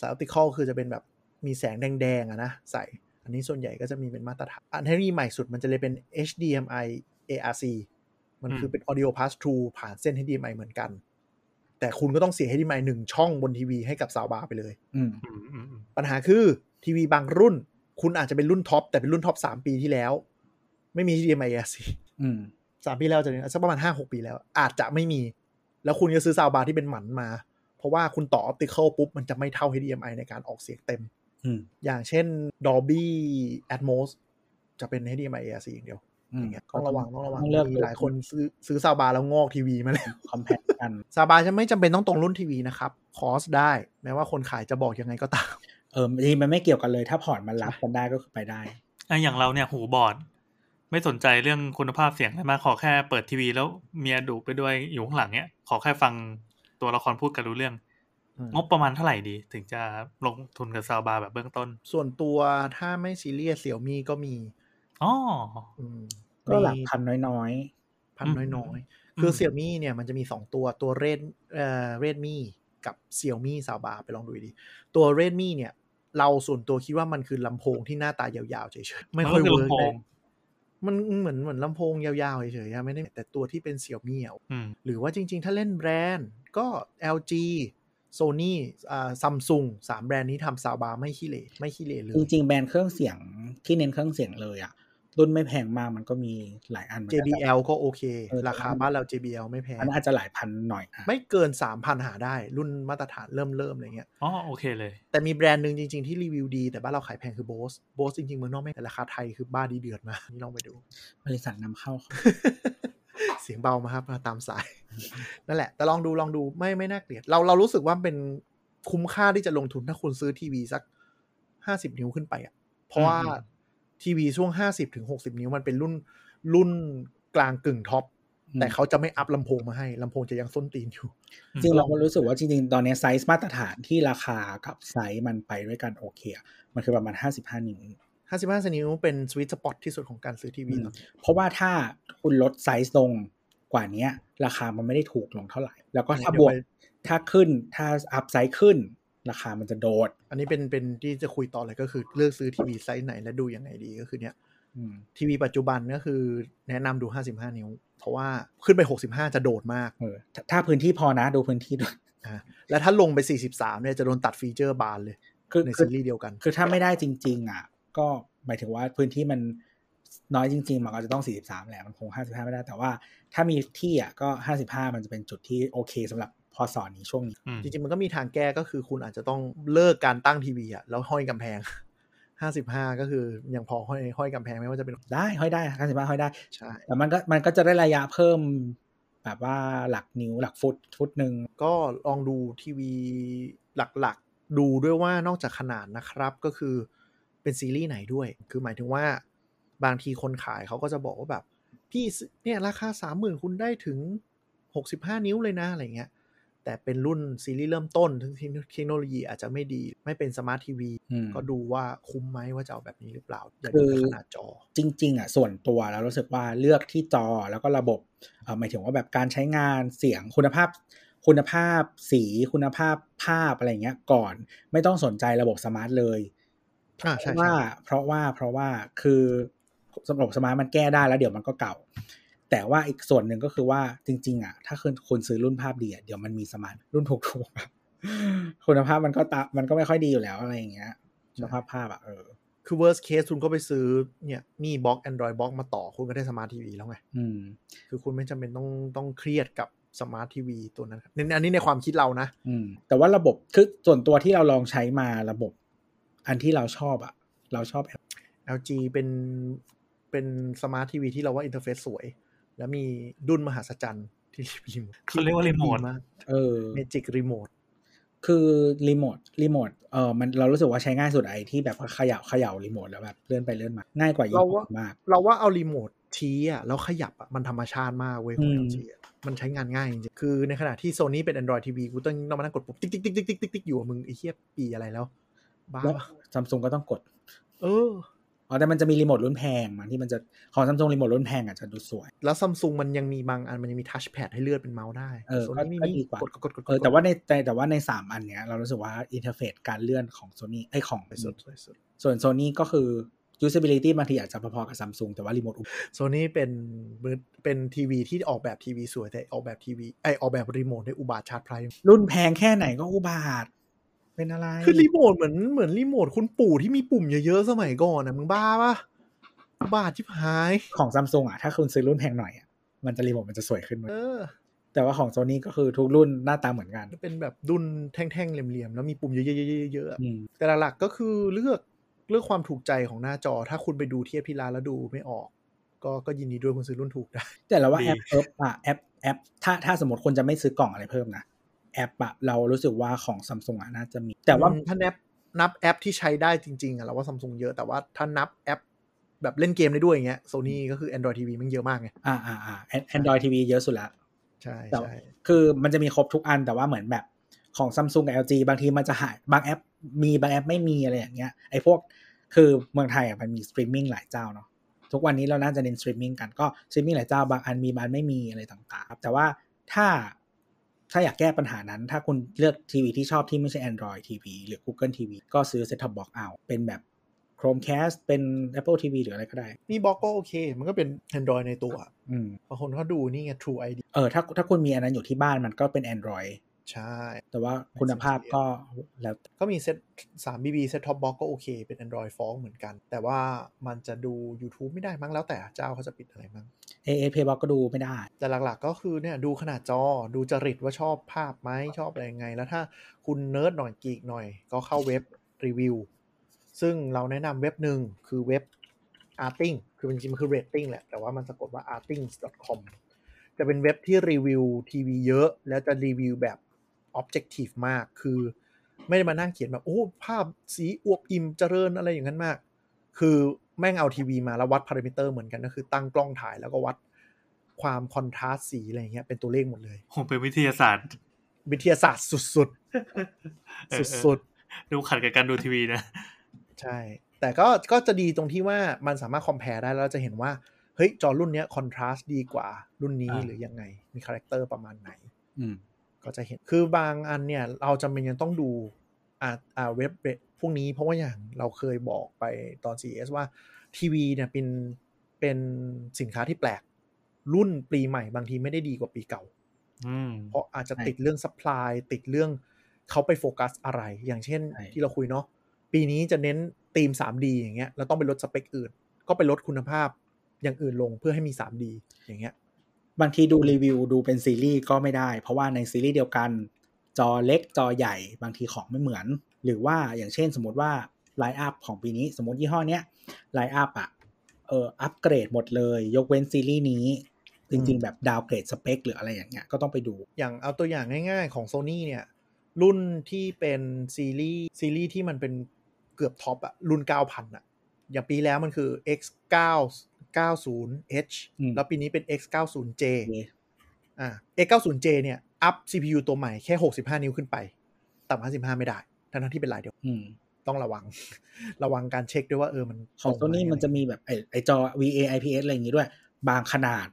S4: สายออปติคอลคือจะเป็นแบบ มีแสงแดงๆอะนะใส่ อันนี้ส่วนใหญ่ก็จะมีเป็นมาตรฐานอันเทคโนโลยีใหม่สุดมันจะเลยเป็น HDMI ARC มันคือเป็น audio pass through ผ่านเส้น HDMI เหมือนกัน แต่คุณก็ต้องเสีย HDMI หนึ่งช่องบนทีวีให้กับซาวบาร์ไปเลย
S2: อืม
S3: อืมอืมอืม
S4: ปัญหาคือทีวีบางรุ่น คุณอาจจะเป็นรุ่นท็อป แต่เป็นรุ่นท็อปสามปีที่แล้ว ไม่มี HDMI ARC
S2: อืม
S4: สามปีแล้วจะเนี่ยสักประมาณห้าหกปีแล้ว อาจจะไม่มี แล้วคุณจะซื้อซาวด์บาร์ที่เป็นหมันมา เพราะว่าคุณต่อออปติเคิลปุ๊บ มันจะไม่เท่า HDMI ในการออกเสียงเต็ม
S2: อืม
S4: อย่างเช่น Dolby Atmos จะเป็น HDMI ARC อย่างเดียว
S2: อื
S4: อ
S2: ม
S4: ย่างเงี้ยต้องระวังต้องระวัง
S2: ต้องเลือก
S4: มีหลายคนซื้อซื้อซาวด์บาร์แล้วงอกทีวีมาแล้ว
S2: คอมแพคกัน
S4: ซาวด์บาร์จะไม่จำเป็นต้องตรงรุ่นทีวีนะครับคอสได้แม้ว่าคนขายจะบอกยังไงก็ตาม
S2: เออจริงๆมันไม่เกี่ยวกันเลย ถ้าพอร์ตมันรับกันได้ก็คือไปได้
S3: อ่ะอย่างเราเนี่ยหูบอด ไม่สนใจเรื่องคุณภาพเสียงอะไรมากขอแค่เปิดทีวีแล้วเมียดูไปด้วยอยู่ข้างหลังเนี่ยขอแค่ฟังตัวละครพูดกันรู้เรื่อง
S4: อืม
S3: งบประมาณเท่าไหร่ดี ถึงจะลงทุนกับซาวบาร์แบบเบื้องต้น
S4: ส่วนตัวถ้าไม่ซีเรียสเสี่ยมีก็มี
S3: อ๋อ
S4: อืม
S2: ก็หลักพันน้อย
S4: พัน
S3: อืม
S4: น้อย
S3: อื
S4: ๆ คือ
S3: ม
S4: เสี่ยมี่เนี่ยมันจะมีสองตัวตัวเรดเอ่อเรดมี่กับเสี่ยมี่ซาวบาไปลองดูดี ตัวเรดมี่เนี่ย เราส่วนตัวคิดว่ามันคือลำโพงที่หน้าตายาวๆเฉยๆ (laughs) ไม่ค่อย
S3: มันก็คือ
S4: เวิร์
S3: ลำ
S4: ก
S3: โพ
S4: เล
S3: ง
S4: ยมันเหมือนเหมือนลำโพงยาวๆเฉยๆอะไม่ได้แต่ตัวที่เป็นเสี่ยมี่อ่ะ
S3: อืม
S4: หรือว่าจริงๆ ถ้าเล่นแบรนด์ก็ LG Sony อ่าซัมซุงสามแบรนด์นี้ทำซาวบาไม่ขี้เหร่ไม่ขี้เหร่เล
S2: ๆ
S4: ย
S2: จริงๆ แบรนด์เครื่องเสียงที่เน้นเครื่องเสียงเลยอ่ะ รุ่นไม่แพงมากมันก็มีหลายอันเหมือนกัน
S4: JBL ก็โอเค
S2: เออ
S4: ราคาบ้านเรา JBL ไม่แพง
S2: อันนั้นอาจจะหลายพันหน่อยอ่ะ
S4: ไม่เกิน 3,000 หาได้ รุ่นมาตรฐานเริ่มเริ่มอะไรเงี้ย
S3: อ๋อโอเคเลย
S4: แต่มีแบรนด์หนึ่งจริง ๆ ที่รีวิวดี แต่บ้านเราขายแพงคือ Bose Bose จริง ๆ เมืองนอกไม่แต่ราคาไทยคือบ้าดีเดือดมากนี่ลองไปดู (laughs)
S2: บริษัทนำเข้า
S4: เสียงเบามาครับมาตามสาย (laughs) นั่นแหละ แต่ลองดูลองดูไม่ไม่น่าเกลียด เราเรารู้สึกว่าเป็นคุ้มค่าที่จะลงทุนถ้าคุณซื้อทีวีสัก 50 นิ้วขึ้นไปอ่ะเพราะว่า
S3: อืม
S4: ทีวีช่วง 50ถึง60 นิ้วมันเป็นรุ่นรุ่นกลางกึ่งท็อป
S2: อืม
S4: แต่เขาจะไม่อัพลำโพงมาให้ลำโพงจะยังส้นตีนอยู่
S2: จริงๆเราก็รู้สึกว่าจริงๆ ตอนนี้ไซส์มาตรฐานที่ราคากับไซส์มันไปด้วยกันโอเคอะมันคือประมาณ 55 นิ้ว
S4: ห้าสิบห้านิ้วเป็นสวิตสปอตที่สุดของการซื้อทีวี
S2: อืม
S4: ตอนนี้
S2: เพราะว่าถ้าคุณลดไซส์ลงกว่าเนี้ย ราคามันไม่ได้ถูกลงเท่าไหร่ แล้วก็ถ้าบวกถ้าขึ้นถ้าอัพไซส์ขึ้น ราคามันจะโดด
S4: อันนี้เป็นเป็นที่จะคุยต่อเลยก็คือเลือกซื้อทีวีไซส์ไหนและดูยังไงดีก็คือเนี้ย
S2: อืม
S4: ทีวีปัจจุบันก็คือแนะนำดู 55 นิ้ว เพราะว่าขึ้นไป 65 จะโดดมาก
S2: เออถ้าถ้าพื้นที่พอนะดูพื้นที่ด้วย
S4: นะแล้วถ้าลงไป 43เนี่ยจะโดนตัดฟีเจอร์บานเลย
S2: คือ
S4: ใน
S2: คื
S4: ซี
S2: อ
S4: รีส์เดียวกัน
S2: คือถ้าไม่ได้จริง ๆ อ่ะ ก็หมายถึงว่าพื้นที่มันน้อยจริง ๆ มันก็จะต้อง 43 แหละมันคง 55 ไม่ได้ แต่ว่าถ้ามีที่อ่ะก็ 55 มันจะเป็นจุดที่โอเคสำหรับพอสอนนี้ช่วงนี้
S3: อืม
S4: จริงๆ มันก็มีทางแก้ก็คือคุณอาจจะต้องเลิกการตั้งทีวีอะแล้วห้อยกำแพง (laughs) 55 ก็คือยังพอห้อยห้อยกำแพงไม่ว่าจะเป็น
S2: ได้ห้อยได้55ห้อยได้
S4: ใช่
S2: แต่มันก็มันก็จะได้ระยะเพิ่ม แบบว่าหลักนิ้วหลักฟุตฟุตหนึ่ง
S4: ก็ลองดูทีวีหลักๆ ดูด้วยว่านอกจากขนาดนะครับก็คือเป็นซีรีส์ไหนด้วย คือหมายถึงว่าบางทีคนขายเขาก็จะบอกว่าแบบ พี่ซื้อเนี่ยราคา 30,000 คุณได้ถึง 65 นิ้วเลยนะอะไรเงี้ยแต่เป็นรุ่นซีรีส์เริ่มต้นถึงเทคโนโลยีอาจจะไม่ดีไม่เป็นสมาร์ททีวี
S2: อืม
S4: ก็ดูว่าคุ้มไหมว่าจะเอาแบบนี้หรือเปล่าอย่า
S2: คือ
S4: ดูแต่ขนาดจอ
S2: จริง ๆอ่ะส่วนตัวแล้วรู้สึกว่าเลือกที่จอแล้วก็ระบบเอ่อหมายถึงว่าแบบการใช้งานเสียงคุณภาพ คุณภาพสีคุณภาพภาพอะไรอย่างเงี้ยก่อน ไม่ต้องสนใจระบบสมาร์ทเลย
S4: อ่าใช่
S2: เพราะว่า
S4: ใช่
S2: เพราะว่าเพราะว่าคือระบบสมาร์ทมันแก้ได้แล้วเดี๋ยวมันก็เก่า แต่ว่าอีกส่วนหนึ่งก็คือว่าจริง ๆ อ่ะ ถ้าคุณคุณซื้อรุ่นภาพดีอ่ะเดี๋ยวมันมีสมาร์ทรุ่นถูกๆอะ (laughs) คุณภาพมันก็ตามันก็ไม่ค่อยดีอยู่แล้วอะไรอย่างเงี้ยคุณภาพภาพอ่ะเออ
S4: คือ worst case คุณก็ไปซื้อเนี่ยมีบล็อก Android บล็อกมาต่อคุณก็ได้สมาร์ททีวีแล้วไง
S2: อืม
S4: คือคุณไม่จำเป็นต้องต้องเครียดกับสมาร์ททีวีตัวนั้นครับในอันนี้ในความคิดเรานะ
S2: อืมแต่ว่าระบบคือส่วนตัวที่เราลองใช้มาระบบ อันที่เราชอบอะเราชอบ
S4: LG เป็นเป็นสมาร์ททีวีที่เราว่าอินเทอร์เฟซสวย แล้วมีดุนมหาศจรรย์ที่ (laughs) รีโมท
S3: เขาเรียกว่ารีโมท
S2: เออ
S4: เมจิกรีโมท
S2: คือรีโมทรีโมทเออมันเรารู้สึกว่าใช้ง่ายสุดไอ้ที่แบบว่าเขย่าเขย่ารีโมทแล้วแบบเลื่อนไปเลื่อนมา ง่ายกว่าเย
S4: เรา
S2: อะ
S4: ว่าม
S2: าก
S4: เราว่าเอารีโมทชี้อ่ะแล้วขยับอ่ะมันธรรมชาติมากเว้ยของ
S2: อืม
S4: LG อะมันใช้งานง่ายจริงๆคือในขณะที่โซนี่เป็น Android TV กูต้องต้องมานั่งกดปุ๊บติ๊กติ๊กติ๊กติ๊กติ๊กติ๊กอยู่อะมึงไอ้เหี้ยปีอะไรแล้วบ้า
S2: แล้ว
S4: ปะ
S2: ซัมซุงก็ต้องกด
S4: เออ
S2: อ๋อแต่มันจะมีรีโมทรุ่นแพงมันที่มันจะของซัมซุงรีโมทรุ่นแพงอ่ะจะดูสวย
S4: แล้วซัมซุงมันยังมีบางอันมันยังมีทัชแพดให้เลื่อนเป็นเมาส์ได้
S2: เออ
S4: โซนี่
S2: ก็
S4: ไม่มี
S2: ดีกว่า
S4: กดกดกด
S2: เออแต่ว่าในแต่แต่ว่าในสามอันเนี้ยเรารู้สึกว่าอินเทอร์เฟซการเลื่อนของโซนี่ไอยของ
S4: สวยสุดสวยสุด
S2: ส่วนโซนี่ก็คือ usability บางทีอาจจะพอๆกับซัมซุงแต่ว่ารีโมท
S4: โซนี่เป็นมือเป็นทีวีที่ออกแบบทีวีสวยแต่ออกแบบทีวีไอยออกแบบรีโมทในอุบาทชาร์จไพรส์
S2: รุ่นแพงแค่ไหนก็อุบาท เป็นอะไร
S4: คือรีโมทเหมือนเหมือนรีโมทคุณปู่ที่มีปุ่มเยอะๆสมัยก่อนนะมึงบ้าปะอุบาทชิบหาย
S2: ของซัมซุงอ่ะถ้าคุณซื้อรุ่นแพงหน่อยอ่ะมันจะรีโมทมันจะสวยขึ้นเว้ย
S4: เออ
S2: แต่ว่าของโซนี่ก็คือทุกรุ่นหน้าตาเหมือนกัน
S4: จะเป็นแบบดุนแท่งๆเหลี่ยมๆแล้วมีปุ่มเยอะๆๆๆๆอะ
S2: อืม
S4: แต่หลักๆก็คือเลือกเลือกความถูกใจของหน้าจอ ถ้าคุณไปดูเทียบที่ร้านแล้วดูไม่ออก ก็ก็ยินดีด้วยคุณซื้อรุ่นถูกได้
S2: แต่เราว่า
S3: ดี
S2: แอปเอิบอะแอปแอปถ้าถ้าสมมติคนจะไม่ซื้อกล่องอะไรเพิ่มนะแอปอะเรารู้สึกว่าของซัมซุงอะน่าจะมี แต่ว่า
S4: อืมถ้านับนับแอปที่ใช้ได้จริงๆอะเราว่าซัมซุงเยอะแต่ว่าถ้านับแอปแบบเล่นเกมได้ด้วยอย่างเงี้ยโซนี่ก็คือ Android TV มันเยอะมากไง
S2: อ่าอ่าอ่าแอนดรอยทีวีเยอะสุดละ
S4: ใช่
S2: แต่
S4: ใช่
S2: คือมันจะมีครบทุกอันแต่ว่าเหมือนแบบของซัมซุงกับ LG บางทีมันจะหายบางแอป มีบางแอปไม่มีอะไรอย่างเงี้ยไอ้พวกคือเมืองไทยอะมันมีสตรีมมิ่งหลายเจ้าเนาะทุกวันนี้เราน่าจะเน้นสตรีมมิ่งกันก็สตรีมมิ่งหลายเจ้าบางอันมีบางอันไม่มีอะไรต่างๆครับแต่ว่าถ้าถ้าอยากแก้ปัญหานั้น ถ้าคุณเลือกทีวีที่ชอบที่ไม่ใช่ Android TV หรือ Google TV ก็ซื้อ Set Top Box เอาเป็นแบบ Chromecast เป็น Apple TV หรืออะไรก็ได้
S4: นี่บล็อกก็โอเค มันก็เป็น Android ในตัว
S2: อืม
S4: บางคนเขาดูนี่ไง True ID
S2: เออถ้าถ้าคุณมีอันนั้นอยู่ที่บ้านมันก็เป็น Android
S4: ใช่
S2: แต่ว่าคุณภาพก็แล้ว
S4: ก็มีเซ็ต3 BB เซ็ตท็อปบ็อกก็โอเค เป็น Android ฟ้องเหมือนกัน แต่ว่ามันจะดู YouTube ไม่ได้มั้งแล้วแต่เจ้าเขาจะปิดอะไรมั้ง
S2: เอเอเพย์บอกก็ดูไม่ได้
S4: แต่หลักๆก็คือเนี่ยดูขนาดจอดูจริตว่าชอบภาพไหมชอบอะไรยังไง แล้วถ้าคุณเนิร์ดหน่อยกีกหน่อย ก็เข้าเว็บรีวิว ซึ่งเราแนะนำเว็บหนึ่งคือเว็บ arting คือจริงๆมันคือ rating แหละ แต่ว่ามันสะกดว่า artings.com จะเป็นเว็บที่รีวิวทีวีเยอะ แล้วจะรีวิวแบบ objective มากคือไม่ได้มานั่งเขียนแบบโอ้ภาพสีอวบอิ่มเจริญอะไรอย่างนั้นมาก คือแม่งเอาทีวีมาแล้ววัดพารามิเตอร์เหมือนกันก็คือตั้งกล้องถ่ายแล้วก็วัดความคอนทราสต์สีอะไรอย่างเงี้ยเป็นตัวเลขหมดเลย
S3: ผมเป็นวิทยาศาสตร์
S4: วิทยาศาสตร์สุด
S3: เออเออ
S4: ๆ สุด
S3: ดูขัดกับการดูทีวีนะ
S4: ๆ ใช่ แต่ก็ก็จะดีตรงที่ว่ามันสามารถคอมเพลได้แล้วเราจะเห็นว่า เฮ้ย จอรุ่นเนี้ยคอนทราสต์ดีกว่ารุ่นนี้
S2: อ่า
S4: หรือยังไง มีคาแรคเตอร์ประมาณไหน
S2: อืม
S4: ก็จะเห็น คือบางอันเนี่ย เราจำเป็นยังต้องดูอ่าอ่าเว็บพวกนี้เพราะว่าอย่างเราเคยบอกไปตอน CES ว่าทีวีเนี่ยเป็นเป็นสินค้าที่แปลก รุ่นปีใหม่บางทีไม่ได้ดีกว่าปีเก่า
S3: อืม
S4: เพราะอาจจะ
S2: ใช่
S4: ติดเรื่อง supply ติดเรื่องเขาไปโฟกัสอะไร อย่างเช่น
S2: ใช่
S4: ที่เราคุยเนาะปีนี้จะเน้นธีม 3D อย่างเงี้ยเราต้องไปลดสเปคอื่น ก็ไปลดคุณภาพอย่างอื่นลงเพื่อให้มี 3D อย่างเงี้ย
S2: บางทีดูรีวิวดูเป็นซีรีส์ก็ไม่ได้ เพราะว่าในซีรีส์เดียวกัน จอเล็กจอใหญ่บางทีของไม่เหมือน หรือว่าอย่างเช่นสมมติว่าไลน์อัพของปีนี้ สมมติยี่ห้อเนี้ยไลน์อัพอ่ะเอออัปเกรดหมดเลย ยกเว้นซีรีส์นี้ จริง
S4: อืม
S2: ๆ แบบดาวเกรดสเปคหรืออะไรอย่างเงี้ยก็ต้องไปดู
S4: อย่างเอาตัวอย่างง่ายๆของ Sony เนี่ย รุ่นที่เป็นซีรีส์ซีรีส์ที่มันเป็นเกือบท็อปอะรุ่น 9,000อะอย่างปีแล้วมันคือ X9 90H
S2: อืม
S4: แล้วปีนี้เป็น X90J
S2: เว้ย
S4: อ่า X90J เนี่ย อัพ CPU ตัวใหม่แค่ 65 นิ้วขึ้นไป ต่ำ55 ไม่ได้ ทั้งๆที่เป็นลายเดียว
S2: อืม
S4: ต้องระวัง (laughs) ระวังการเช็คด้วยว่าเออมัน
S2: ของ
S4: ร
S2: ตัว
S4: ไห
S2: นี้มันจะมีแบบไอ้ไอจอ VA IPS อะไรอย่างงี้ด้วย บางขนาด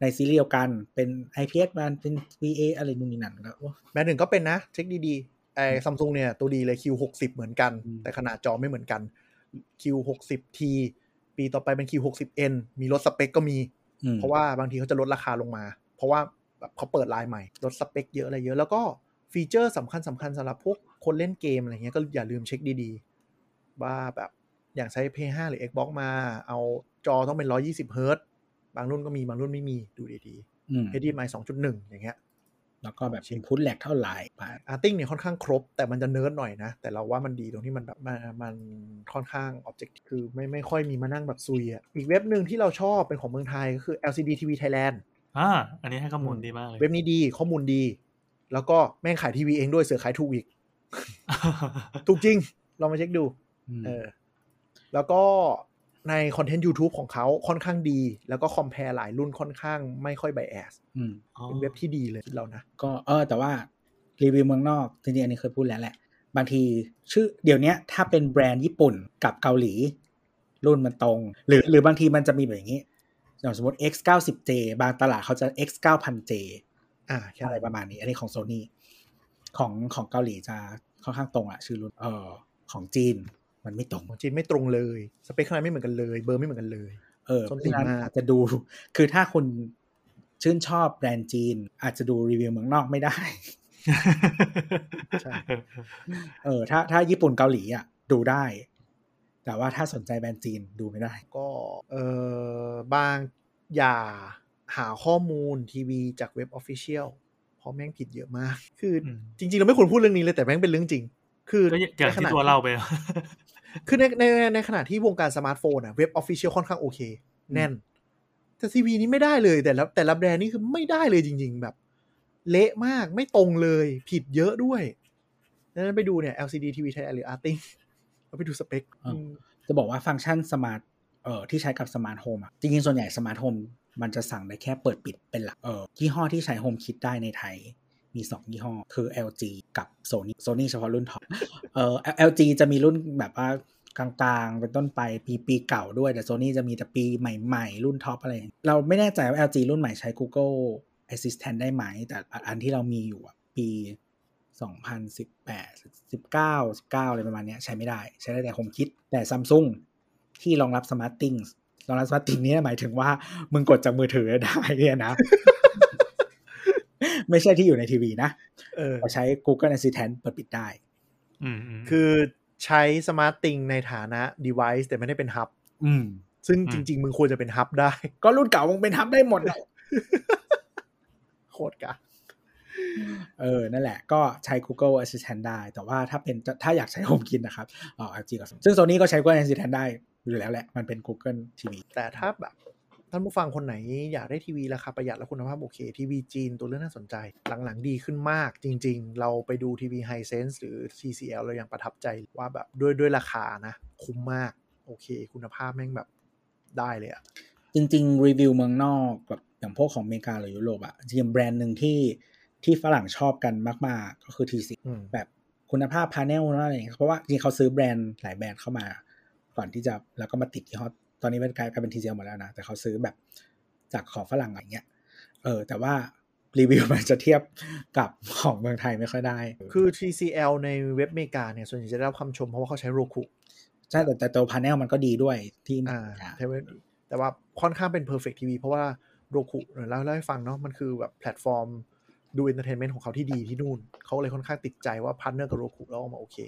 S2: ในซีรีส์เดียวกันเป็น IPS มันเป็น VA อะไรนู่นนี่นั่นแล้ว
S4: แบรนด์อื่นก็เป็นนะ เช็คดีๆไอ้ซัมซุงเนี่ย ตัวดีเลย Q60 เหมือนกัน
S2: อืม
S4: แต่ขนาดจอไม่เหมือนกัน Q60T ปีต่อไปเป็น Q60N มีลดสเปคก็มี
S2: อืม
S4: เพราะว่าบางทีเขาจะลดราคาลงมา เพราะว่าแบบเขาเปิดไลน์ใหม่ ลดสเปคเยอะอะไรเยอะ แล้วก็ฟีเจอร์สำคัญสำคัญสำหรับพวกคนเล่นเกมอะไรเงี้ยก็อย่าลืมเช็คดีๆ ว่าแบบอย่างใช้ p 5หรือ Xbox มา เอาจอต้องเป็น 120 h z บางรุ่นก็มี บางรุ่นไม่มีดูดี
S2: อืม
S4: ๆ HDMI 2.1 อย่างเงี้ย
S2: แล้วก็แบบ input lag เท่าไหร่ไป
S4: อาร์ติ้งเนี่ยค่อนข้างครบ แต่มันจะเนิร์ดหน่อยนะ แต่เราว่ามันดีตรงที่มันแบบมันมันค่อนข้างออบเจกต์คือไม่ไม่ค่อยมีมานั่งแบบซุยอ่ะอีกเว็บหนึ่งที่เราชอบเป็นของเมืองไทยก็คือ LCD TV Thailand
S3: อ่า อันนี้ให้ข้อมูลดีมากเลย
S4: เว็บนี้ดีข้อมูลดี แล้วก็แม่งขายทีวีเองด้วยเสือขายถูกอีก ถูกจริง ลองมาเช็คดูเออแล้วก็ในคอนเทนต์ YouTube ของเขาค่อนข้างดี แล้วก็คอมเพลหลายรุ่นค่อนข้างไม่ค่อยไบแอส
S2: อืม
S4: เป็นเว็บที่ดีเลยคิดเรานะ
S2: ก็เออ แต่ว่ารีวิวเมืองนอกจริงๆอันนี้เคยพูดแล้วแหละ บางทีชื่อเดี๋ยวเนี้ยถ้าเป็นแบรนด์ญี่ปุ่นกับเกาหลี รุ่นมันตรง หรือหรือบางทีมันจะมีแบบอย่างนี้อย่างสมมติ X 9 0 J บางตลาดเขาจะ X 9 0 0 J
S4: อ่า
S2: ใช่อะไรประมาณนี้ อันนี้ของโซนี่ของของเกาหลีจะค่อนข้างตรงอะชื่อรุ่นเออของจีนมันไม่ตรง
S4: ของจีนไม่ตรงเลย สเปคข้างในไม่เหมือนกันเลย เบอร์ไม่เหมือนกันเลย
S2: เออ
S4: ส้น
S2: เพ
S4: ตี
S2: ราะ
S4: น
S2: ฉะนั้น
S4: มาก
S2: อาจจะดู คือถ้าคุณชื่นชอบแบรนด์จีน อาจจะดูรีวิวเมืองนอกไม่ได้ (laughs)
S4: ใช่
S2: เออ ถ้าถ้าญี่ปุ่นเกาหลีอ่ะดูได้ แต่ว่าถ้าสนใจแบรนด์จีนดูไม่ได้
S4: ก็เออบางอย่าหาข้อมูลทีวีจากเว็บออฟฟิเชียลเพราะแม่งผิดเยอะมาก คืออ
S3: ม
S4: จริงๆ เราไม่ควรพูดเรื่องนี้เลยแต่แม่งเป็นเรื่องจริง คือ
S3: ก็อย่าง
S4: ในข
S3: ที่
S4: ณะ
S3: ตัวเล่าไป (laughs) อะ
S4: คือในในในในขณะที่วงการสมาร์ทโฟนอะเว็บออฟฟิเชียลค่อนข้างโอเค แน่น แต่ทีวีนี้ไม่ได้เลยแต่ละแต่ละแบรนด์นี่คือไม่ได้เลยจริง ๆ แบบ เละมากไม่ตรงเลย ผิดเยอะด้วยดังนั้นไปดูเนี่ย LCD TV ไทยหรือ Arting เราไปดูสเปค
S2: อ่า
S4: อืม
S2: จะบอกว่าฟังก์ชันสมาร์ทเออที่ใช้กับสมาร์ทโฮมอ่ะ จริงๆ ส่วนใหญ่สมาร์ทโฮมมันจะสั่งได้แค่เปิดปิดเป็นหลักเออยี่ห้อที่ใช้โฮมคิดได้ในไทย มี 2 ยี่ห้อ คือ LG กับ Sony Sony เฉพาะรุ่นท็อปเออ LG จะมีรุ่นแบบว่ากลางๆ เป็นต้นไปปีปีเก่าด้วย แต่ Sony จะมีแต่ปีใหม่ๆ รุ่นท็อปอะไรอย่างเงี้ยเราไม่แน่ใจว่า LG รุ่นใหม่ใช้ Google Assistant ได้ไหม แต่อันที่เรามีอยู่อะปี 2018 19 19 อะไรประมาณเนี้ยใช้ไม่ได้ใช้ได้แต่ Home Kit แต่ Samsung ที่รองรับ Smart Things รองรับ Smart Things เนี่ยหมายถึงว่า มึงกดจากมือถือได้เนี่ยนะ (laughs) ไม่ใช่ที่อยู่ในทีวีนะ
S4: เออ
S2: เราใช้ Google Assistant เปิดปิดได้
S3: อืมๆ
S4: คือใช้สมาร์ตติงในฐานะ device แต่ไม่ได้เป็นฮับ
S2: อืม
S4: ซึ่ง
S3: อืม
S4: จริง ๆ มึงควรจะเป็นฮับได้
S2: ก็รุ่นเก่ามึงเป็นทับได้หมดแหละ
S4: โคตรกะ
S2: เออ นั่นแหละ ก็ใช้ Google Assistant ได้ แต่ว่าถ้าเป็นถ้าอยากใช้ Home Kit นะครับอ๋อ LG กับ Samsung ซึ่ง Sony ก็ใช้ Google Assistant ได้อยู่แล้วแหละมันเป็น Google TV
S4: แต่ถ้าแบบท่านผู้ฟังคนไหนอยากได้ทีวีราคาประหยัดและคุณภาพโอเค ทีวีจีนตัวเลือกน่าสนใจ หลัง ๆ ดีขึ้นมากจริง ๆ เราไปดูทีวีไฮเซนส์หรือ TCL เรายังประทับใจว่าแบบด้วยด้วยราคานะ คุ้มมาก โอเค คุณภาพแม่งแบบได้เลยอะ
S2: จริงๆ รีวิวเมืองนอกแบบอย่างพวกของอเมริกาหรือยุโรปอะจริงๆแบรนด์หนึ่งที่ที่ฝรั่งชอบกันมากๆ ก็คือ TC
S4: อืม
S2: แบบคุณภาพพาเนลอะไรอย่างเงี้ยเพราะว่าจริงๆเขาซื้อแบรนด์หลายแบรนด์เข้ามา ก่อนที่จะแล้วก็มาติดยี่ห้อตอนนี้เป็นกลายเป็น TCL หมดแล้วนะ แต่เขาซื้อแบบจากของฝรั่งอะไรเงี้ยเออแต่ว่ารีวิวมันจะเทียบกับของเมืองไทยไม่ค่อยได้
S4: คือ TCL ในเว็บอเมริกาเนี่ยส่วนใหญ่จะได้รับคำชมเพราะว่าเขาใช้โรคุ
S2: ใช่แต่แต่ตัวพาเนลมันก็ดีด้วยที่อเม
S4: อ่า
S2: ริกา
S4: เทเวนแต่ว่าค่อนข้างเป็น perfect TV เพราะว่าโรคุเล่าเล่าให้ฟังเนาะมันคือแบบแพลตฟอร์มดู entertainment ของเขาที่ดีที่นู่น เขาเลยค่อนข้างติดใจว่าพาร์ทเนอร์กับโรคุแล้วออกมาโอเค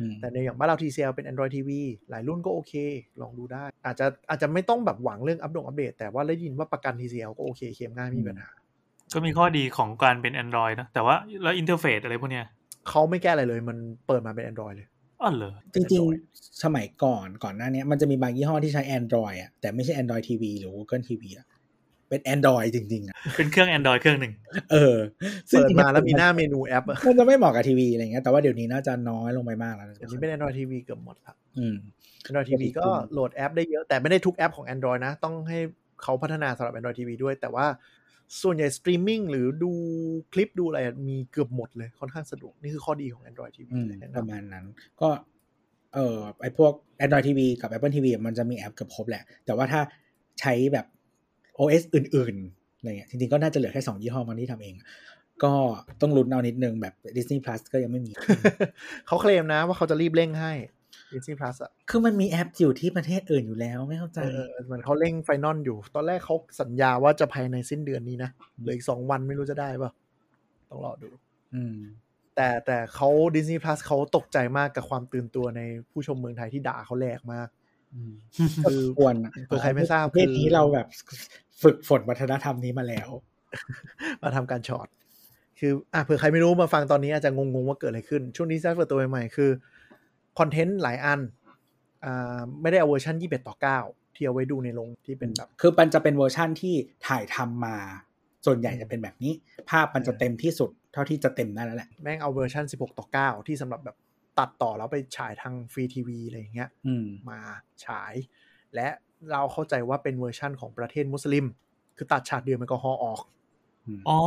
S2: อืม
S4: แต่ในอย่างบ้านเรา TCL เป็น Android TV หลายรุ่นก็โอเค ลองดูได้ อาจจะอาจจะไม่ต้องแบบหวังเรื่องอัปดงอัปเดต แต่ว่าได้ยินว่าประกัน TCL ก็โอเคเคลมง่ายไม่มีปัญหา
S3: ก็มีข้อดีของการเป็น Android นะแต่ว่าแล้วอินเทอร์เฟซอะไรพวกเนี้ย
S4: เขาไม่แก้อะไรเลยมันเปิดมาเป็น Android เลย
S3: อ๋อเหรอ
S2: จริงๆ สมัยก่อนก่อนหน้าเนี้ยมันจะมีบางยี่ห้อที่ใช้ Android อ่ะแต่ไม่ใช่ Android TV หรือ Google TV อ่ะเป็น Android จริงๆอ่ะ
S3: เป็นเครื่อง Android เครื่องหนึ่ง
S2: เออ
S4: เปิดมาแล้ว
S2: จ
S4: มี
S2: ริงๆ
S4: หน้าเมนูแอปอะ
S2: มันจะไม่เหมาะกับทีวีอะไรเงี้ยแต่ว่าเดี๋ยวนี้น่าจะน้อยลงไปมากแล้วะ
S4: เดี๋ยวนี้เป็น Android TV เกือบหมดละ
S2: อืม
S4: Android TV ก็โหลดแอปได้เยอะแต่ไม่ได้ทุกแอปของ Android นะ ต้องให้เขาพัฒนาสำหรับ Android TV ด้วย แต่ว่าส่วนใหญ่สตรีมมิ่งหรือดูคลิปดูอะไรมีเกือบหมดเลยค่อนข้างสะดวก นี่คือข้อดีของ Android TV
S2: อืม
S4: เลยนะค
S2: ป
S4: รับ
S2: ระมาณนั้น ก็เออไอพวก Android TV กับ Apple TV อะมันจะมีแอปเกือบครบแหละ แต่ว่าถ้าใช้แบบ OS อื่นๆอะไรเงี้ยจริงๆ ก็น่าจะเหลือแค่ 2 ยี่ห้อมันที่ทำเอง ก็ต้องลุ้นเอานิดนึงแบบ Disney Plus ก็ยังไม่มี
S4: (laughs) เขาเคลมนะว่าเขาจะรีบเร่งให้ Disney Plus อ่ะ
S2: คือมันมีแอปอยู่ที่ประเทศอื่นอยู่แล้วไม่เข้าใจ
S4: เออเหมือนเขาเร่งไฟนอลอยู่ ตอนแรกเขาสัญญาว่าจะภายในสิ้นเดือนนี้นะเหลืออีกสองวันไม่รู้จะได้ป่ะต้องรอดู
S2: อืม
S4: แต่แต่เขา Disney Plus เขาตกใจมากกับความตื่นตัวในผู้ชมเมืองไทยที่ด่าเขาแรงมาก
S2: คือควรอะ
S4: เผื่อใครไม่ทราบ
S2: ประเทศนี้
S4: คือ
S2: เราแบบฝึกฝนวัฒนธรรมนี้มาแล้ว
S4: (laughs) มาทำการช็อต คืออ่ะเผื่อใครไม่รู้มาฟังตอนนี้อาจจะงงๆว่าเกิดอะไรขึ้น ช่วงนี้ซฟเปิดตัวใหม่ๆ คือ คอนเทนต์หลายอัน อ่า ไม่ได้เอาเวอร์ชัน21 ต่อ 9 ที่เอาไว้ดูในโรงที่เป็นแบบ
S2: คือมันจะเป็นเวอร์ชั่นที่ถ่ายทำมา ส่วนใหญ่จะเป็นแบบนี้ ภาพมันจะเต็มที่สุด เท่าที่จะเต็มได้แล้วแหละ
S4: แม่งเอาเวอร์ชัน16 ต่อ 9 ที่สำหรับแบบตัดต่อแล้วไปฉายทางฟรีทีวีอะไรอย่างเงี้ย
S2: อืม
S4: มาฉาย และเราเข้าใจว่าเป็นเวอร์ชั่นของประเทศมุสลิม คือตัดฉากเดือดแอลกอฮอล์ออก
S3: อ๋อ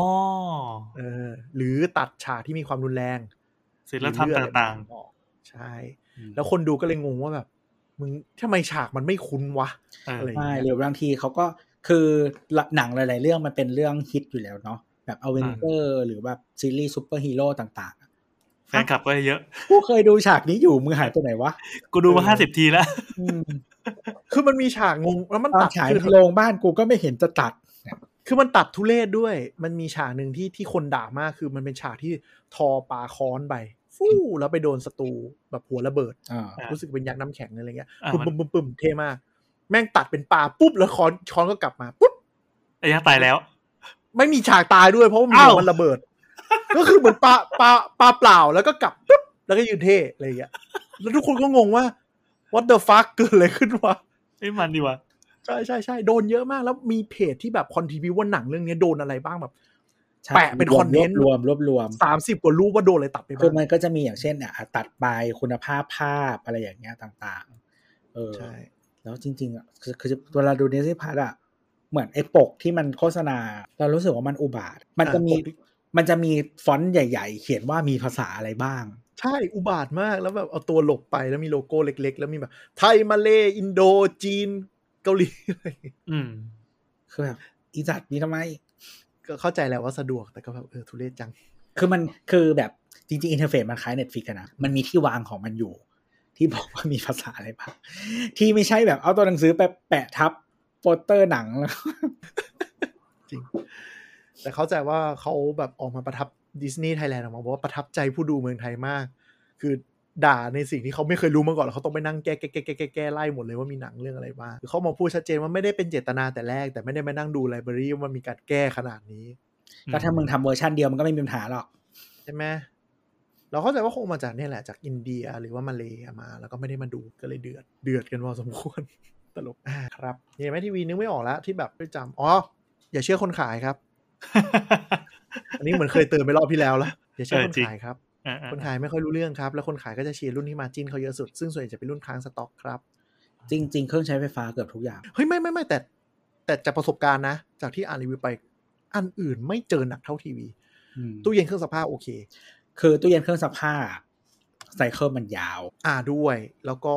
S4: เออ หรือตัดฉากที่มีความรุนแรง
S3: ศิลธรรม
S4: หอเลือดอะไร
S3: ต่าง
S4: ออกใช่
S2: อืม
S4: แล้วคนดูก็เลยงงว่าแบบ มึงทำไมฉากมันไม่คุ้นวะ
S3: เออ
S4: อะไรอย่าง
S2: ใช่
S4: เงี้ย
S2: หรือบางทีเขาก็คือหนังหลาย ๆ เรื่องมันเป็นเรื่องฮิตอยู่แล้วเนาะแบบอเวนเจอร์หรือแบบซีรีส์ซูเปอร์ฮีโร่ต่าง ๆอะ
S3: แฟนคลับก็เยอะ
S2: กูเคยดูฉากนี้อยู่มึงหายไปไหนวะ
S3: กูดูมาห้าสิบทีแล้ว
S2: อืม
S4: คือมันมีฉากงงแล้วมัน
S2: ตอน
S4: ตัด
S2: ฉาย
S4: คือ
S2: ในโรงบ้านกูก็ไม่เห็นจะตัด
S4: คือมันตัดทุเรศด้วย มันมีฉากหนึ่งที่ที่คนด่ามากคือมันเป็นฉากที่ทอปลาค้อนไป ฟู่แล้วไปโดนศัตรูแบบหัวระเบิด
S2: อ่า
S3: อ่ะ
S4: รู้สึกเป็นยักษ์น้ำแข็งอะไรเงี้ย
S3: อ่ะ
S4: ปึ้ม
S3: มั
S4: ปึ้
S3: น
S4: มปึ้มปึ้มเท่มาก แม่งตัดเป็นปลาปุ๊บแล้วค้อนช้อนก็กลับมาปุ๊บ
S3: ไอ้ยักษ์ตายแล้ว
S4: ไม่มีฉากตายด้วย เพราะว่ามี
S3: อ้าว
S4: หัวมันระเบิด ก็คือเหมือนปลาปลาปลาเปล่าแล้วก็กลับปุ๊บแล้วก็ยืนเท่อะไรเงี้ยแล้วทุกคนก็งงว่า what the fuck เกิดอะไรขึ้นวะ
S3: ไอ้ยมันดีว่ะ
S4: ใช่ใช่ใช่โดนเยอะมากแล้วมีเพจที่แบบคอนทิวิวว่าหนังเรื่องเนี้ยโดนอะไรบ้างแบบ
S2: ใช่
S4: แปะเป็นคอนเทนต์
S2: รวบรวมรวบรวม
S4: สามสิบกว่ารูปว่าโดนอะไรตัดไปบ้าง
S2: คือมันก็จะมีอย่างเช่นอ่ะตัดไปคุณภาพภาพอะไรอย่างเงี้ยต่างๆ เออ
S4: ใช่
S2: แล้วจริงๆอ่ะคือคือเวลาดูเนซี่พาร์อ่ะ เหมือนไอ้ปกที่มันโฆษณา เรารู้สึกว่ามันอุบาท มันจะมี
S4: อ่ะปกที่
S2: มันจะมีฟอนต์ใหญ่ๆ เขียนว่ามีภาษาอะไรบ้าง
S4: ใช่อุบาทมากแล้วแบบเอาตัวหลบไปแล้วมีโลโก้เล็ก ๆ แล้วมีแบบไทยมาเลอินโดจีน เกาหลี (laughs) อะไรอย่างเงี้ย
S3: อืม
S2: คือแบบอีจัดนี่ทำไม
S4: ก็เข้าใจแหละว่าสะดวกแต่ก็แบบเออทุเรศจัง
S2: คือมันคือแบบจริงๆ อินเทอร์เฟซมันคล้าย Netflix อะนะ มันมีที่วางของมันอยู่ ที่บอกว่ามีภาษาอะไรบ้าง ที่ไม่ใช่แบบเอาตัวหนังสือไปแปะทับโปสเตอร์หนังแล้ว
S4: จริง แต่เข้าใจว่าเขาแบบออกมาประทับดิสนีย์ไทยแลนด์ออกมาบอกว่าประทับใจผู้ดูเมืองไทยมาก คือด่าในสิ่งที่เขาไม่เคยรู้มาก่อนแล้วเขาต้องไปนั่งแก้แก้แก้แก้แก้แก้ไล่หมดเลยว่ามีหนังเรื่องอะไรบ้างคือเขามาพูดชัดเจนว่าไม่ได้เป็นเจตนาแต่แรก แต่ไม่ได้มานั่งดูไลบรารีว่ามันมีการแก้ขนาดนี้
S2: ก็ถ้ามึงทำเวอร์ชันเดียวมันก็ไม่มีปัญหาหรอก
S4: ใช่ไหมเราเข้าใจว่าคงมาจากเนี่ยแหละจากอินเดียหรือว่ามาเลย์มา แล้วก็ไม่ได้มาดูก็เลยเดือด เดือดกันพอสมควร (laughs) ตลกอ่าครับเห็นไหมทีวีนึกไม่ออกแล้วที่แบบไม่จำอ๋อ อย่าเชื่อคนขายครับ อันนี้เหมือนเคยเตือนไปรอบที่แล้วละอย่าเชื่อ
S3: เออ
S4: คน
S3: จริง
S4: ขายครับ
S3: อ่าๆ
S4: คนขายไม่ค่อยรู้เรื่องครับ แล้วคนขายก็จะเชียร์รุ่นที่มาจินเขาเยอะสุด ซึ่งส่วนใหญ่จะเป็นรุ่นค้างสต็อกครับ
S2: จริง ๆ เครื่องใช้ไฟฟ้าเกือบทุกอย่าง
S4: เฮ้ยไม่ไม่ไม่แต่ แต่จากประสบการณ์นะ จากที่อ่านรีวิวไปอันอื่นไม่เจอหนักเท่าทีวี
S2: ตู้
S4: ตู้เย็นเครื่องซักผ้าโอเค
S2: คือตู้เย็นเครื่องซักผ้าไซเคิลมันยาว
S4: อ่าด้วยแล้วก็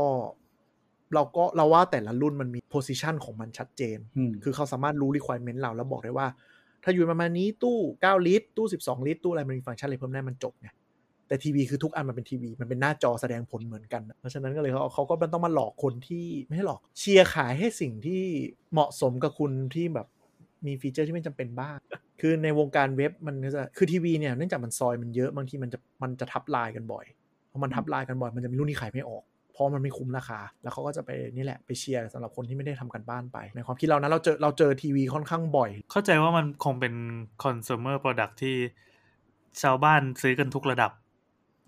S4: เราก็เราว่าแต่ละรุ่นมันมีโพ i ิชันของมันชัดเจน
S2: อืม
S4: คือเขาสามารถรู้ requirement เราแล้วบอกได้ว่า ถ้าอยู่ประมาณนี้ตู้ 9 ลิตร ตู้ 12 ลิตร ตู้อะไรมันมีฟังก์ชันอะไรเพิ่มได้มันจบไงแต่ทีวีคือทุกอันมันเป็นทีวี มันเป็นหน้าจอแสดงผลเหมือนกันเพราะฉะนั้นก็เลยเขาเขาก็มันต้องมาหลอกคนที่ไม่ใช่หลอกเชียร์ขายให้สิ่งที่เหมาะสมกับคุณที่แบบมีฟีเจอร์ที่ไม่จำเป็นบ้าง คือในวงการเว็บมันก็จะคือทีวีเนี่ยเนื่องจากมันซอยมันเยอะบางทีมันจะมันจะทับลายกันบ่อย พอมันทับลายกันบ่อย มันจะมีรุ่นที่ขายไม่ออก เพราะมันไม่คุ้มราคา แล้วเขาก็จะไปนี่แหละไปเชียร์สำหรับคนที่ไม่ได้ทำกันบ้านไป ในความคิดเรานะเราเจอเราเจอทีวีค่อนข้างบ่อย
S3: เข้าใจว่ามันคงเป็น consumer product ที่ชาวบ้านซื้อกันทุกระดับ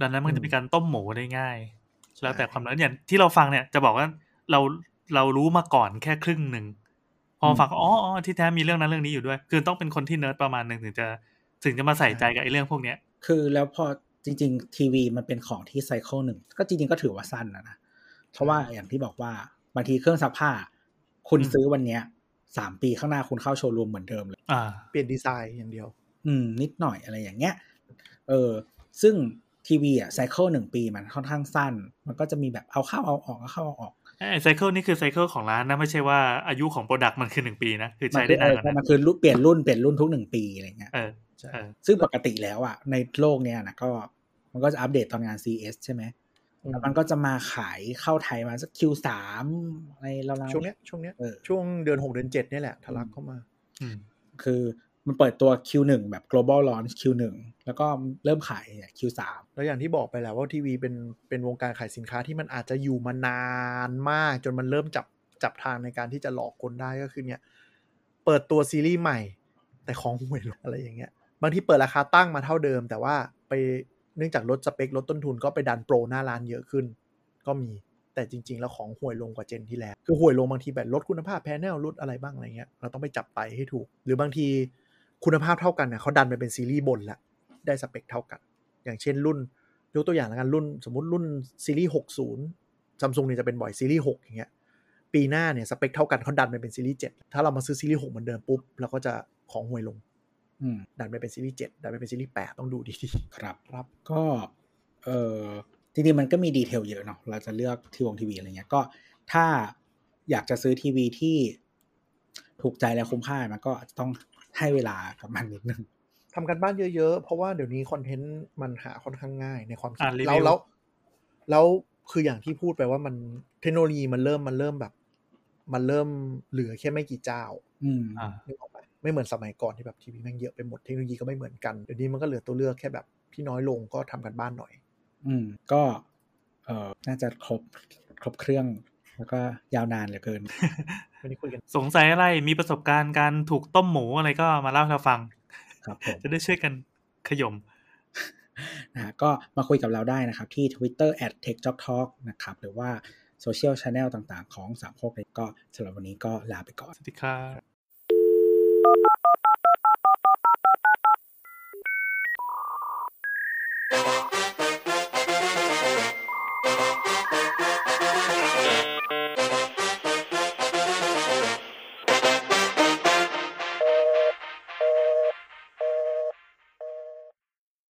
S3: ดังนั้นมัน
S4: อืม
S3: จะเป็นการต้มหมูได้ง่าย
S4: ใช่
S3: แล้วแต่ความร้อนอย่างที่เราฟังเนี่ยจะบอกว่าเราเรารู้มาก่อนแค่ครึ่งหนึ่ง พอฟังก็อ๋ออ๋อที่แท้มีเรื่องนั้นเรื่องนี้อยู่ด้วย คือต้องเป็นคนที่เนิร์ดประมาณหนึ่งถึงจะถึงจะมาใส่ใจกับไอ้เรื่องพวกเนี้ย
S2: คือแล้วพอจริง ๆ ทีวีมันเป็นของที่ไซเคิลหนึ่งก็จริง ๆ ก็ถือว่าสั้นนะนะเพราะว่าอย่างที่บอกว่าบางทีเครื่องซักผ้า คุณ
S3: อืม
S2: ซื้อวันเนี้ยสามปีข้างหน้าคุณเข้าโชว์รูมเหมือนเดิมเลย
S3: อ่า
S4: เปลี่ยนดีไซน์อย่างเดียว
S2: อืมนิดหน่อยอะไรอย่างเงี้ย เออ ซึ่งทีวีอ่ะไซเคิลหนึ่งปีมันค่อนข้างสั้น มันก็จะมีแบบเอาเข้าเอาออกเอาเข้าเอาออก
S3: ไซเคิลนี่คือไซเคิลของร้านนะ ไม่ใช่ว่าอายุของโปรดักต์มันคือหนึ่งปีนะ คือ
S2: มั
S3: ใช้
S2: คื
S3: ได้
S2: อเอนอก
S3: านว่านั้
S2: มัน
S3: น
S2: คือรุ่นเปลี่ยนรุ่นเปลี่ยนรุ่นทุกหนึ่งปีอะไรเงี้ย
S3: เออ
S4: ใช่
S3: เออ
S2: ซึ่งปกติแล้วอ่ะในโลกเนี้ยนะก็มันก็จะอัปเดตตอนงาน CS ใช่ไหม
S4: อืม
S2: แล้วมันก็จะมาขายเข้าไทยมาสัก Q3 ในเราวๆ
S4: ช่วงเนี้ยช่วงเนี้ย
S2: เออ
S4: ช่วงเดือนหกเดือนเจ็ดเนี่ยแหละทะลักเข้ามา
S3: อืม
S2: คือมันเปิดตัว Q1 แบบ global launch Q1 แล้วก็เริ่มขายเนี่ย Q3
S4: แล้วอย่างที่บอกไปแล้วว่าทีวีเป็นเป็นวงการขายสินค้าที่มันอาจจะอยู่มานานมาก จนมันเริ่มจับจับทางในการที่จะหลอกคนได้ก็คือเนี่ย เปิดตัวซีรีส์ใหม่ แต่ของห่วยลงอะไรอย่างเงี้ยบางทีเปิดราคาตั้งมาเท่าเดิม แต่ว่าไปเนื่องจากลดสเปคลดต้นทุนก็ไปดันโปรหน้าร้านเยอะขึ้น ก็มีแต่จริง ๆ แล้วของห่วยลงกว่าเจนที่แล้วคือห่วยลงบางทีแบบลดคุณภาพแพนเนลลดอะไรบ้างอะไรเงี้ยเราต้องไปจับไปให้ถูก หรือบางทีคุณภาพเท่ากันนะเขาดันไปเป็นซีรีส์บนละได้สเปคเท่ากัน อย่างเช่นรุ่น ยกตัวอย่างแล้วกันรุ่นสมมติรุ่นซีรีส์ 60ซัมซุงเนี่ยจะเป็นบ่อยซีรีส์ 6 อย่างเงี้ยปีหน้าเนี่ยสเปคเท่ากันเขาดันไปเป็นซีรีส์ 7 ถ้าเรามาซื้อซีรีส์ 6 เหมือนเดิมปุ๊บเราก็จะของห่วยลง
S2: อืม
S4: ดันไปเป็นซีรีส์ 7 ดันไปเป็นซีรีส์ 8 ต้องดูดี (laughs)
S2: ครับ
S4: ๆครับ
S2: ก็เออจริงๆมันก็มีดีเทลเยอะเนาะเราจะเลือกทีวงทีวีอะไรเงี้ยก็ ถ้าอยากจะซื้อทีวีที่ถูกใจและคุ้มค่ามันก็ต้องให้เวลากับมันนิดนึง
S4: ทำกันบ้านเยอะๆ เพราะว่าเดี๋ยวนี้คอนเทนต์มันหาค่อนข้างง่ายในความคิด
S3: อ่านรีวิว
S4: แล้วแล้วแล้วคืออย่างที่พูดไปว่ามันเทคโนโลยีมันเริ่มมันเริ่มแบบ มันเริ่มเหลือแค่ไม่กี่เจ้า
S2: อืม
S3: อ่า
S4: นึกออกไหมไม่เหมือนสมัยก่อนที่แบบทีวีแม่งเยอะไปหมดเทคโนโลยีก็ไม่เหมือนกันเดี๋ยวนี้มันก็เหลือตัวเลือกแค่แบบที่น้อยลงก็ทำกันบ้านหน่อย
S2: อืม ก็ เอ่อน่าจะครบครบเครื่อง แล้วก็ยาวนานเหลือเกิน
S4: ไม่ได้คุยกัน
S3: สงสัยอะไรมีประสบการณ์การถูกต้มหมูอะไรก็มาเล่าให้เราฟัง
S2: ครับผม
S3: จะได้ช่วยกันขยม
S2: นะฮะก็มาคุยกับเราได้นะครับ ที่ Twitter at t e c h j o k Talk นะครับ หรือว่าโซเชียลช n แนลต่างๆ ของสามโคกเลยก็สำหรับวันนี้ก็ลาไปก่อน
S3: สวัสดีครับ
S4: ครับ